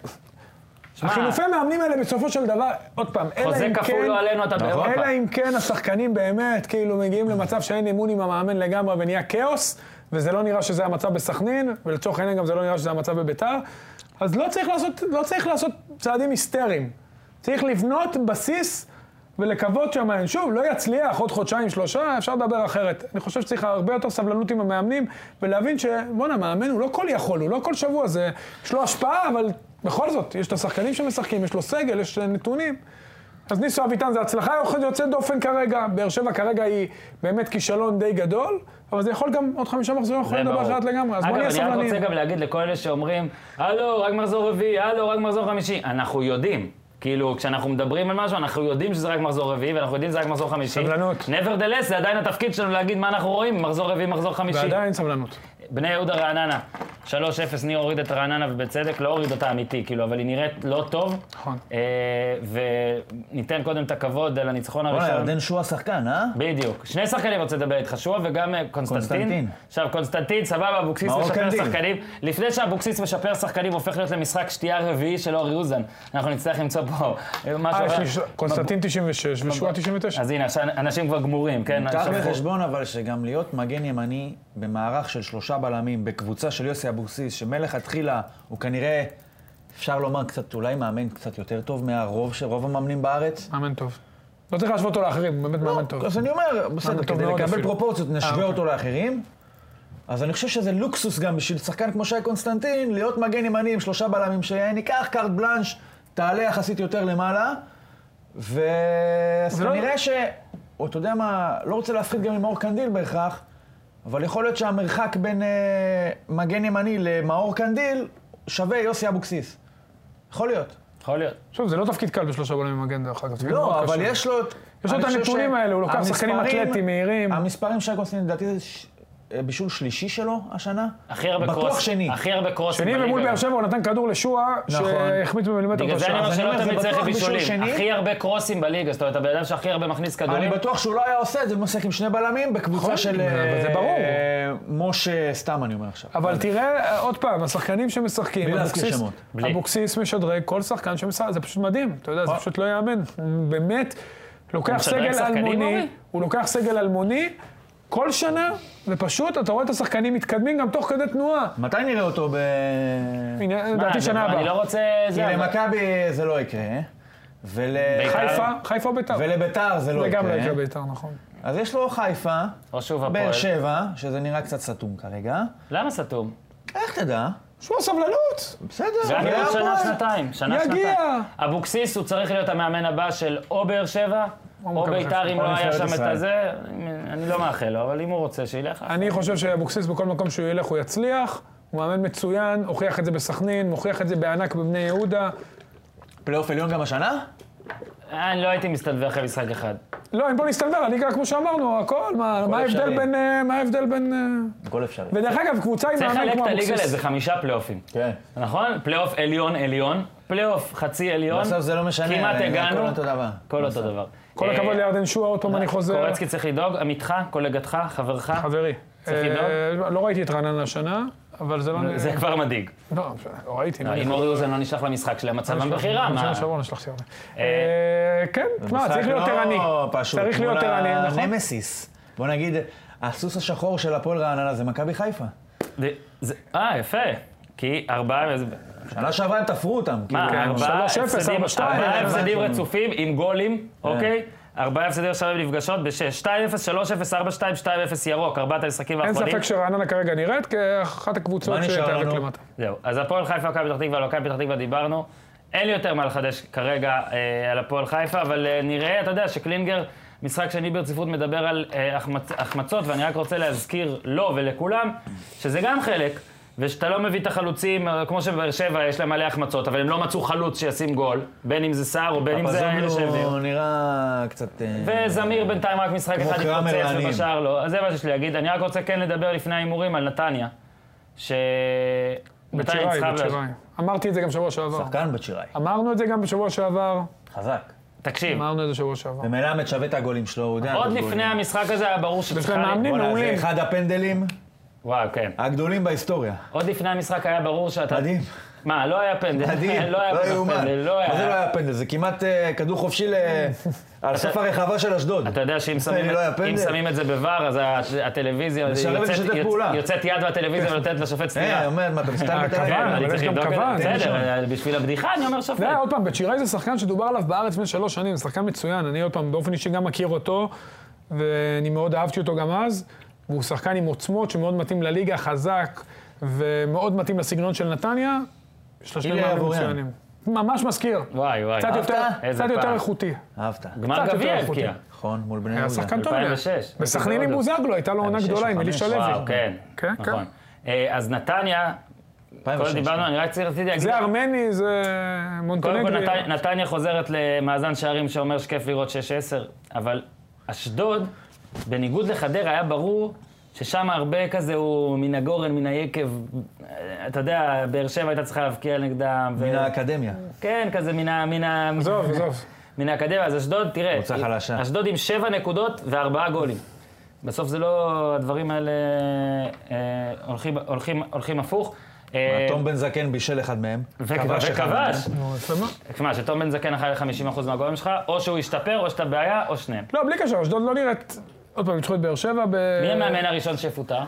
[SPEAKER 1] שמע,
[SPEAKER 3] החילופי מאמנים האלה בסופו של דבר, עוד פעם, אלא
[SPEAKER 1] חוזה
[SPEAKER 3] אם כן...
[SPEAKER 1] כפול לא עלינו, אתה באירופה.
[SPEAKER 3] אלא אם כן השחקנים באמת כאילו מגיעים למצב שאין אמון עם המאמן לגמרי ונהיה כאוס, וזה לא נראה שזה המצב בסכנין, ולצורך העניין גם זה לא נראה שזה המצב בביתר, אז לא צריך לעשות, לא צריך לעשות צעדים היסטריים. צריך לבנות בסיס ולקוות שהמאמן, שוב, לא יצליח עוד חודשיים, שלושה, אפשר לדבר אחרת. אני חושב שצריך הרבה יותר סבלנות עם המאמנים, ולהבין שבואנה, מאמן הוא לא כל יכול, הוא לא כל שבוע, זה, יש לו השפעה, אבל בכל זאת, יש את השחקנים שמשחקים, יש לו סגל, יש אה, נתונים. אז ניסו אביטן זה הצלחה יוצאת דופן כרגע. באר שבע כרגע היא באמת כישלון די גדול, אבל זה יכול גם עוד חמישה מחזורים,
[SPEAKER 1] זה
[SPEAKER 3] יכולים לדבר
[SPEAKER 1] כן, ברור.
[SPEAKER 3] אחרת לגמרי, אז בוא נהיה
[SPEAKER 1] אגב, אני רק
[SPEAKER 3] סבלניים.
[SPEAKER 1] רוצה גם להגיד לכל אלה שאומרים, הלו, רק מחזור רביעי, הלו, רק מחזור חמישי. אנחנו יודעים. כאילו, כשאנחנו מדברים על משהו, אנחנו יודעים שזה רק מחזור רביעי, ואנחנו יודעים שזה רק מחזור חמישי.
[SPEAKER 3] סבלנות.
[SPEAKER 1] nevertheless, זה עדיין התפקיד שלנו להגיד מה אנחנו רואים, מחזור רביעי, מחזור חמישי.
[SPEAKER 3] ועדיין סבלנות.
[SPEAKER 1] בני יהודה רעננה, 3-0, ניר הוריד את רעננה, ובצדק, לא הוריד אותה אמיתי, כאילו, אבל היא נראית לא טוב.
[SPEAKER 3] נכון.
[SPEAKER 1] אה, וניתן קודם את הכבוד על הניצחון
[SPEAKER 4] וואלה,
[SPEAKER 1] הראשון.
[SPEAKER 4] ירדן שועה שחקן, אה?
[SPEAKER 1] בדיוק. שני שחקנים רוצה לדבר איתך, שועה וגם אה, קונסטנטין.
[SPEAKER 4] קונסטנטין.
[SPEAKER 1] עכשיו, קונסטנטין, סבבה, אבוקסיס
[SPEAKER 4] מאור
[SPEAKER 1] משפר
[SPEAKER 4] קנדיל.
[SPEAKER 1] שחקנים. לפני שאבוקסיס משפר שחקנים הופך להיות למשחק שתייה רביעי של אורי אוזן. אנחנו נצטרך למצוא פה אה, משהו...
[SPEAKER 3] אה, יש לי
[SPEAKER 1] אחר.
[SPEAKER 3] ש- קונסטנטין 96 ושועה 99.
[SPEAKER 1] אז הנה, עכשיו אנשים כבר גמורים, כן?
[SPEAKER 4] קח
[SPEAKER 1] שבחו.
[SPEAKER 4] בחשבון אבל שגם להיות מגן ימני במערך של שלושה בלמים, בקבוצה של יוסי אבוקסיס, שמלכתחילה הוא כנראה, אפשר לומר קצת, אולי מאמן קצת יותר טוב מהרוב של רוב המאמנים בארץ.
[SPEAKER 3] מאמן טוב. לא צריך להשוות אותו לאחרים, הוא
[SPEAKER 1] לא,
[SPEAKER 3] באמת מאמן טוב.
[SPEAKER 4] לא, אז אני אומר, בסדר,
[SPEAKER 3] מאמן טוב
[SPEAKER 4] כדי
[SPEAKER 3] מאוד
[SPEAKER 4] לקבל
[SPEAKER 3] אפילו.
[SPEAKER 4] פרופורציות נשווה
[SPEAKER 3] אוקיי.
[SPEAKER 4] אותו לאחרים. אז אני חושב שזה לוקסוס גם בשביל שחקן כמו שי קונסטנטין, להיות מגן ימני עם שלושה בלמים, שניקח קארט בלאנש, תעלה יחסית יותר למעלה, ו... אז
[SPEAKER 3] לא-
[SPEAKER 4] כנראה ש... או אתה יודע מה, לא רוצה להפחית גם ממאור קנדיל בהכרח, אבל יכול להיות שהמרחק בין אה, מגן ימני למאור קנדיל שווה יוסי אבוקסיס. יכול להיות.
[SPEAKER 1] יכול להיות.
[SPEAKER 3] שוב, זה לא תפקיד קל בשלושה בלמים מגן, דרך אגב. זה
[SPEAKER 4] לא,
[SPEAKER 3] מאוד
[SPEAKER 4] אבל
[SPEAKER 3] קשה.
[SPEAKER 4] יש לו... את-
[SPEAKER 3] יש לו
[SPEAKER 4] אני
[SPEAKER 3] את
[SPEAKER 4] חושב
[SPEAKER 3] הנתונים האלה, הוא לוקח שחקנים
[SPEAKER 4] המספרים-
[SPEAKER 3] אתלטים, מהירים.
[SPEAKER 4] המספרים של קונסטין, לדעתי זה ש- אה, בישול שלישי שלו השנה.
[SPEAKER 1] הכי הרבה קרוס.
[SPEAKER 4] בטוח שני.
[SPEAKER 1] הכי הרבה קרוס.
[SPEAKER 3] שני ומול באר שבע הוא נתן כדור לשועה,
[SPEAKER 4] נכון.
[SPEAKER 3] שהחמיץ במילימטר את
[SPEAKER 1] בגלל זה אני
[SPEAKER 3] השער.
[SPEAKER 1] אומר
[SPEAKER 4] אז
[SPEAKER 1] שלא
[SPEAKER 4] אני אומר,
[SPEAKER 1] תמיד
[SPEAKER 4] זה
[SPEAKER 1] צריך
[SPEAKER 4] בטוח בישול
[SPEAKER 1] בישולים.
[SPEAKER 4] שני.
[SPEAKER 1] הכי הרבה קרוסים בליגה, זאת אומרת, הבן אדם שהכי הרבה מכניס
[SPEAKER 4] אני
[SPEAKER 1] כדורים.
[SPEAKER 4] בטוח שהוא לא היה עושה את זה במשחק עם שני בלמים בקבוצה
[SPEAKER 3] נכון,
[SPEAKER 4] של...
[SPEAKER 3] אבל זה
[SPEAKER 4] אה,
[SPEAKER 3] ברור.
[SPEAKER 4] אה, משה, סתם אני אומר עכשיו.
[SPEAKER 3] אבל תראה, אה, עוד פעם, השחקנים
[SPEAKER 4] בלי
[SPEAKER 3] שמשחקים,
[SPEAKER 4] להזכיר
[SPEAKER 3] אבוקסיס-
[SPEAKER 4] שמות.
[SPEAKER 1] בלי.
[SPEAKER 3] אבוקסיס משדרג כל שחקן שמשחק, זה פשוט מדהים, אתה יודע, זה
[SPEAKER 4] אה.
[SPEAKER 3] פשוט לא ייאמן. באמת, לוקח
[SPEAKER 1] הוא משדרג
[SPEAKER 3] סגל
[SPEAKER 1] שחקנים,
[SPEAKER 3] אלמוני,
[SPEAKER 1] אורי?
[SPEAKER 3] הוא לוקח סגל אלמוני כל שנה, ופשוט אתה רואה את השחקנים מתקדמים גם תוך כדי תנועה.
[SPEAKER 4] מתי נראה אותו ב...
[SPEAKER 3] הנה,
[SPEAKER 1] מה,
[SPEAKER 3] לדעתי
[SPEAKER 1] זה
[SPEAKER 3] שנה
[SPEAKER 1] כבר-
[SPEAKER 3] הבאה.
[SPEAKER 1] אני לא רוצה...
[SPEAKER 4] כי
[SPEAKER 1] זה, אבל-
[SPEAKER 4] למכבי זה לא יקרה. אה? ול...
[SPEAKER 3] חיפה, חיפה או ביתר?
[SPEAKER 4] ולביתר זה לא
[SPEAKER 3] זה גם לא
[SPEAKER 4] יקרה.
[SPEAKER 3] יקרה ביתר, נכון.
[SPEAKER 4] אז יש לו חיפה,
[SPEAKER 1] או שוב הפועל.
[SPEAKER 4] באר שבע, שזה נראה קצת סתום כרגע.
[SPEAKER 1] למה סתום?
[SPEAKER 4] איך תדע?
[SPEAKER 3] שמע, סבלנות!
[SPEAKER 4] בסדר,
[SPEAKER 1] זה היה
[SPEAKER 4] והפועל.
[SPEAKER 1] עוד שנה, שנתיים. שנה,
[SPEAKER 3] יגיע.
[SPEAKER 1] שנתיים. אבוקסיס, הוא צריך להיות המאמן הבא של או באר שבע, או
[SPEAKER 3] מכבי
[SPEAKER 1] ביתר,
[SPEAKER 3] חיפה,
[SPEAKER 1] אם
[SPEAKER 4] או
[SPEAKER 1] לא היה
[SPEAKER 4] נבחרת
[SPEAKER 1] שם את
[SPEAKER 4] ישראל.
[SPEAKER 1] הזה. אני לא מאחל לו, אבל אם הוא רוצה, שילך.
[SPEAKER 3] אני חושב שאבוקסיס בכל מקום שהוא ילך הוא יצליח. הוא מאמן מצוין, הוכיח את זה בסכנין, מוכיח את זה בענק בבני יהודה.
[SPEAKER 4] פלייאוף עליון גם השנה?
[SPEAKER 1] אני לא הייתי מסתלבח אחרי משחק אחד.
[SPEAKER 3] לא, אם בוא נסתנדר, הליגה, כמו שאמרנו, הכל, מה מה ההבדל
[SPEAKER 4] אפשרי.
[SPEAKER 3] בין... אה, מה ההבדל בין... אה,
[SPEAKER 4] הכל אפשרי.
[SPEAKER 3] ודרך אגב, קבוצה עם
[SPEAKER 1] צריך
[SPEAKER 3] מאמן
[SPEAKER 1] לחלק
[SPEAKER 3] כמו
[SPEAKER 1] את הליגה
[SPEAKER 3] אבוקסיס.
[SPEAKER 1] לאיזה חמישה פלייאופים.
[SPEAKER 4] כן.
[SPEAKER 1] נכון? פלייאוף עליון עליון, פלייאוף חצי עליון.
[SPEAKER 4] בסוף זה לא משנה,
[SPEAKER 1] כמעט
[SPEAKER 4] הכל
[SPEAKER 1] הגענו.
[SPEAKER 4] אותו דבר.
[SPEAKER 1] הכל אותו דבר.
[SPEAKER 3] כל
[SPEAKER 1] אה,
[SPEAKER 3] הכבוד לירדן שועה, עוד פעם אני חוזר.
[SPEAKER 1] קורצקי צריך לדאוג, עמיתך, קולגתך, חברך.
[SPEAKER 3] חברי.
[SPEAKER 1] צריך
[SPEAKER 3] אה,
[SPEAKER 1] לדאוג?
[SPEAKER 3] לא ראיתי את רעננה השנה, אבל זה לא...
[SPEAKER 1] זה כבר מדאיג.
[SPEAKER 3] לא, לא ראיתי. מה,
[SPEAKER 1] אם אורי אוזן לא נשלח למשחק של המצב המכירה, מה?
[SPEAKER 3] בשנה שעברה נשלחתי הרבה. אה, כן, תשמע, צריך להיות
[SPEAKER 4] משחק לא
[SPEAKER 3] ערני.
[SPEAKER 4] פשוט,
[SPEAKER 3] צריך להיות
[SPEAKER 4] מול
[SPEAKER 3] ערני, נכון?
[SPEAKER 4] הנמסיס. בוא נגיד, הסוס השחור של הפועל רעננה זה מכבי חיפה.
[SPEAKER 1] זה- זה- אה, יפה. כי ארבעה...
[SPEAKER 4] שנה שעברה הם תפרו אותם.
[SPEAKER 3] כן.
[SPEAKER 1] מה,
[SPEAKER 4] כאילו,
[SPEAKER 1] ארבעה
[SPEAKER 3] 3-0,
[SPEAKER 1] הפסדים
[SPEAKER 3] 4-2,
[SPEAKER 1] ארבעה
[SPEAKER 4] אה,
[SPEAKER 1] הפסדים
[SPEAKER 4] הבנתי.
[SPEAKER 1] רצופים עם
[SPEAKER 3] כן.
[SPEAKER 1] גולים, אוקיי? ארבעה הפסדים עכשיו נפגשות ב-6, 2-0, 3-0, 4-2, 2-0 ירוק, ארבעת המשחקים
[SPEAKER 3] אין
[SPEAKER 1] האחרונים.
[SPEAKER 3] ספק שרעננה כרגע נראית כאחת הקבוצות
[SPEAKER 4] מה נשאר
[SPEAKER 3] שתיאבק
[SPEAKER 4] לנו?
[SPEAKER 3] למטה.
[SPEAKER 1] זהו, אז הפועל חיפה, מכבי פתח תקווה, לא מכבי פתח תקווה דיברנו. אין לי יותר מה לחדש כרגע אה, על הפועל חיפה, אבל אה, נראה, אתה יודע, שקלינגר, משחק שני ברציפות, מדבר על אה, החמצ- החמצות, ואני רק רוצה להזכיר לו ולכולם, שזה גם חלק, ושאתה לא מביא את החלוצים, אה, כמו שבבאר שבע יש להם מלא החמצות, אבל הם לא מצאו חלוץ שישים גול, בין אם זה סער או בין אם זה האלה שהביאו.
[SPEAKER 4] פזוגלו נראה קצת... אה,
[SPEAKER 1] וזמיר בינתיים רק משחק
[SPEAKER 4] כמו
[SPEAKER 1] אחד
[SPEAKER 4] קרמר
[SPEAKER 1] התפוצץ
[SPEAKER 4] לעניים.
[SPEAKER 1] ובשאר לא. אז זה מה שיש לי להגיד. אני רק רוצה כן לדבר לפני ההימורים על נתניה. ש... נתניה
[SPEAKER 3] בצ'יראי,
[SPEAKER 1] ניצחה באשדוד.
[SPEAKER 3] בצ'יראי. אמרתי את זה גם שבוע שעבר.
[SPEAKER 4] שחקן בצ'יראי.
[SPEAKER 3] אמרנו את זה גם בשבוע שעבר,
[SPEAKER 4] חזק.
[SPEAKER 1] תקשיב,
[SPEAKER 3] אמרנו את זה שבוע שעבר.
[SPEAKER 4] ומלמד שווה את הגולים שלו, הוא יודע.
[SPEAKER 1] עוד
[SPEAKER 4] לתת
[SPEAKER 1] לפני
[SPEAKER 4] גולים.
[SPEAKER 1] המשחק הזה היה ברור שצריכה...
[SPEAKER 3] להם מאמנים.
[SPEAKER 4] בואנה,
[SPEAKER 3] מעולים.
[SPEAKER 4] זה אחד הפנדלים
[SPEAKER 1] וואו, כן.
[SPEAKER 4] הגדולים בהיסטוריה.
[SPEAKER 1] עוד לפני המשחק היה ברור שאתה...
[SPEAKER 4] מדהים,
[SPEAKER 1] מה, לא היה פנדל.
[SPEAKER 4] מדהים,
[SPEAKER 1] [laughs] לא היה
[SPEAKER 4] לא
[SPEAKER 1] פנדל,
[SPEAKER 4] יאומן.
[SPEAKER 1] לא
[SPEAKER 4] מה זה לא
[SPEAKER 1] היה...
[SPEAKER 4] היה פנדל? זה כמעט אה, כדור חופשי
[SPEAKER 1] [laughs]
[SPEAKER 4] ל- על סוף הרחבה של אשדוד.
[SPEAKER 1] אתה יודע שאם שמים,
[SPEAKER 4] לא היה
[SPEAKER 1] אם
[SPEAKER 4] פנדל.
[SPEAKER 1] שמים את זה בוואר, אז ה- הטלוויזיה
[SPEAKER 4] משלבת
[SPEAKER 1] יוצאת-
[SPEAKER 4] לשתף
[SPEAKER 1] יוצ-
[SPEAKER 4] פעולה.
[SPEAKER 1] יוצאת יד והטלוויזיה ונותנת לשופט
[SPEAKER 4] אה,
[SPEAKER 1] סטירה.
[SPEAKER 4] אומר, מה, אתה מסתכל
[SPEAKER 3] הכוון,
[SPEAKER 1] כן,
[SPEAKER 3] אבל
[SPEAKER 1] אני
[SPEAKER 3] יש
[SPEAKER 1] צריך
[SPEAKER 3] גם
[SPEAKER 1] לבדוק את
[SPEAKER 3] כוון.
[SPEAKER 1] זה. בסדר, בשביל הבדיחה אני אומר שופט.
[SPEAKER 3] אתה יודע, עוד פעם, בצ'יראי זה שחקן שדובר עליו בארץ לפני שלוש שנים, זה שחקן מצוין. אני עוד פעם, באופן אישי גם מכיר אותו, ואני מאוד אהבתי אותו גם אז. והוא שחקן עם עוצמות שמאוד מתאים לליגה, חזק, ומאוד מתאים לסגנון של נתניה. יש לו שני
[SPEAKER 4] איליה
[SPEAKER 3] מאמנים
[SPEAKER 4] אבוריאן.
[SPEAKER 3] מצוינים. ממש מזכיר.
[SPEAKER 1] וואי, וואי.
[SPEAKER 3] קצת יותר-
[SPEAKER 1] לא, איזה
[SPEAKER 3] קצת יותר
[SPEAKER 1] פעם.
[SPEAKER 3] איכותי.
[SPEAKER 4] אהבת.
[SPEAKER 1] גמר
[SPEAKER 3] קצת
[SPEAKER 1] גביע
[SPEAKER 3] יותר איכותי.
[SPEAKER 1] הבקיע.
[SPEAKER 4] נכון, מול בני
[SPEAKER 3] היה
[SPEAKER 4] יהודה.
[SPEAKER 3] שחקן טוב.
[SPEAKER 1] 2006.
[SPEAKER 3] בסכנין עם בוזגלו, הייתה לו עונה
[SPEAKER 4] 2006,
[SPEAKER 3] גדולה עם
[SPEAKER 4] 2005.
[SPEAKER 3] אלישע
[SPEAKER 1] וואו,
[SPEAKER 3] לוי.
[SPEAKER 1] כן.
[SPEAKER 3] כן, כן.
[SPEAKER 1] נכון. אה, אז נתניה, כל
[SPEAKER 4] 2006.
[SPEAKER 1] דיברנו, אני רק רציתי להגיד...
[SPEAKER 3] זה ארמני, זה
[SPEAKER 1] קודם כל, אה,
[SPEAKER 3] מונטנגרי.
[SPEAKER 1] נתניה- נתניה חוזרת למאזן שערים שאומר שכיף לראות 6-10, אבל אשדוד, בניגוד לחדרה, היה ברור ששם הרבה כזה הוא מן הגורן, מן היקב. אה, אתה יודע, באר שבע הייתה צריכה להבקיע נגדם. ו-
[SPEAKER 4] מן האקדמיה.
[SPEAKER 1] כן, כזה מן ה... מן ה-
[SPEAKER 3] עזוב, עזוב.
[SPEAKER 1] מן האקדמיה, אז אשדוד, תראה. אה,
[SPEAKER 4] קבוצה חלשה.
[SPEAKER 1] אשדוד עם שבע נקודות וארבעה גולים. בסוף זה לא... הדברים האלה אה, הולכים, הולכים, הולכים הפוך. אה,
[SPEAKER 4] תום בן זקן בישל אחד מהם.
[SPEAKER 1] וכבש.
[SPEAKER 4] אחד אה? מהם.
[SPEAKER 1] וכבש.
[SPEAKER 3] נו, יפה מאוד.
[SPEAKER 1] תשמע, שתום בן זקן אחראי ל-50% מהגולים שלך, או שהוא ישתפר, או שאתה בעיה, או שניהם.
[SPEAKER 3] לא, בלי קשר, אשדוד לא נראית... עוד פעם, ניצחו את באר שבע ב...
[SPEAKER 1] מי המאמן הראשון שפוטר?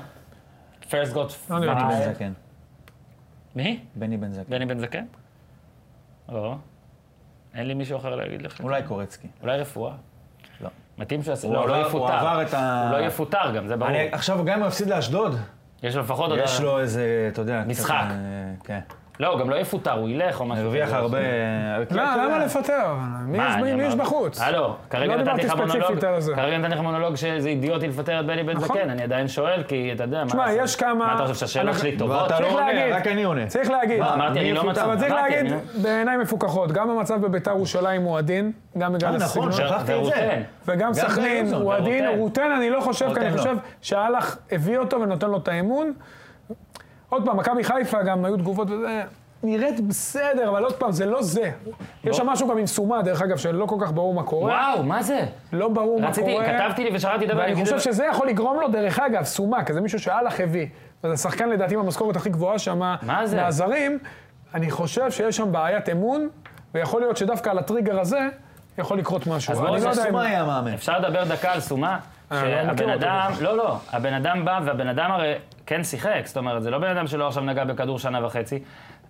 [SPEAKER 1] פרסט גוט...
[SPEAKER 3] אה, לא נראה לי.
[SPEAKER 4] בני בן זקן.
[SPEAKER 1] מי?
[SPEAKER 4] בני בן זקן.
[SPEAKER 1] בני בן זקן? לא. אין לי מישהו אחר להגיד לך.
[SPEAKER 4] אולי קורצקי.
[SPEAKER 1] אולי רפואה?
[SPEAKER 4] לא.
[SPEAKER 1] מתאים שהוא יעשה...
[SPEAKER 4] הוא
[SPEAKER 1] לא, הוא לא
[SPEAKER 4] עבר-
[SPEAKER 1] יפוטר.
[SPEAKER 4] הוא עבר את ה-
[SPEAKER 1] הוא לא יפוטר גם, זה ברור.
[SPEAKER 4] אני עכשיו, גם אם הוא יפסיד לאשדוד,
[SPEAKER 1] יש לו לפחות עוד...
[SPEAKER 4] יש לו איזה, אתה יודע, קצת,
[SPEAKER 1] משחק.
[SPEAKER 4] אה, כן.
[SPEAKER 1] לא, הוא גם לא יפוטר, הוא ילך או משהו.
[SPEAKER 4] הרוויח
[SPEAKER 1] כזה.
[SPEAKER 4] הרבה... אה,
[SPEAKER 3] לא, למה לפטר? מי
[SPEAKER 1] מה,
[SPEAKER 3] יש-
[SPEAKER 1] אה, אני
[SPEAKER 3] מי יש
[SPEAKER 1] אמרתי?
[SPEAKER 3] בחוץ?
[SPEAKER 1] הלו, כרגע
[SPEAKER 3] לא
[SPEAKER 1] נתתי לך
[SPEAKER 3] דיברתי
[SPEAKER 1] מונולוג,
[SPEAKER 3] ספציפית על זה.
[SPEAKER 1] כרגע נתתי לך מונולוג שזה אידיוטי לפטר את בני בן
[SPEAKER 3] נכון.
[SPEAKER 1] זקן, אני עדיין שואל, כי אתה יודע, מה
[SPEAKER 3] תשמע,
[SPEAKER 1] לעשות?
[SPEAKER 3] יש כמה-
[SPEAKER 1] מה אתה חושב שהשאלות
[SPEAKER 3] אנחנו-
[SPEAKER 1] שלי טובות?
[SPEAKER 4] ואתה
[SPEAKER 3] צריך
[SPEAKER 4] לא
[SPEAKER 3] להגיד.
[SPEAKER 4] עונה, רק אני עונה.
[SPEAKER 3] צריך להגיד,
[SPEAKER 1] מה, אמרתי,
[SPEAKER 4] מי
[SPEAKER 1] אני לא
[SPEAKER 4] יפוטר?
[SPEAKER 1] מצאתי.
[SPEAKER 3] אבל צריך
[SPEAKER 1] אמרתי,
[SPEAKER 3] להגיד,
[SPEAKER 1] אני לא-
[SPEAKER 3] בעיניים מפוקחות, גם המצב בביתר ירושלים הוא עדין, גם בגלל
[SPEAKER 4] אה, נכון,
[SPEAKER 3] הסגנון,
[SPEAKER 4] שכחתי את זה.
[SPEAKER 1] ורוטן.
[SPEAKER 3] וגם סכנין
[SPEAKER 4] גלזון,
[SPEAKER 3] הוא עדין,
[SPEAKER 1] ורוטן.
[SPEAKER 3] רוטן אני לא חושב, כי אני
[SPEAKER 4] רוטן לא.
[SPEAKER 3] חושב שהלך הביא אותו ונותן לו את האמון. עוד פעם, מכבי חיפה גם היו תגובות וזה, נראית בסדר, אבל עוד פעם, זה לא זה. יש
[SPEAKER 1] לא.
[SPEAKER 3] שם משהו גם עם סומה, דרך אגב, שלא כל כך ברור מה קורה.
[SPEAKER 1] וואו, מה זה?
[SPEAKER 3] לא ברור מה
[SPEAKER 1] רציתי,
[SPEAKER 3] קורה.
[SPEAKER 1] כתבתי לי ושאלתי דבר,
[SPEAKER 3] ואני
[SPEAKER 1] אני
[SPEAKER 3] חושב שזה יכול לגרום לו, דרך אגב, סומה, כזה מישהו שאללה הביא, וזה שחקן לדעתי עם המשכורת הכי גבוהה שם,
[SPEAKER 1] מה זה?
[SPEAKER 3] מהזרים, אני חושב שיש שם בעיית אמון, ויכול להיות שדווקא על הטריגר הזה יכול לקרות משהו.
[SPEAKER 1] אז
[SPEAKER 3] אני
[SPEAKER 1] בואו
[SPEAKER 3] לא יודע
[SPEAKER 4] זה
[SPEAKER 3] אם-
[SPEAKER 4] סומה היה מאמן.
[SPEAKER 1] אפשר לדבר דקה על סומה?
[SPEAKER 3] אה, לא מכיר
[SPEAKER 1] שהבן
[SPEAKER 3] אותו
[SPEAKER 1] אדם, לא, לא, הבן אדם בא, והבן אדם הרי כן שיחק, זאת אומרת, זה לא בן אדם שלא עכשיו נגע בכדור שנה וחצי.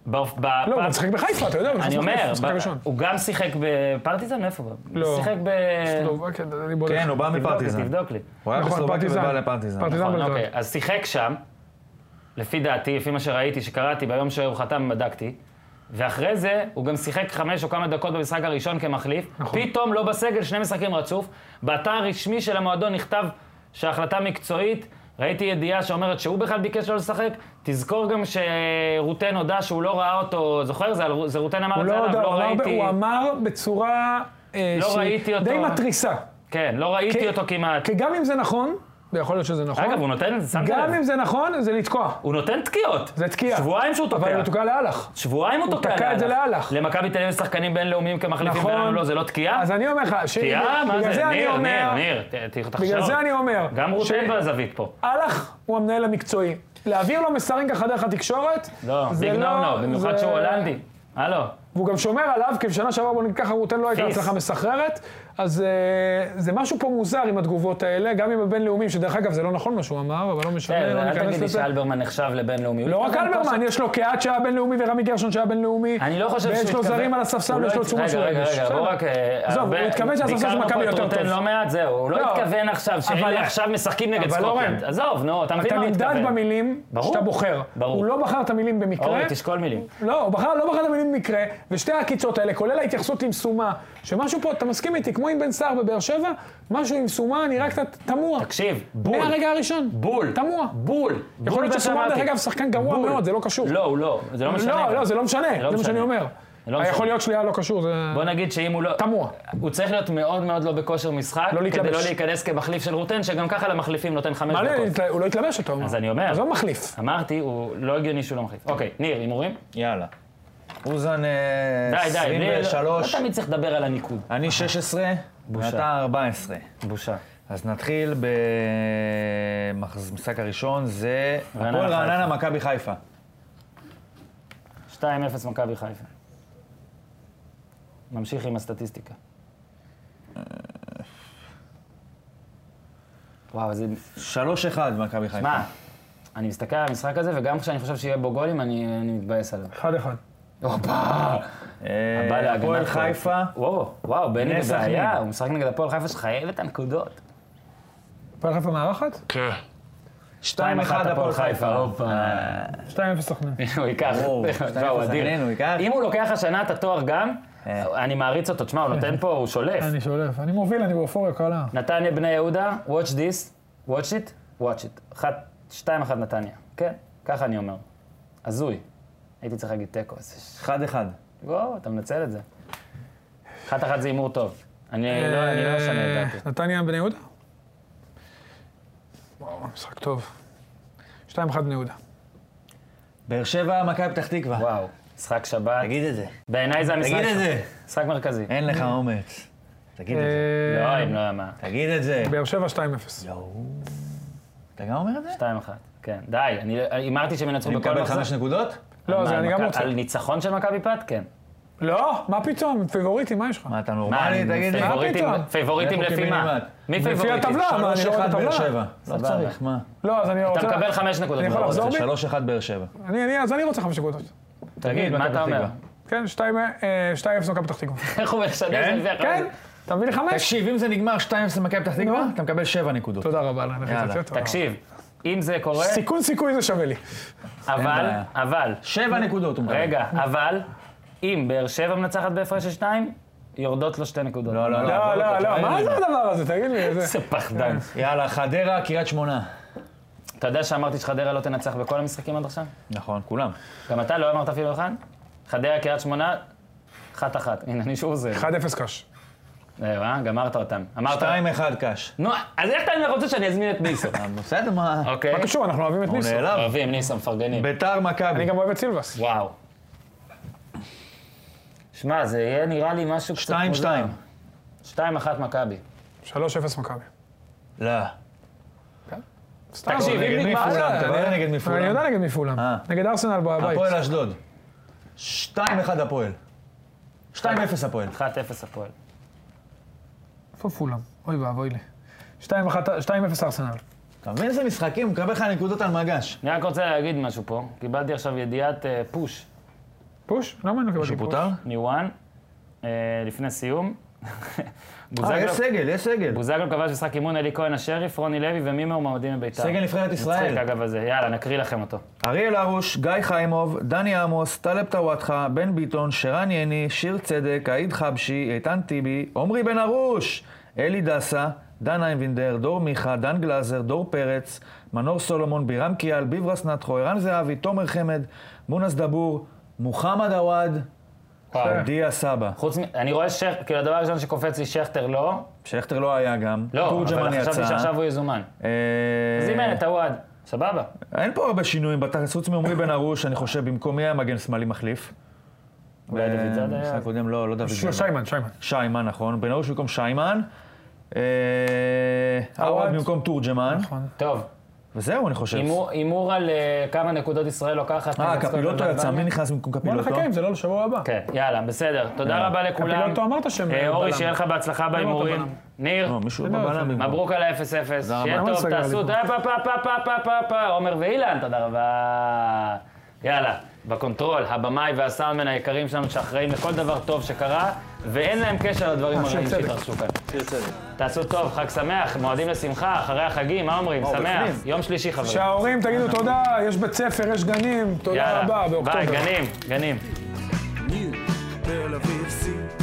[SPEAKER 1] ב- ב-
[SPEAKER 3] לא, הוא
[SPEAKER 1] פעם-
[SPEAKER 3] גם שיחק בחיפה, אתה יודע, הוא
[SPEAKER 1] אני
[SPEAKER 3] נכנס
[SPEAKER 1] אומר,
[SPEAKER 3] לחיפה, משחק
[SPEAKER 1] ב-
[SPEAKER 3] ראשון.
[SPEAKER 1] הוא גם שיחק בפרטיזן? מאיפה הוא? בא?
[SPEAKER 3] לא.
[SPEAKER 1] הוא שיחק ב...
[SPEAKER 3] סלובקיה, אוקיי, אני בודק.
[SPEAKER 5] כן, הוא בא
[SPEAKER 1] תבדוק לי,
[SPEAKER 5] מפרטיזן.
[SPEAKER 1] תבדוק לי.
[SPEAKER 5] הוא היה
[SPEAKER 3] נכון,
[SPEAKER 5] בסלובקיה
[SPEAKER 3] פרטיזן.
[SPEAKER 5] ובא לפרטיזן.
[SPEAKER 3] פרטיזן.
[SPEAKER 1] נכון,
[SPEAKER 3] בלבד.
[SPEAKER 1] אוקיי. אז שיחק שם, לפי דעתי, לפי מה שראיתי, שקראתי, ביום שהוא חתם בדקתי, ואחרי זה הוא גם שיחק חמש או כמה דקות במשחק הראשון כמחליף,
[SPEAKER 3] נכון.
[SPEAKER 1] פתאום לא בסגל, שני משחקים רצוף, באתר הרשמי של המועדון נכתב שההחלטה מקצועית, ראיתי ידיעה שאומרת שהוא בכלל ביקש לא לשחק, תזכור גם שרוטן הודה שהוא לא ראה אותו, זוכר? זה, על- זה רוטן אמר
[SPEAKER 3] הוא
[SPEAKER 1] את זה
[SPEAKER 3] לא
[SPEAKER 1] עליו,
[SPEAKER 3] יודע,
[SPEAKER 1] לא
[SPEAKER 3] הוא אמר-
[SPEAKER 1] ראיתי,
[SPEAKER 3] הוא אמר בצורה... אה,
[SPEAKER 1] לא
[SPEAKER 3] שהיא
[SPEAKER 1] ראיתי אותו.
[SPEAKER 3] די מתריסה.
[SPEAKER 1] כן, לא ראיתי
[SPEAKER 3] כי-
[SPEAKER 1] אותו כמעט.
[SPEAKER 3] כי גם אם זה נכון, ויכול להיות שזה נכון,
[SPEAKER 1] אגב, הוא נותן, שמת
[SPEAKER 3] גם
[SPEAKER 1] לב,
[SPEAKER 3] אם זה נכון, זה לתקוע.
[SPEAKER 1] הוא נותן תקיעות.
[SPEAKER 3] זה תקיעה.
[SPEAKER 1] שבועיים שהוא תוקע. אה.
[SPEAKER 3] אבל הוא תוקע לאלח.
[SPEAKER 1] שבועיים אותו
[SPEAKER 3] תקע את זה לאלח.
[SPEAKER 1] למכבי תל אביב יש שחקנים בינלאומיים כמחליפים
[SPEAKER 3] נכון.
[SPEAKER 1] בינם לא, זה לא תקיעה?
[SPEAKER 3] אז אני אומר לך, ש-
[SPEAKER 1] תקיעה? מה
[SPEAKER 3] בגלל
[SPEAKER 1] זה?
[SPEAKER 3] זה אני
[SPEAKER 1] ניר, ניר,
[SPEAKER 3] אומר,
[SPEAKER 1] ניר, ת- ת- תחשוב.
[SPEAKER 3] בגלל זה אני אומר,
[SPEAKER 1] גם
[SPEAKER 3] ש-
[SPEAKER 1] רוטן בזווית פה.
[SPEAKER 3] אלח הוא המנהל המקצועי. להעביר לו מסרים ככה דרך התקשורת,
[SPEAKER 1] לא,
[SPEAKER 3] זה
[SPEAKER 1] ביג נו נו, במיוחד
[SPEAKER 3] זה- לא,
[SPEAKER 1] שהוא הולנדי. הלו,
[SPEAKER 3] והוא גם שומר עליו, כי בשנה שעברה בוא נגיד ככה, רוטן לא הייתה
[SPEAKER 1] פיס.
[SPEAKER 3] הצלחה מסחררת. אז אה, זה משהו פה מוזר עם התגובות האלה, גם עם הבינלאומיים, שדרך אגב, זה לא נכון מה שהוא אמר, אבל לא משנה,
[SPEAKER 1] כן,
[SPEAKER 3] לא
[SPEAKER 1] אל
[SPEAKER 3] ניכנס
[SPEAKER 1] תגיד לי
[SPEAKER 3] לזה.
[SPEAKER 1] שאלברמן נחשב לבינלאומי.
[SPEAKER 3] לא
[SPEAKER 1] הוא
[SPEAKER 3] רק
[SPEAKER 1] התכוון כושר.
[SPEAKER 3] אלברמן, יש לו קהת שהיה בינלאומי ורמי גרשון שהיה בינלאומי.
[SPEAKER 1] אני לא חושב שהוא
[SPEAKER 3] ויש לו
[SPEAKER 1] התכוון-
[SPEAKER 3] זרים על
[SPEAKER 1] הוא
[SPEAKER 3] הספסל
[SPEAKER 1] לא
[SPEAKER 3] ויש לו
[SPEAKER 1] הת-
[SPEAKER 3] תשומה
[SPEAKER 1] רגע,
[SPEAKER 3] שלו.
[SPEAKER 1] רגע, רגע, בוא רק... אה,
[SPEAKER 3] עזוב,
[SPEAKER 1] הרבה-
[SPEAKER 3] הוא התכוון שהספסל של
[SPEAKER 1] ביקרנו
[SPEAKER 3] מכבי
[SPEAKER 1] פה את
[SPEAKER 3] יותר
[SPEAKER 1] רוטן
[SPEAKER 3] טוב.
[SPEAKER 1] לא מעט, זהו. הוא לא
[SPEAKER 3] לא.
[SPEAKER 1] התכוון עכשיו,
[SPEAKER 3] אבל-
[SPEAKER 1] שאלה עכשיו משחקים נגד
[SPEAKER 3] אבל אורן,
[SPEAKER 1] סקוטלנד. עזוב, נו, אתה מבין
[SPEAKER 3] אתה
[SPEAKER 1] מה הוא
[SPEAKER 3] נמדד
[SPEAKER 1] התכוון.
[SPEAKER 3] במילים
[SPEAKER 1] ברור.
[SPEAKER 3] שאתה בוחר.
[SPEAKER 1] ברור. אוקיי,
[SPEAKER 3] הוא לא בחר את המילים במקרה.
[SPEAKER 1] אורי, תשקול מילים.
[SPEAKER 3] לא, הוא בחר, לא בחר את המילים במקרה, ושתי העקיצות האלה, כולל ההתייחסות למשומה, שמשהו פה, אתה מסכים איתי, כמו עם בן סער בבאר שבע, משהו עם שומה נראה קצת תמוה.
[SPEAKER 1] תקשיב, בול.
[SPEAKER 3] מהרגע הראשון.
[SPEAKER 1] בול.
[SPEAKER 3] תמוה.
[SPEAKER 1] בול.
[SPEAKER 3] יכול להיות
[SPEAKER 1] בול
[SPEAKER 3] שסומן, דרך
[SPEAKER 1] ושמעתי.
[SPEAKER 3] אגב, שחקן גרוע
[SPEAKER 1] בול.
[SPEAKER 3] מאוד, זה לא קשור.
[SPEAKER 1] לא, הוא לא, זה לא משנה.
[SPEAKER 3] לא,
[SPEAKER 1] אבל.
[SPEAKER 3] לא, זה לא משנה,
[SPEAKER 1] לא
[SPEAKER 3] זה מה
[SPEAKER 1] משנה.
[SPEAKER 3] שאני אומר.
[SPEAKER 1] זה לא
[SPEAKER 3] יכול
[SPEAKER 1] משנה.
[SPEAKER 3] להיות שלילה לא קשור, זה...
[SPEAKER 1] בוא נגיד שאם הוא לא...
[SPEAKER 3] תמוה.
[SPEAKER 1] הוא צריך להיות מאוד מאוד לא בכושר משחק,
[SPEAKER 3] לא
[SPEAKER 1] כדי
[SPEAKER 3] להתלבש.
[SPEAKER 1] לא להיכנס כמחליף של רוטן, שגם ככה למחליפים נותן חמש
[SPEAKER 3] מה,
[SPEAKER 1] דקות.
[SPEAKER 3] להתל- הוא לא התלבש אותו.
[SPEAKER 1] אז אני אומר.
[SPEAKER 3] עזוב מחליף.
[SPEAKER 1] אמרתי, הוא לא הגיוני שהוא לא מחליף. אוקיי, ניר, הימורים?
[SPEAKER 4] יאללה. אוזן
[SPEAKER 1] די,
[SPEAKER 4] אה,
[SPEAKER 1] די, בלי... לא
[SPEAKER 4] 23,
[SPEAKER 1] תמיד צריך לדבר על הניקוד.
[SPEAKER 4] אני 16, ואתה 14.
[SPEAKER 1] בושה.
[SPEAKER 4] אז נתחיל במשחק הראשון, זה
[SPEAKER 1] רעננה,
[SPEAKER 4] הפועל רעננה
[SPEAKER 1] חיפה.
[SPEAKER 4] מכבי חיפה.
[SPEAKER 1] 2-0 מכבי חיפה. ממשיך עם הסטטיסטיקה. וואו, זה...
[SPEAKER 4] 3-1 מכבי חיפה.
[SPEAKER 1] מה? אני מסתכל על המשחק הזה, וגם כשאני חושב שיהיה בו גולים, אני אני מתבאס עליו.
[SPEAKER 3] אחד אחד.
[SPEAKER 1] הופה!
[SPEAKER 4] אה,
[SPEAKER 1] הבא להגנת
[SPEAKER 4] הפועל
[SPEAKER 1] פה.
[SPEAKER 4] חיפה,
[SPEAKER 1] וואו, וואו, בני
[SPEAKER 4] בני
[SPEAKER 1] בבעיה,
[SPEAKER 4] סכנין.
[SPEAKER 1] הוא משחק נגד הפועל חיפה שחייב את הנקודות.
[SPEAKER 3] הפועל חיפה מארחת?
[SPEAKER 1] כן.
[SPEAKER 4] 2-1 הפועל חיפה.
[SPEAKER 1] הופה. [laughs]
[SPEAKER 3] 2-0 סכנין.
[SPEAKER 1] הוא ייקח.
[SPEAKER 4] וואו,
[SPEAKER 1] [laughs] וואו,
[SPEAKER 4] 2-0
[SPEAKER 1] אדיר.
[SPEAKER 4] סכנין, הוא ייקח.
[SPEAKER 1] אם הוא לוקח השנה את התואר גם,
[SPEAKER 4] אה.
[SPEAKER 1] אני מעריץ אותו. תשמע, הוא נותן פה, הוא שולף.
[SPEAKER 3] אני שולף. אני מוביל, אני באופוריה קלה.
[SPEAKER 1] נתניה בני יהודה, watch this, watch it, watch it. אחת, שתיים אחת נתניה. כן, ככה אני אומר. הזוי. הייתי צריך להגיד תיקו. איזה ש-
[SPEAKER 4] 1-1.
[SPEAKER 1] וואו, אתה מנצל את זה. אחת אחת זה הימור טוב. אני לא אני לא אשנה את דעתי.
[SPEAKER 3] אה, נתניה בני יהודה? וואו, משחק טוב. 2-1 בני יהודה.
[SPEAKER 4] באר שבע, מכבי פתח תקווה.
[SPEAKER 1] וואו, משחק שבת.
[SPEAKER 4] תגיד את זה.
[SPEAKER 1] בעיניי זה המשחק
[SPEAKER 4] תגיד את זה.
[SPEAKER 1] משחק מרכזי.
[SPEAKER 4] אין לך אומץ. תגיד את זה.
[SPEAKER 1] לא,
[SPEAKER 3] אה,
[SPEAKER 1] אם לא, מה?
[SPEAKER 4] תגיד את זה.
[SPEAKER 3] באר שבע 2-0.
[SPEAKER 4] לא. אתה גם אומר את זה?
[SPEAKER 1] שתיים אחת. כן, די, אני הימרתי שהם ינצחו
[SPEAKER 4] אני
[SPEAKER 1] בכל
[SPEAKER 4] מקבל
[SPEAKER 1] מחזור.
[SPEAKER 4] חמש נקודות?
[SPEAKER 3] לא, זה
[SPEAKER 1] מה,
[SPEAKER 3] אני
[SPEAKER 1] מכ-
[SPEAKER 3] גם רוצה.
[SPEAKER 1] על ניצחון של מכבי פת? כן.
[SPEAKER 3] לא, מה פתאום? פיבוריטי, מה יש לך?
[SPEAKER 4] מה, אתה
[SPEAKER 1] מה,
[SPEAKER 4] נורמלי?
[SPEAKER 1] אני-
[SPEAKER 4] תגיד לי.
[SPEAKER 1] פייבוריטים-
[SPEAKER 3] מה פתאום?
[SPEAKER 1] פייבוריטים
[SPEAKER 4] אנחנו
[SPEAKER 1] לפי מה?
[SPEAKER 4] קיבינימט.
[SPEAKER 1] מי
[SPEAKER 3] לפי
[SPEAKER 1] פייבוריטים?
[SPEAKER 3] הטבלה. מה, אני לא רואה את
[SPEAKER 4] 3-1 באר
[SPEAKER 3] הטבלה.
[SPEAKER 4] שבע.
[SPEAKER 3] לא
[SPEAKER 4] לא צריך, מה? לא,
[SPEAKER 3] לא, אז אני רוצה...
[SPEAKER 1] אתה מקבל חמש נקודות.
[SPEAKER 3] אני יכול
[SPEAKER 1] בראש.
[SPEAKER 3] לחזור?
[SPEAKER 4] זה
[SPEAKER 3] בי?
[SPEAKER 4] 3-1 באר שבע.
[SPEAKER 3] אני, אני, אז אני רוצה חמש נקודות.
[SPEAKER 1] תגיד,
[SPEAKER 4] תגיד,
[SPEAKER 1] מה אתה
[SPEAKER 4] מכבי
[SPEAKER 1] אומר?
[SPEAKER 4] תקווה.
[SPEAKER 3] כן, 2 אה, 2-0 מכבי פתח תקווה.
[SPEAKER 1] [laughs] איך הוא משנה
[SPEAKER 4] כן?
[SPEAKER 1] את זה? לפי
[SPEAKER 3] כן?
[SPEAKER 1] החמש?
[SPEAKER 3] אתה מביא לי חמש?
[SPEAKER 4] תקשיב, אם זה נגמר 2-0 מכבי פתח תקווה, אתה מקבל 7 נקודות.
[SPEAKER 3] תודה רבה על הנחיצה.
[SPEAKER 4] יאללה,
[SPEAKER 3] תודה.
[SPEAKER 1] תקשיב, אם זה קורה,
[SPEAKER 3] סיכון סיכוי זה שווה לי.
[SPEAKER 1] אבל,
[SPEAKER 4] בעיה.
[SPEAKER 1] אבל,
[SPEAKER 4] 7 נקודות הוא מקבל.
[SPEAKER 1] רגע, אבל, אם באר שבע מנצחת בהפרש של שניים, יורדות לו שתי נקודות.
[SPEAKER 4] לא, לא,
[SPEAKER 3] לא,
[SPEAKER 4] בוא,
[SPEAKER 3] לא,
[SPEAKER 4] אתה
[SPEAKER 3] לא,
[SPEAKER 4] תראה
[SPEAKER 3] מה
[SPEAKER 4] לי.
[SPEAKER 3] זה הדבר הזה? תגיד לי. זה-
[SPEAKER 1] איזה פחדן.
[SPEAKER 4] יאללה, חדרה, קריית שמונה.
[SPEAKER 1] אתה יודע שאמרתי שחדרה לא תנצח בכל המשחקים עד עכשיו?
[SPEAKER 4] נכון, כולם.
[SPEAKER 1] גם אתה לא אמרת אפילו אחד? חדרה, קריית שמונה, אחת אחת. הנה, אני שוב זה.
[SPEAKER 3] 1-0 קאש.
[SPEAKER 1] זהו, אה? גמרת אותם. אמרת...
[SPEAKER 4] 2-1 קאש.
[SPEAKER 1] נו, אז איך אתה רוצה שאני אזמין את ניסו?
[SPEAKER 4] אה, בסדר, מה?
[SPEAKER 1] אוקיי?
[SPEAKER 3] מה קשור? אנחנו אוהבים את
[SPEAKER 4] הוא
[SPEAKER 3] ניסו.
[SPEAKER 4] נעלב.
[SPEAKER 1] אוהבים, ניסו, מפרגנים.
[SPEAKER 4] ביתר, מכבי.
[SPEAKER 3] אני גם אוהב את סילבס.
[SPEAKER 1] וואו. שמע, זה יהיה נראה לי משהו קצת
[SPEAKER 4] 2-2.
[SPEAKER 1] מוזר. 2 1 מכבי.
[SPEAKER 3] 3-0 מכבי.
[SPEAKER 4] לא.
[SPEAKER 3] סתם.
[SPEAKER 1] תקשיב,
[SPEAKER 4] נגד
[SPEAKER 1] אם
[SPEAKER 4] מי
[SPEAKER 1] נגמר...
[SPEAKER 4] פולאם? אתה יודע נגד מי
[SPEAKER 3] אני
[SPEAKER 4] פולאם?
[SPEAKER 3] יודע נגד מי פולאם.
[SPEAKER 4] אה.
[SPEAKER 3] נגד ארסנל בבית.
[SPEAKER 4] הפועל אשדוד. 2-1 הפועל. 2-0 הפועל.
[SPEAKER 1] 1-0 הפועל.
[SPEAKER 3] איפה פולאם? אוי ואבוי לי. 2-1 2-0 ארסנל.
[SPEAKER 4] אתה מבין איזה משחקים? הוא מקבל לך נקודות על מגש.
[SPEAKER 1] אני רק רוצה להגיד משהו פה. קיבלתי עכשיו ידיעת אה, פוש
[SPEAKER 3] פוש? למה אני לא קיבלתי פוש?
[SPEAKER 4] שפוטר?
[SPEAKER 1] מוואן, אה, לפני סיום. [laughs]
[SPEAKER 4] אה, יש
[SPEAKER 1] בוזגלו-
[SPEAKER 4] סגל, יש סגל.
[SPEAKER 1] בוזגלו כבש משחק אימון, אלי כהן השריף, רוני לוי ומימר מועמדים לביתר.
[SPEAKER 4] סגל נבחרת ישראל.
[SPEAKER 1] מצחיק אגב הזה, יאללה, נקריא לכם אותו.
[SPEAKER 4] אריאל הרוש, גיא חיימוב, דני עמוס, טלב טוואטחה, בן ביטון, שרן יני, שיר צדק, עאיד חבשי, איתן טיבי, עמרי בן ארוש, אלי דסה, דן איינבינדר, דור מיכה, דן גלאזר, דור פרץ, מנור סולומון, בירם קיאל, ביברס נטחו, ערן זהבי, תומר חמד, מונס דבור, מוחמד עוואד,
[SPEAKER 1] אה.
[SPEAKER 4] דיה סבא.
[SPEAKER 1] חוץ מ... אני רואה שכטר, כאילו הדבר הראשון שקופץ לי, שכטר לא.
[SPEAKER 4] שכטר לא היה גם,
[SPEAKER 1] לא,
[SPEAKER 4] תורג'מן
[SPEAKER 1] אבל חשבתי
[SPEAKER 4] יצא.
[SPEAKER 1] שעכשיו הוא יזומן.
[SPEAKER 4] אה,
[SPEAKER 1] זימן את הוואד, סבבה.
[SPEAKER 4] אין פה הרבה שינויים בתכלס, חוץ מעמרי בן ארוש, אני חושב, במקום מי היה מגן שמאלי מחליף?
[SPEAKER 1] אולי דוד זאדה היה.
[SPEAKER 4] במשחק הקודם לא, לא דוד
[SPEAKER 3] שו-
[SPEAKER 4] זאדה.
[SPEAKER 3] שיימן, שיימן.
[SPEAKER 4] שיימן, נכון. בן ארוש במקום שיימן. אה, עווד
[SPEAKER 3] עווד.
[SPEAKER 4] במקום תורג'מן.
[SPEAKER 3] נכון.
[SPEAKER 1] טוב,
[SPEAKER 4] וזהו, אני חושב.
[SPEAKER 1] הימור- הימור על אה, כמה נקודות ישראל לוקחת.
[SPEAKER 4] אה,
[SPEAKER 1] נגד
[SPEAKER 4] קפילוטו
[SPEAKER 1] סקוטלנד
[SPEAKER 4] יצא, מי
[SPEAKER 1] ואלבניה.
[SPEAKER 4] נכנס במקום
[SPEAKER 3] בוא
[SPEAKER 4] קפילוטו?
[SPEAKER 3] נחכה עם זה, לא לשבוע הבא.
[SPEAKER 1] כן, יאללה, בסדר. תודה רבה לכולם.
[SPEAKER 3] קפילוטו אמרת שהם,
[SPEAKER 1] אה, אורי,
[SPEAKER 3] בלם.
[SPEAKER 1] שיהיה לך בהצלחה בהימורים.
[SPEAKER 3] אותו בלם.
[SPEAKER 1] ניר,
[SPEAKER 4] לא, מישהו
[SPEAKER 3] זה לא
[SPEAKER 4] בבלם.
[SPEAKER 3] יפה.
[SPEAKER 4] במקום.
[SPEAKER 1] מברוק על ה-0-0. שיהיה
[SPEAKER 3] רבה.
[SPEAKER 1] טוב,
[SPEAKER 3] למה לא סגר
[SPEAKER 1] תעשו
[SPEAKER 3] לי?
[SPEAKER 1] טה פה פה פה פה פה פה פה. עומר ואילן, תודה רבה. יאללה, בקונטרול, הבמאי והסאונדמן היקרים שלנו שאחראים לכל דבר טוב שקרה, ואין להם קשר לדברים
[SPEAKER 3] שיר
[SPEAKER 1] הרעים
[SPEAKER 3] אה, צדק.
[SPEAKER 1] שהתרחשו כאן. תעשו טוב, חג שמח, מועדים לשמחה, אחרי החגים, מה אומרים? שמח.
[SPEAKER 4] בפנים.
[SPEAKER 1] יום שלישי, חברים.
[SPEAKER 3] שההורים תגידו תודה, יש בית ספר, יש גנים, תודה
[SPEAKER 1] יאללה,
[SPEAKER 3] רבה, באוקטובר.
[SPEAKER 1] ביי, גנים, גנים.
[SPEAKER 2] New Tel Aviv City.